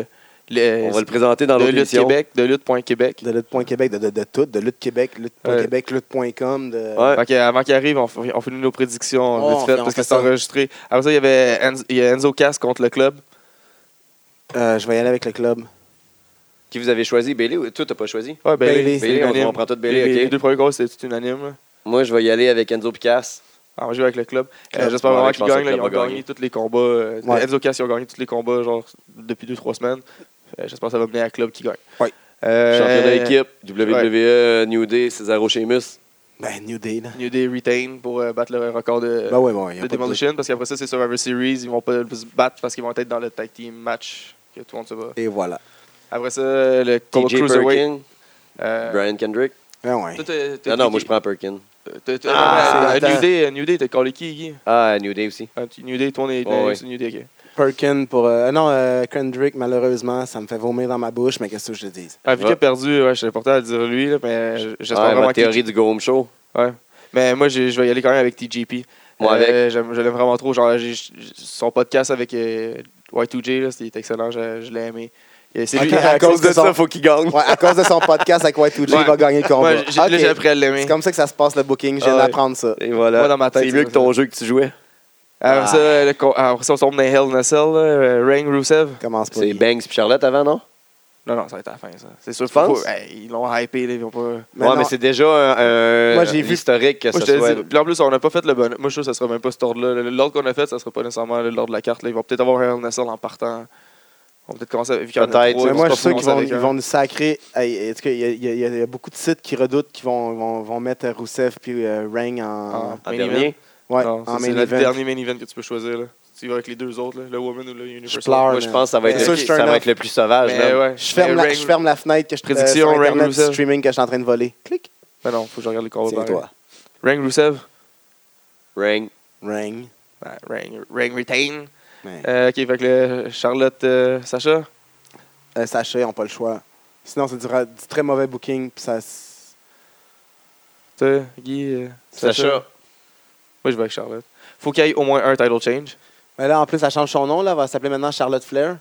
Speaker 2: de, le-
Speaker 3: On va le présenter dans
Speaker 2: de
Speaker 3: l'autre
Speaker 2: Lutte
Speaker 3: émission.
Speaker 2: Québec, de Lutte.Québec.
Speaker 1: de Lutte.Québec, de, de, de tout, de Lutte Québec, Lutte.Québec, Lutte.com. De...
Speaker 3: Ouais.
Speaker 2: Fait que avant qu'il arrive, on, f- on finit nos prédictions
Speaker 1: Oh,
Speaker 2: vite fait,
Speaker 1: on fait- on
Speaker 2: parce
Speaker 1: fait
Speaker 2: que c'est
Speaker 1: ça.
Speaker 2: enregistré. Après ça, il y avait Enzo, il y a Enzo Cass contre le club.
Speaker 1: Euh, je vais y aller avec le club.
Speaker 3: Qui vous avez choisi, Bailey ou toi, t'as pas choisi?
Speaker 2: Ouais, Bailey,
Speaker 1: Bailey,
Speaker 2: c'est
Speaker 3: Bailey, on,
Speaker 2: unanime.
Speaker 3: on prend tout
Speaker 2: les, les
Speaker 3: Bailey, ok.
Speaker 2: deux premiers courses, c'était tout unanime. là.
Speaker 3: Moi, je vais y aller avec Enzo Picasse.
Speaker 2: Alors, on va jouer avec le club. Euh,
Speaker 1: Club.
Speaker 2: J'espère
Speaker 3: Ouais,
Speaker 2: vraiment
Speaker 3: je
Speaker 2: qu'ils
Speaker 3: pense que
Speaker 2: gagnent.
Speaker 3: le
Speaker 2: là. Ils
Speaker 3: club
Speaker 2: ont
Speaker 3: va
Speaker 2: gagné
Speaker 3: gagner.
Speaker 2: tous les combats. euh,
Speaker 1: Ouais.
Speaker 2: Enzo Cass, ils ont gagné tous les combats genre, depuis 2-3 semaines. Euh, J'espère que ça va mener à le club qui gagne.
Speaker 1: Ouais.
Speaker 2: Euh,
Speaker 3: Championnat équipe, WWE, E, New Day, Cesaro Sheamus.
Speaker 1: Ben, New Day, là.
Speaker 2: New Day retain pour euh, battre le record de,
Speaker 1: Ben ouais, bon, il y
Speaker 2: de
Speaker 1: a pas de...
Speaker 2: Demolition parce qu'après ça, c'est Survivor Series. Ils vont pas se battre parce qu'ils vont être dans le tag team match que tout le monde se bat.
Speaker 1: Et voilà.
Speaker 2: Après ça, le combat
Speaker 3: TJ
Speaker 2: Cruiserweight.
Speaker 3: Perkin,
Speaker 2: euh,
Speaker 3: Brian Kendrick.
Speaker 1: Ah ouais.
Speaker 2: toi, t'as- t'as-
Speaker 3: Non, non,
Speaker 2: t'as-
Speaker 3: moi, je prends Perkin.
Speaker 2: t'as- t'as-
Speaker 1: Ah,
Speaker 2: euh,
Speaker 1: attends.
Speaker 2: New Day, euh, New Day, t'as callé qui, Guy?
Speaker 3: Ah, New Day aussi.
Speaker 2: Ah, tu- New Day, toi, on est
Speaker 3: Ouais,
Speaker 2: on est
Speaker 3: ouais.
Speaker 2: sur New Day. ok.
Speaker 1: Perkin pour. euh, non, euh, Kendrick, malheureusement, ça me fait vomir dans ma bouche, mais qu'est-ce que je te dis?
Speaker 2: Ah, vu
Speaker 3: Ouais.
Speaker 2: qu'il a perdu, ouais, j'étais porté à le dire lui, là, mais j- j'espère
Speaker 3: Ah,
Speaker 2: vraiment
Speaker 3: ma
Speaker 2: qu'il-
Speaker 3: théorie du Go Home Show.
Speaker 2: Ouais. Mais moi, j'ai- je vais y aller quand même avec TJP.
Speaker 3: Moi, avec.
Speaker 2: Euh, j'aime- je l'aime vraiment trop. Genre, j'ai- j- son podcast avec euh, Y2J, là, c'était excellent. Je, je l'ai aimé. Et C'est
Speaker 1: Ok,
Speaker 2: lui qui
Speaker 1: à cause de ça,
Speaker 3: faut qu'il gagne.
Speaker 1: Ouais, à cause de son podcast avec Y2J,
Speaker 2: Ouais.
Speaker 1: il va gagner le combat.
Speaker 2: Moi, j'ai- là,
Speaker 1: Ok.
Speaker 2: j'ai appris à l'aimer.
Speaker 1: C'est comme ça que ça se passe le booking. Je
Speaker 2: Ah
Speaker 1: viens
Speaker 2: ouais.
Speaker 1: d'apprendre ça.
Speaker 3: Et voilà.
Speaker 2: Moi, dans ma tête,
Speaker 3: c'est
Speaker 2: c'est
Speaker 3: mieux que
Speaker 2: ça.
Speaker 3: ton jeu que tu jouais.
Speaker 2: Après ça,
Speaker 3: Ah.
Speaker 2: le co- après ça, on tombe dans Hell in a Cell, là, euh, Reign Rusev.
Speaker 1: Commence pas.
Speaker 3: C'est
Speaker 1: Guy.
Speaker 3: Banks puis Charlotte avant, non?
Speaker 2: Non, non, ça va être à la fin, ça. C'est sûr.
Speaker 3: Tu penses?
Speaker 2: faut- hey, ils l'ont hypé, là, ils vont pas.
Speaker 1: Mais
Speaker 3: ouais,
Speaker 1: non.
Speaker 3: mais c'est déjà un, un-
Speaker 1: Moi, j'ai vu-
Speaker 3: historique que
Speaker 2: Moi,
Speaker 3: ça
Speaker 2: je te
Speaker 3: soit.
Speaker 2: dis, puis en plus, on n'a pas fait le bon. Moi, je trouve que ça sera même pas cet ordre-là. Le- L'ordre qu'on a fait, ça sera pas nécessairement l'ordre de la carte. Là. Ils vont peut-être avoir Hell in a Cell en partant. On va peut-être commencer avec.
Speaker 3: Peut-être.
Speaker 1: Mais
Speaker 3: Ouais,
Speaker 1: moi, je
Speaker 3: c'est pas
Speaker 1: suis sûr qu'ils
Speaker 3: fou, on
Speaker 1: vont,
Speaker 3: savait
Speaker 1: ils
Speaker 3: que-
Speaker 1: vont nous sacrer. Hey, en tout cas, il y, a- il y a- il y a beaucoup de sites qui redoutent qu'ils vont, vont, vont mettre Rousseff puis euh, Rang en,
Speaker 2: En
Speaker 3: En
Speaker 2: main
Speaker 3: dernier.
Speaker 1: ouais,
Speaker 2: Ah. Non, ça,
Speaker 1: en
Speaker 2: c'est
Speaker 1: main
Speaker 2: le
Speaker 1: event.
Speaker 2: dernier main event que tu peux choisir. Là. Tu y vas avec les deux autres, là, le Woman ou le Universal.
Speaker 1: pleure.
Speaker 3: Moi, je pense que ça va
Speaker 1: Mais
Speaker 3: être,
Speaker 1: sûr,
Speaker 3: le,
Speaker 1: je suis
Speaker 3: ça
Speaker 1: un
Speaker 3: va être le plus sauvage.
Speaker 2: Mais
Speaker 3: même.
Speaker 2: ouais.
Speaker 1: Je ferme,
Speaker 2: Mais
Speaker 1: la,
Speaker 2: Ring-
Speaker 1: je ferme la fenêtre que je euh,
Speaker 2: Prédiction,
Speaker 1: sur
Speaker 2: Rang
Speaker 1: Internet, du
Speaker 2: Rusev.
Speaker 1: streaming que je suis en train de voler. Clic.
Speaker 2: Mais Ben non, faut que je regarde les combats.
Speaker 1: C'est
Speaker 2: pareil.
Speaker 1: toi.
Speaker 2: Rang Rusev.
Speaker 3: Ring.
Speaker 1: Rang.
Speaker 2: Ouais, Ben, Rang, Rang Retain.
Speaker 1: Ouais.
Speaker 2: Euh, ok, fait que le Charlotte euh, Sacha.
Speaker 1: Euh, Sacha, ils n'ont pas le choix. Sinon, c'est du, ra- du très mauvais booking. Puis ça, s-
Speaker 2: Toi, Guy. euh,
Speaker 3: Sacha.
Speaker 2: Moi, je vais avec Charlotte. Faut qu'il y ait au moins un title change.
Speaker 1: Mais là, en plus, ça change son nom. Là. Elle va s'appeler maintenant Charlotte Flair.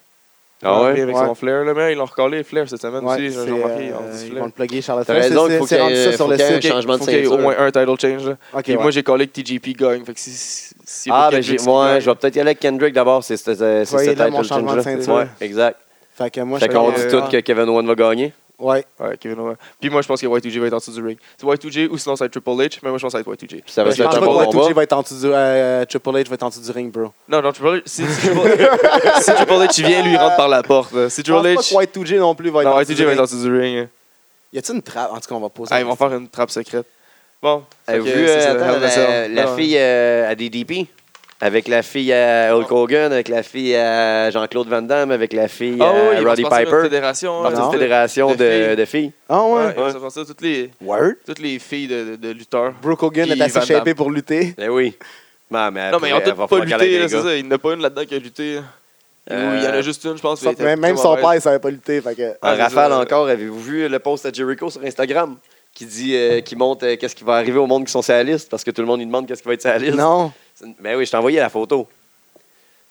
Speaker 3: Ah ouais?
Speaker 2: Avec
Speaker 1: Ouais.
Speaker 2: son flair, là, mais ils l'ont recalé Flair cette semaine
Speaker 1: Ouais,
Speaker 2: aussi. J'ai
Speaker 1: c'est,
Speaker 2: remarqué, ils
Speaker 1: euh,
Speaker 2: ont dit
Speaker 1: ils
Speaker 2: Flair.
Speaker 1: vont le plugger, Charlotte
Speaker 3: T'as
Speaker 1: Flair.
Speaker 3: raison,
Speaker 1: C'est-
Speaker 3: il faut
Speaker 1: c'est
Speaker 3: qu'il y
Speaker 1: rendu
Speaker 3: ait-
Speaker 1: ça sur
Speaker 3: faut
Speaker 1: le
Speaker 3: qu'il y ait un
Speaker 1: site.
Speaker 3: changement. de
Speaker 2: Faut qu'il y ait au
Speaker 3: ceinture.
Speaker 2: moins un title change. Là.
Speaker 1: Ok,
Speaker 2: Puis
Speaker 1: ouais.
Speaker 2: moi, j'ai collé que TJP gagne. Fait que si, si- s'il
Speaker 3: Ah,
Speaker 2: faut
Speaker 3: ben,
Speaker 2: qu'il y
Speaker 3: j'ai-
Speaker 2: ait Kendrick qui
Speaker 3: ouais,
Speaker 2: gagne,
Speaker 3: je vais peut-être y aller avec Kendrick d'abord. C'est c'est- c'est- c'est
Speaker 1: Voyez
Speaker 3: ce
Speaker 1: là
Speaker 3: title
Speaker 1: mon changement de
Speaker 3: change-là.
Speaker 1: ceinture.
Speaker 3: Ouais, exact.
Speaker 1: Fait que moi,
Speaker 3: Fait
Speaker 1: je
Speaker 3: qu'on
Speaker 1: pense-
Speaker 3: dit
Speaker 2: euh,
Speaker 3: tout que Kevin Owen va gagner.
Speaker 1: Ouais.
Speaker 2: Ouais, Kevin Owens. Puis moi, je pense que Y2J va être en dessous du ring. C'est Y2J ou sinon ça va être Triple H, mais moi, je pense que ça va être Y2J.
Speaker 3: Puis ça va
Speaker 1: Je
Speaker 3: être
Speaker 1: pense
Speaker 3: un
Speaker 1: pas
Speaker 3: bon
Speaker 1: que Y2J
Speaker 3: combat.
Speaker 1: va être en dessous du, euh, Triple H va être en dessous du ring, bro.
Speaker 2: Non, non, Triple H, si, si Triple si Triple H il vient, lui, il rentre par la porte. là. Si
Speaker 1: Je
Speaker 2: Triple
Speaker 1: pense pas
Speaker 2: H.
Speaker 1: que Y2J non plus va être
Speaker 2: Non,
Speaker 1: en dessous
Speaker 2: Y2J
Speaker 1: du
Speaker 2: va être en
Speaker 1: ring.
Speaker 2: dessous du ring.
Speaker 1: Y a-t-il une trappe? En tout cas, on va poser.
Speaker 2: Ah, ils vont faire une trappe secrète. Bon.
Speaker 3: Avez-vous
Speaker 2: Fait que
Speaker 3: vu
Speaker 2: c'est
Speaker 3: euh,
Speaker 2: ça,
Speaker 3: attends,
Speaker 2: Hell in a
Speaker 3: la,
Speaker 2: Cell.
Speaker 3: la
Speaker 2: Non.
Speaker 3: fille euh, à DDP? Avec la fille à Hulk
Speaker 2: Oh.
Speaker 3: Hogan, avec la fille à Jean-Claude Van Damme, avec la fille
Speaker 2: Ah oui,
Speaker 3: à
Speaker 2: ils vont se
Speaker 3: Roddy
Speaker 2: passer notre
Speaker 3: Piper.
Speaker 2: Fédération. euh,
Speaker 3: Partie
Speaker 2: là,
Speaker 3: de
Speaker 2: c'est-
Speaker 3: fédération
Speaker 2: de
Speaker 3: de
Speaker 2: filles.
Speaker 3: de filles.
Speaker 1: Ah
Speaker 2: Ouais,
Speaker 1: ouais?
Speaker 2: ils vont se passer toutes les,
Speaker 1: Word?
Speaker 2: toutes les filles de, de, de lutteurs.
Speaker 1: Brooke Hogan
Speaker 2: Puis
Speaker 1: est assez
Speaker 2: Van Damme.
Speaker 1: shapé pour lutter.
Speaker 3: Ben oui. Non, mais,
Speaker 2: Non, mais ils
Speaker 3: on
Speaker 2: ont toutes pas lutté, là, c'est ça. Il n'y en a pas une là-dedans qui a lutté. Ou Il y en
Speaker 3: Euh,
Speaker 2: a juste une, je pense.
Speaker 1: Sauf-
Speaker 2: mais elle
Speaker 1: Même
Speaker 2: était
Speaker 1: même son
Speaker 2: mauvaise.
Speaker 1: père, il savait pas lutter. Fait que...
Speaker 2: Ah,
Speaker 3: En
Speaker 2: c'est
Speaker 3: rafale
Speaker 2: ça.
Speaker 3: encore, avez-vous vu le post à Jericho sur Instagram qui dit euh, qui montre euh, qu'est-ce qui va arriver au monde qui sont sur la liste parce que tout le monde lui demande qu'est-ce qui va être sur la liste.
Speaker 1: Non.
Speaker 3: C'est une- Ben oui, je t'ai envoyé la photo.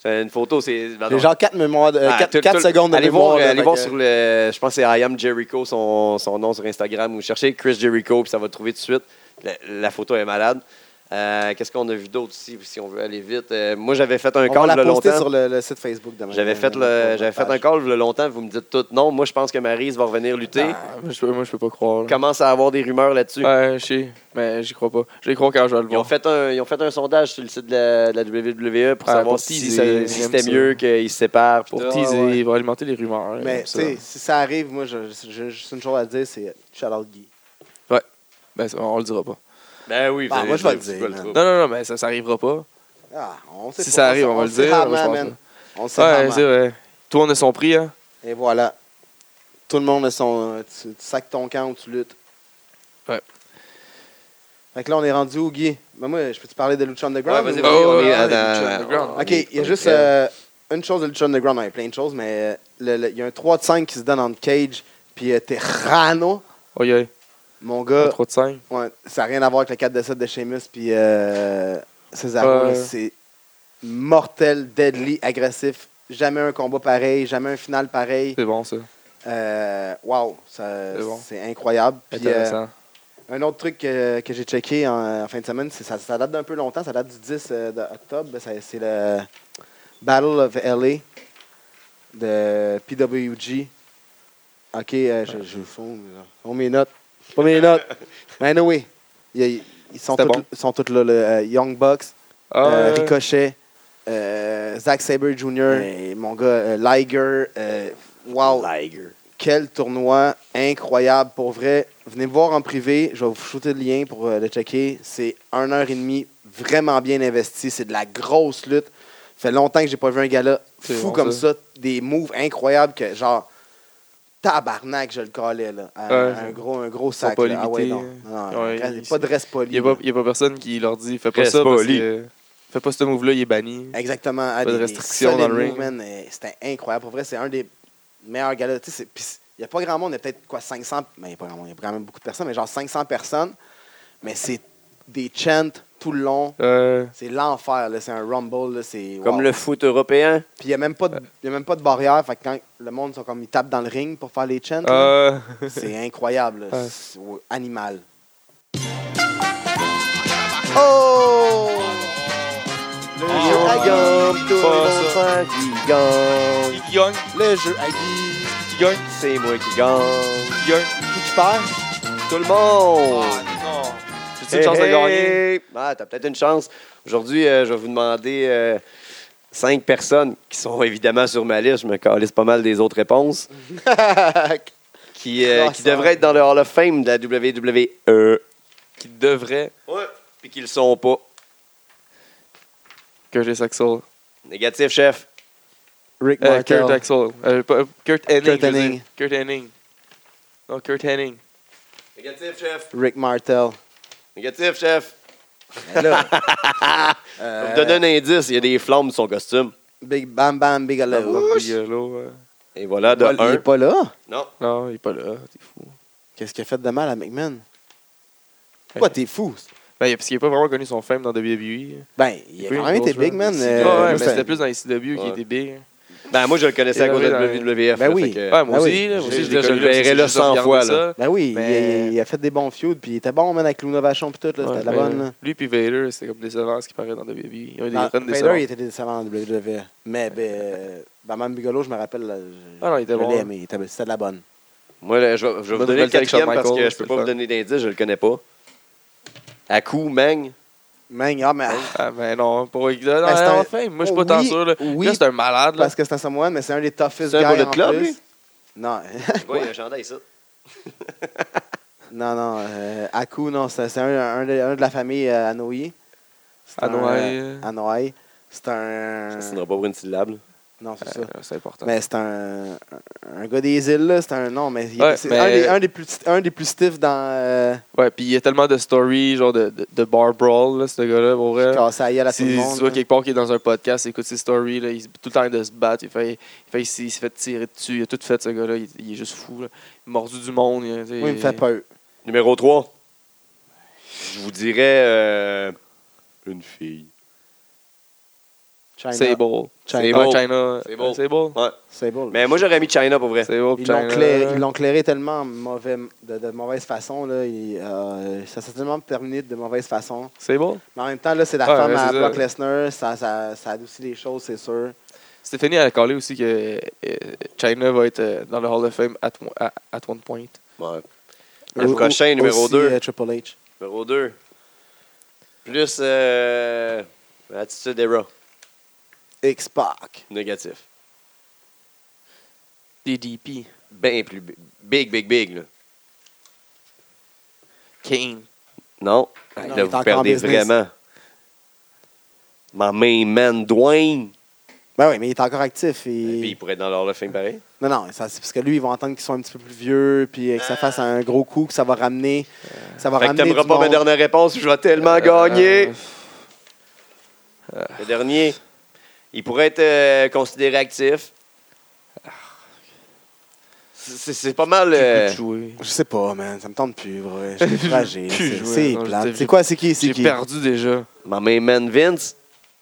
Speaker 3: C'est une photo, c'est. ben
Speaker 1: J'ai
Speaker 3: non.
Speaker 1: genre 4 mémoires, de,
Speaker 3: Ah,
Speaker 1: 4,
Speaker 3: tout- tout-
Speaker 1: secondes de
Speaker 3: allez
Speaker 1: mémoire.
Speaker 3: Voir,
Speaker 1: là,
Speaker 3: allez
Speaker 1: fait
Speaker 3: voir
Speaker 1: que-
Speaker 3: sur le. Je pense que c'est I am Jericho, son, son nom sur Instagram, ou cherchez Chris Jericho, puis ça va le trouver tout de suite. La, la photo est malade. Euh, Qu'est-ce qu'on a vu d'autre aussi, si on veut aller vite? Euh, moi, j'avais fait un
Speaker 1: On va
Speaker 3: call
Speaker 1: la
Speaker 3: le
Speaker 1: poster
Speaker 3: longtemps.
Speaker 1: sur le, le site Facebook demain.
Speaker 3: J'avais fait, le, j'avais fait un call le longtemps, vous me dites tout non. Moi, je pense que Maryse va revenir lutter.
Speaker 2: Ah, moi, je peux- Moi, je peux pas croire.
Speaker 3: On
Speaker 2: là.
Speaker 3: commence à avoir des rumeurs là-dessus.
Speaker 2: Ouais, je sais, mais j'y crois pas. Je vais y croire quand je vais le
Speaker 3: Ils, ont
Speaker 2: voir.
Speaker 3: fait un, ils ont fait un sondage sur le site de la, de la WWE pour
Speaker 2: Ah,
Speaker 3: savoir
Speaker 2: pour
Speaker 3: si,
Speaker 2: teaser,
Speaker 3: ça- si
Speaker 2: j'aime
Speaker 3: c'était
Speaker 2: ça.
Speaker 3: mieux qu'ils se séparent. Pour
Speaker 2: Pour
Speaker 1: Ah,
Speaker 2: teaser,
Speaker 1: ouais.
Speaker 2: ils vont alimenter les rumeurs. là,
Speaker 1: Mais
Speaker 2: comme
Speaker 1: tu
Speaker 2: ça.
Speaker 1: sais, si ça arrive, moi, je- je- je- juste une chose à dire, c'est shout out Guy.
Speaker 2: Ben, ça, on le dira pas.
Speaker 3: Ben oui,
Speaker 1: Ah,
Speaker 3: vous allez-
Speaker 1: moi, je vais
Speaker 3: vous
Speaker 1: le
Speaker 3: allez-
Speaker 1: dire,
Speaker 3: vous allez-
Speaker 1: man.
Speaker 2: Non, non, non, mais ça, ça arrivera pas.
Speaker 1: Ah, on sait
Speaker 2: Si
Speaker 1: pas,
Speaker 2: ça
Speaker 1: on
Speaker 2: arrive,
Speaker 1: sait-
Speaker 2: on va le
Speaker 1: sait
Speaker 2: dire,
Speaker 1: rarement,
Speaker 2: je pense
Speaker 1: man.
Speaker 2: pas.
Speaker 1: On sait
Speaker 2: Ouais,
Speaker 1: rarement.
Speaker 2: c'est vrai. Tout on a son prix, hein.
Speaker 1: Et voilà. Tout le monde a son. Tu, tu sacs ton camp ou tu luttes.
Speaker 2: Ouais.
Speaker 1: Fait que là, on est rendu où, Guy? Ben moi, je peux te parler de Lucha
Speaker 3: Ouais,
Speaker 1: Underground?
Speaker 3: vas-y,
Speaker 1: ou- Ah,
Speaker 3: vas-y, on
Speaker 2: Oh, ouais,
Speaker 3: est
Speaker 2: ouais,
Speaker 3: à
Speaker 2: Lucha
Speaker 3: la-
Speaker 2: Underground.
Speaker 3: on
Speaker 1: OK,
Speaker 3: est-
Speaker 1: il y a
Speaker 3: on est
Speaker 1: juste
Speaker 3: prêt.
Speaker 1: euh, une chose de Lucha Underground. Non, il y a plein de choses, mais euh, le- le- il y a un 3 de 5 qui se donne entre Cage puis euh, Terrano.
Speaker 2: Aïe, aïe.
Speaker 1: Mon
Speaker 2: Pas
Speaker 1: gars,
Speaker 2: trop de 5.
Speaker 1: ouais, ça n'a rien à voir avec le 4 de 7 de Sheamus puis euh, Cesaro.
Speaker 2: Ouais.
Speaker 1: là, C'est mortel, deadly, agressif. Jamais un combat pareil, jamais un final pareil.
Speaker 2: C'est bon, ça.
Speaker 1: Euh, wow, ça-
Speaker 2: C'est bon.
Speaker 1: c'est incroyable. Puis, euh,
Speaker 2: Intéressant.
Speaker 1: un autre truc que, que j'ai checké en, en fin de semaine, c'est- ça, ça date d'un peu longtemps, ça date du 10 euh, de octobre. Ça- C'est le Battle of LA de PWG. Ok, euh, je, je fonds, là. Fonds mes notes. Pas mes notes. Mais non, oui. Ils, ils sont
Speaker 2: C'était
Speaker 1: tous
Speaker 2: bon.
Speaker 1: ils sont tous là. le, euh, Young Bucks,
Speaker 2: Ah,
Speaker 1: euh,
Speaker 2: ouais.
Speaker 1: Ricochet, euh, Zack Sabre Jr., et mon gars, euh, Liger. euh, wow,
Speaker 3: Liger.
Speaker 1: quel tournoi incroyable pour vrai. Venez me voir en privé, je vais vous shooter le lien pour euh, le checker. C'est 1 heure et demie vraiment bien investi. C'est de la grosse lutte. Ça fait longtemps que j'ai pas vu un gars-là
Speaker 2: C'est
Speaker 1: fou
Speaker 2: bon,
Speaker 1: comme
Speaker 2: ça.
Speaker 1: ça. Des moves incroyables que genre tabarnak, je le collais là. Un,
Speaker 2: Ouais.
Speaker 1: un gros, un gros
Speaker 2: sont
Speaker 1: sac.
Speaker 2: pas
Speaker 1: là. Ah ouais,
Speaker 2: limités,
Speaker 1: non. Non, non,
Speaker 2: Ouais,
Speaker 1: reste-
Speaker 2: ils-
Speaker 1: pas de reste poli.
Speaker 2: Il n'y a, pas- y a pas personne qui leur dit fais pas
Speaker 3: Reste
Speaker 2: ça. Parce
Speaker 3: poli.
Speaker 2: que, fais pas ce move-là, il est banni.
Speaker 1: Exactement. à
Speaker 2: Pas de
Speaker 1: des- des
Speaker 2: restrictions
Speaker 1: solides
Speaker 2: dans le ring.
Speaker 1: moves, man. Et C'était incroyable. Pour vrai, c'est un des meilleurs galas. Tu sais, c'est- puis il n'y a pas grand monde. Il y a peut-être quoi, 500. Mais il y a pas grand monde. Il y a quand même beaucoup de personnes. Mais genre 500 personnes. Mais c'est des chants tout le long.
Speaker 2: Euh,
Speaker 1: C'est l'enfer. là. C'est un rumble. là. C'est,
Speaker 3: Comme
Speaker 1: wow.
Speaker 3: le foot européen.
Speaker 1: Puis il n'y a, même pas de- il y a même pas de barrière. Fait que quand le monde, sont comme, ils tapent dans le ring pour faire les chants. là.
Speaker 2: euh,
Speaker 1: C'est incroyable. là.
Speaker 2: Ouais.
Speaker 1: C'est ouais, animal. Oh! Le jeu à gomme, tout le
Speaker 2: Pas
Speaker 1: monde
Speaker 2: ça.
Speaker 1: fait qui gagne.
Speaker 2: qui gagne
Speaker 1: Le jeu à Guy.
Speaker 2: Qui gagne
Speaker 3: C'est moi qui gagne.
Speaker 2: Qui gagne
Speaker 1: Qui qui perd?
Speaker 3: Tout le monde!
Speaker 2: non J'ai-tu
Speaker 3: Hey,
Speaker 2: une chance de
Speaker 3: hey.
Speaker 2: gagner
Speaker 3: Ah, t'as peut-être une chance. Aujourd'hui, euh, je vais vous demander euh, cinq personnes qui sont évidemment sur ma liste. Je me calisse pas mal des autres réponses. qui, euh,
Speaker 1: Ah,
Speaker 3: qui
Speaker 1: ça.
Speaker 3: devraient être dans le Hall of Fame de la WWE.
Speaker 2: Qui devrait
Speaker 3: Ouais. Puis qui le sont pas.
Speaker 2: que j'ai Axel
Speaker 3: Négatif, chef.
Speaker 1: Rick
Speaker 2: Euh, Kurt Axel. Euh, pas- Kurt Henning.
Speaker 1: Kurt
Speaker 2: je veux
Speaker 1: Henning.
Speaker 2: dire. Kurt Henning. Non, Kurt Henning.
Speaker 3: Négatif, chef.
Speaker 1: Rick Martel.
Speaker 3: Négatif, chef. Je vais
Speaker 1: Euh,
Speaker 3: vous donner un indice. Il y a des flammes de son costume.
Speaker 1: Big Bam Bam, Big Hello.
Speaker 2: Bobby Yellow, euh.
Speaker 3: Et voilà, de
Speaker 1: Il est
Speaker 3: un.
Speaker 1: pas là?
Speaker 3: Non.
Speaker 2: Non, il est pas là. T'es fou.
Speaker 1: Qu'est-ce qu'il a fait de mal à McMahon? Pourquoi t'es fou?
Speaker 2: Ben, parce qu'il n'a pas vraiment connu son fame dans WWE.
Speaker 1: Ben, il a
Speaker 2: Oui,
Speaker 1: quand même été
Speaker 2: grosse
Speaker 1: big, man.
Speaker 2: run.
Speaker 1: Euh,
Speaker 2: Ah ouais,
Speaker 1: moi,
Speaker 2: mais
Speaker 1: ça-
Speaker 2: c'était plus dans les CW qui
Speaker 3: Ouais.
Speaker 2: était big.
Speaker 3: Ben, moi, je le connaissais à
Speaker 2: Il
Speaker 3: cause de
Speaker 2: avait
Speaker 3: la
Speaker 2: dans-
Speaker 3: WWF.
Speaker 1: Ben
Speaker 3: là,
Speaker 1: oui.
Speaker 3: fait que-
Speaker 2: Ouais, moi
Speaker 1: Ah
Speaker 2: aussi,
Speaker 1: oui.
Speaker 2: là, moi aussi,
Speaker 3: Je-
Speaker 2: je l'ai-
Speaker 3: je
Speaker 2: je
Speaker 3: le
Speaker 2: l'ai-
Speaker 3: verrai là
Speaker 2: j'ai juste
Speaker 3: 100 fois,
Speaker 2: regardé ça.
Speaker 1: Ben oui,
Speaker 2: Mais-
Speaker 1: il, il a fait des bons feuds, puis il était bon, man, avec l'innovation, puis tout. là, C'était de la
Speaker 2: Ouais,
Speaker 1: bonne.
Speaker 2: mais
Speaker 1: là.
Speaker 2: Lui puis Vader, c'était comme décevant ce qui paraît dans WWE. Il y a eu des
Speaker 1: Non,
Speaker 2: runs décevants.
Speaker 1: Vader, il était décevant en WWE. Mais ben, euh, Bam Bigolo, je me rappelle, là, je,
Speaker 2: Ah non, il était
Speaker 1: je
Speaker 2: bon.
Speaker 1: l'ai aimé. Il était- C'était de la bonne.
Speaker 3: Moi, là, je vais, je
Speaker 2: Bonne
Speaker 3: vais vous donner le
Speaker 2: nouvelle avec Shawn
Speaker 3: quatrième parce
Speaker 2: Michaels,
Speaker 3: que je
Speaker 2: c'est
Speaker 3: peux
Speaker 2: le
Speaker 3: pas vous
Speaker 2: fun.
Speaker 3: donner d'indice, je le connais pas. À coup, Mang.
Speaker 1: Man, ah, mais, ah,
Speaker 2: Ah, mais non, pour non, non,
Speaker 1: Ben, c'est un-
Speaker 2: enfin, moi, je suis pas tant
Speaker 1: Oui,
Speaker 2: sûr. Là,
Speaker 1: oui.
Speaker 2: Là, c'est un malade. Là.
Speaker 1: parce que c'est un Samoan, mais c'est un des toughest
Speaker 3: C'est un
Speaker 1: guys
Speaker 3: bullet
Speaker 1: en
Speaker 3: club,
Speaker 1: plus.
Speaker 3: lui?
Speaker 1: Non,
Speaker 3: Oui, il a un chandail, ça.
Speaker 1: non, non. euh, Aku, non, c'est c'est un, un de, un de la famille euh, Anoa'i. C'est un,
Speaker 2: Anoa'i.
Speaker 1: euh, Anoa'i. C'est un...
Speaker 2: Ah.
Speaker 3: Ça signera pas pour une syllabe. là.
Speaker 1: Non, c'est ça.
Speaker 2: Euh, C'est important.
Speaker 1: Mais c'est un, un gars des îles, là. C'est un... Non, mais, il-
Speaker 2: Ouais,
Speaker 1: c'est
Speaker 2: mais- euh,
Speaker 1: Un, des, un des plus, un des plus stiffs dans... Euh,
Speaker 2: Ouais, puis il y a tellement de stories, genre de, de, de bar brawl, là, ce gars-là, pour vrai.
Speaker 1: cassé la gueule à tout
Speaker 2: Si
Speaker 1: le monde.
Speaker 2: tu vois
Speaker 1: là.
Speaker 2: quelque part qu'il est dans un podcast, écoute ses stories, là, il est tout le temps en train de se battre, il, fait, il, fait, il s'est fait tirer dessus, il a tout fait ce gars-là, il, il est juste fou, là. Il a mordu du monde. Il, a- tu sais,
Speaker 1: Moi, il me fait peur.
Speaker 3: Numéro 3. Je vous dirais. euh, une fille.
Speaker 1: China.
Speaker 2: Sable.
Speaker 1: China.
Speaker 2: Ah,
Speaker 3: Sable.
Speaker 2: China.
Speaker 3: Sable.
Speaker 2: Euh, Sable.
Speaker 3: Ouais.
Speaker 1: C'est beau. là.
Speaker 3: Mais moi, j'aurais mis China pour vrai.
Speaker 2: Sable,
Speaker 1: Ils
Speaker 2: China. euh,
Speaker 1: l'ont clairé, ils l'ont clairé tellement mauvais, de, de mauvaise façon. Là, il- euh, ça s'est tellement terminé de mauvaise façon.
Speaker 2: Sable.
Speaker 1: Mais en même temps, là, c'est la
Speaker 2: Ouais,
Speaker 1: femme
Speaker 2: ouais,
Speaker 1: à
Speaker 2: c'est
Speaker 1: Brock
Speaker 2: ça.
Speaker 1: Lesnar. Ça, ça, ça adoucit les choses, c'est sûr.
Speaker 2: Stéphanie elle a collé aussi que euh, China va être euh, dans le Hall of Fame at, one- à- at one point.
Speaker 3: Ouais. Le
Speaker 1: Au-
Speaker 3: prochain,
Speaker 1: au-
Speaker 3: numéro
Speaker 1: aussi,
Speaker 3: deux.
Speaker 1: euh, Triple H.
Speaker 3: Numéro 2. Plus. Euh, Attitude Era.
Speaker 1: X-Pac.
Speaker 3: Négatif.
Speaker 2: DDP.
Speaker 3: Ben Bien plus. bi- Big, big, big. là.
Speaker 2: Kane.
Speaker 1: Non,
Speaker 3: Non.
Speaker 1: il
Speaker 3: là,
Speaker 1: est
Speaker 3: vous
Speaker 1: encore
Speaker 3: perdez
Speaker 1: en business.
Speaker 3: vraiment. Ma main, man, Dwayne.
Speaker 1: Ben oui, mais il est encore actif.
Speaker 3: Puis
Speaker 1: Il...
Speaker 3: Ben, il pourrait être dans leur film pareil.
Speaker 1: Non, non, ça, c'est parce que lui, ils vont entendre qu'ils sont un petit peu plus vieux, puis euh, que ça fasse un gros coup, que ça va ramener. Ça va
Speaker 3: Fait que
Speaker 1: ramener.
Speaker 3: t'aimeras
Speaker 1: du
Speaker 3: pas ma
Speaker 1: monde. Euh,
Speaker 3: dernière réponse, je vais tellement
Speaker 2: Euh,
Speaker 3: gagner. Le dernier. Il pourrait être euh, considéré actif. C'est c'est pas mal. euh,
Speaker 2: Plus joué.
Speaker 1: Je sais pas, man. Ça me tente plus, vrai. Je suis découragé.
Speaker 2: Plus
Speaker 1: C'est
Speaker 2: jouer,
Speaker 1: c'est
Speaker 2: non, je
Speaker 1: plate.
Speaker 2: t'ai-
Speaker 1: C'est quoi, c'est qui, c'est
Speaker 2: J'ai
Speaker 1: qui?
Speaker 2: perdu déjà.
Speaker 3: Ma main, man, Vince.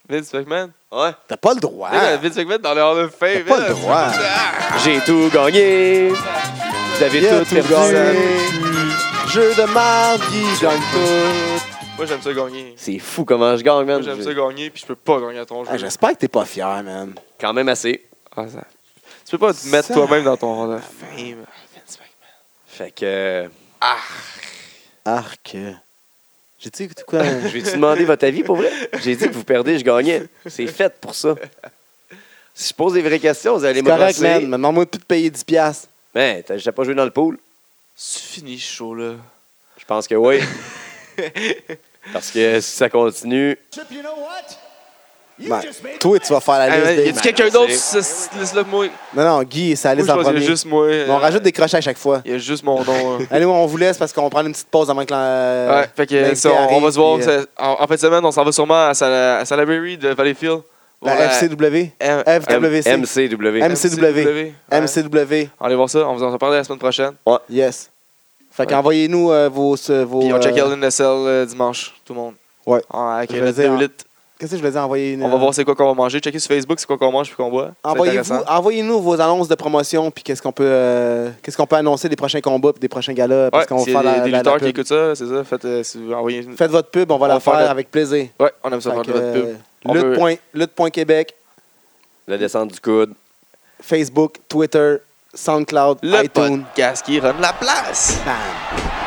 Speaker 2: Vince McMahon.
Speaker 3: Ouais.
Speaker 1: T'as pas le droit.
Speaker 2: Vince- Vince McMahon dans le Hall of Fame.
Speaker 1: Ah.
Speaker 2: euh,
Speaker 1: T'as pas le
Speaker 2: là,
Speaker 1: droit.
Speaker 2: c'est- Ah!
Speaker 3: J'ai tout gagné. Vous avez
Speaker 1: Il a
Speaker 3: tout
Speaker 1: tout
Speaker 3: perdu.
Speaker 1: gagné. Jeu de marde, il gagne tout.
Speaker 2: Moi, j'aime ça gagner.
Speaker 3: C'est fou comment je gagne,
Speaker 2: Moi,
Speaker 3: man.
Speaker 2: j'aime
Speaker 3: J'ai
Speaker 2: ça gagner, puis je peux pas gagner à ton jeu.
Speaker 1: Ah, J'espère que t'es pas fier, man.
Speaker 3: Quand même assez.
Speaker 2: Ah, ça- Tu peux pas te mettre
Speaker 1: Ça-
Speaker 2: toi-même dans ton Hall of Fame. Vince McMahon.
Speaker 3: Fait que. euh,
Speaker 1: Arc. J'ai-tu écouté quoi?
Speaker 3: Je vais-tu demander votre avis pour vrai? J'ai dit que vous perdez, je gagnais. C'est fait pour ça. Si je pose des vraies questions, vous allez
Speaker 1: C'est
Speaker 3: me
Speaker 1: correct, man.
Speaker 3: brasser.
Speaker 1: Maintenant, moi, plus de payer 10$. piastres.
Speaker 3: Ben, t'as j'ai pas joué dans le pool?
Speaker 2: C'est fini, ce show-là.
Speaker 3: Je pense que oui. Parce que si ça continue,
Speaker 5: Chip, you know what? You
Speaker 1: Ben,
Speaker 5: just made
Speaker 1: toi, tu vas faire la
Speaker 2: Hey,
Speaker 1: liste.
Speaker 2: man, y
Speaker 1: des-
Speaker 2: a-tu quelqu'un d'autre qui se- se laisse là que moi?
Speaker 1: Non, non, Guy, ça
Speaker 2: Moi,
Speaker 1: allait
Speaker 2: je
Speaker 1: en
Speaker 2: pense qu'il y a
Speaker 1: premier.
Speaker 2: juste moi. euh,
Speaker 1: Mais On rajoute des crochets à chaque fois.
Speaker 2: Il y a juste mon nom. hein.
Speaker 1: Allez, on vous laisse parce qu'on prend une petite pause avant que la.
Speaker 2: Ouais, fait que euh,
Speaker 1: l'invité
Speaker 2: ça, on, on va se voir.
Speaker 1: arrive, puis, euh,
Speaker 2: ça- en, en fin de semaine, on s'en va sûrement à, Sal- à Salaberry de Valleyfield.
Speaker 1: La
Speaker 2: Voir
Speaker 1: FCW.
Speaker 2: M-
Speaker 1: FWC.
Speaker 3: MCW.
Speaker 1: M- MCW.
Speaker 2: Ouais.
Speaker 1: MCW.
Speaker 2: Allez voir ça, on vous en parle la semaine prochaine.
Speaker 1: Yes. Fait
Speaker 2: Ouais.
Speaker 1: qu'envoyez-nous euh, vos. ce- vos
Speaker 2: Puis on check
Speaker 1: euh,
Speaker 2: Hell in a Cell euh, dimanche, tout le monde.
Speaker 1: Ouais.
Speaker 2: Ah, avec
Speaker 1: Je
Speaker 2: le
Speaker 1: veux dire,
Speaker 2: 2 litres.
Speaker 1: Qu'est-ce que je voulais dire? Envoyez une,
Speaker 2: On va voir c'est quoi qu'on va manger. Checker sur Facebook c'est quoi qu'on mange puis qu'on boit. C'est
Speaker 1: Envoyez-vous-
Speaker 2: intéressant.
Speaker 1: Envoyez-nous vos annonces de promotion, puis qu'est-ce qu'on peut, euh, qu'est-ce qu'on peut annoncer des prochains combats, puis des prochains galas, parce
Speaker 2: Ouais,
Speaker 1: qu'on va
Speaker 2: s'il y
Speaker 1: faire
Speaker 2: a des,
Speaker 1: la,
Speaker 2: des
Speaker 1: la- la
Speaker 2: lutteurs qui
Speaker 1: pub.
Speaker 2: écoutent ça, c'est ça. Faites, euh, si vous envoyez une-
Speaker 1: Faites votre pub, on va
Speaker 2: On
Speaker 1: la
Speaker 2: va faire
Speaker 1: faire
Speaker 2: la-
Speaker 1: avec plaisir.
Speaker 2: Ouais, on aime ça
Speaker 1: Fait
Speaker 2: faire
Speaker 1: que,
Speaker 2: de votre pub.
Speaker 1: euh,
Speaker 2: On
Speaker 1: Lutte
Speaker 2: veut-
Speaker 1: point- Lutte point Québec,
Speaker 3: La descente du coude.
Speaker 1: Facebook, Twitter, SoundCloud,
Speaker 2: Le
Speaker 1: iTunes.
Speaker 2: podcast qui rend la place.
Speaker 1: Bam.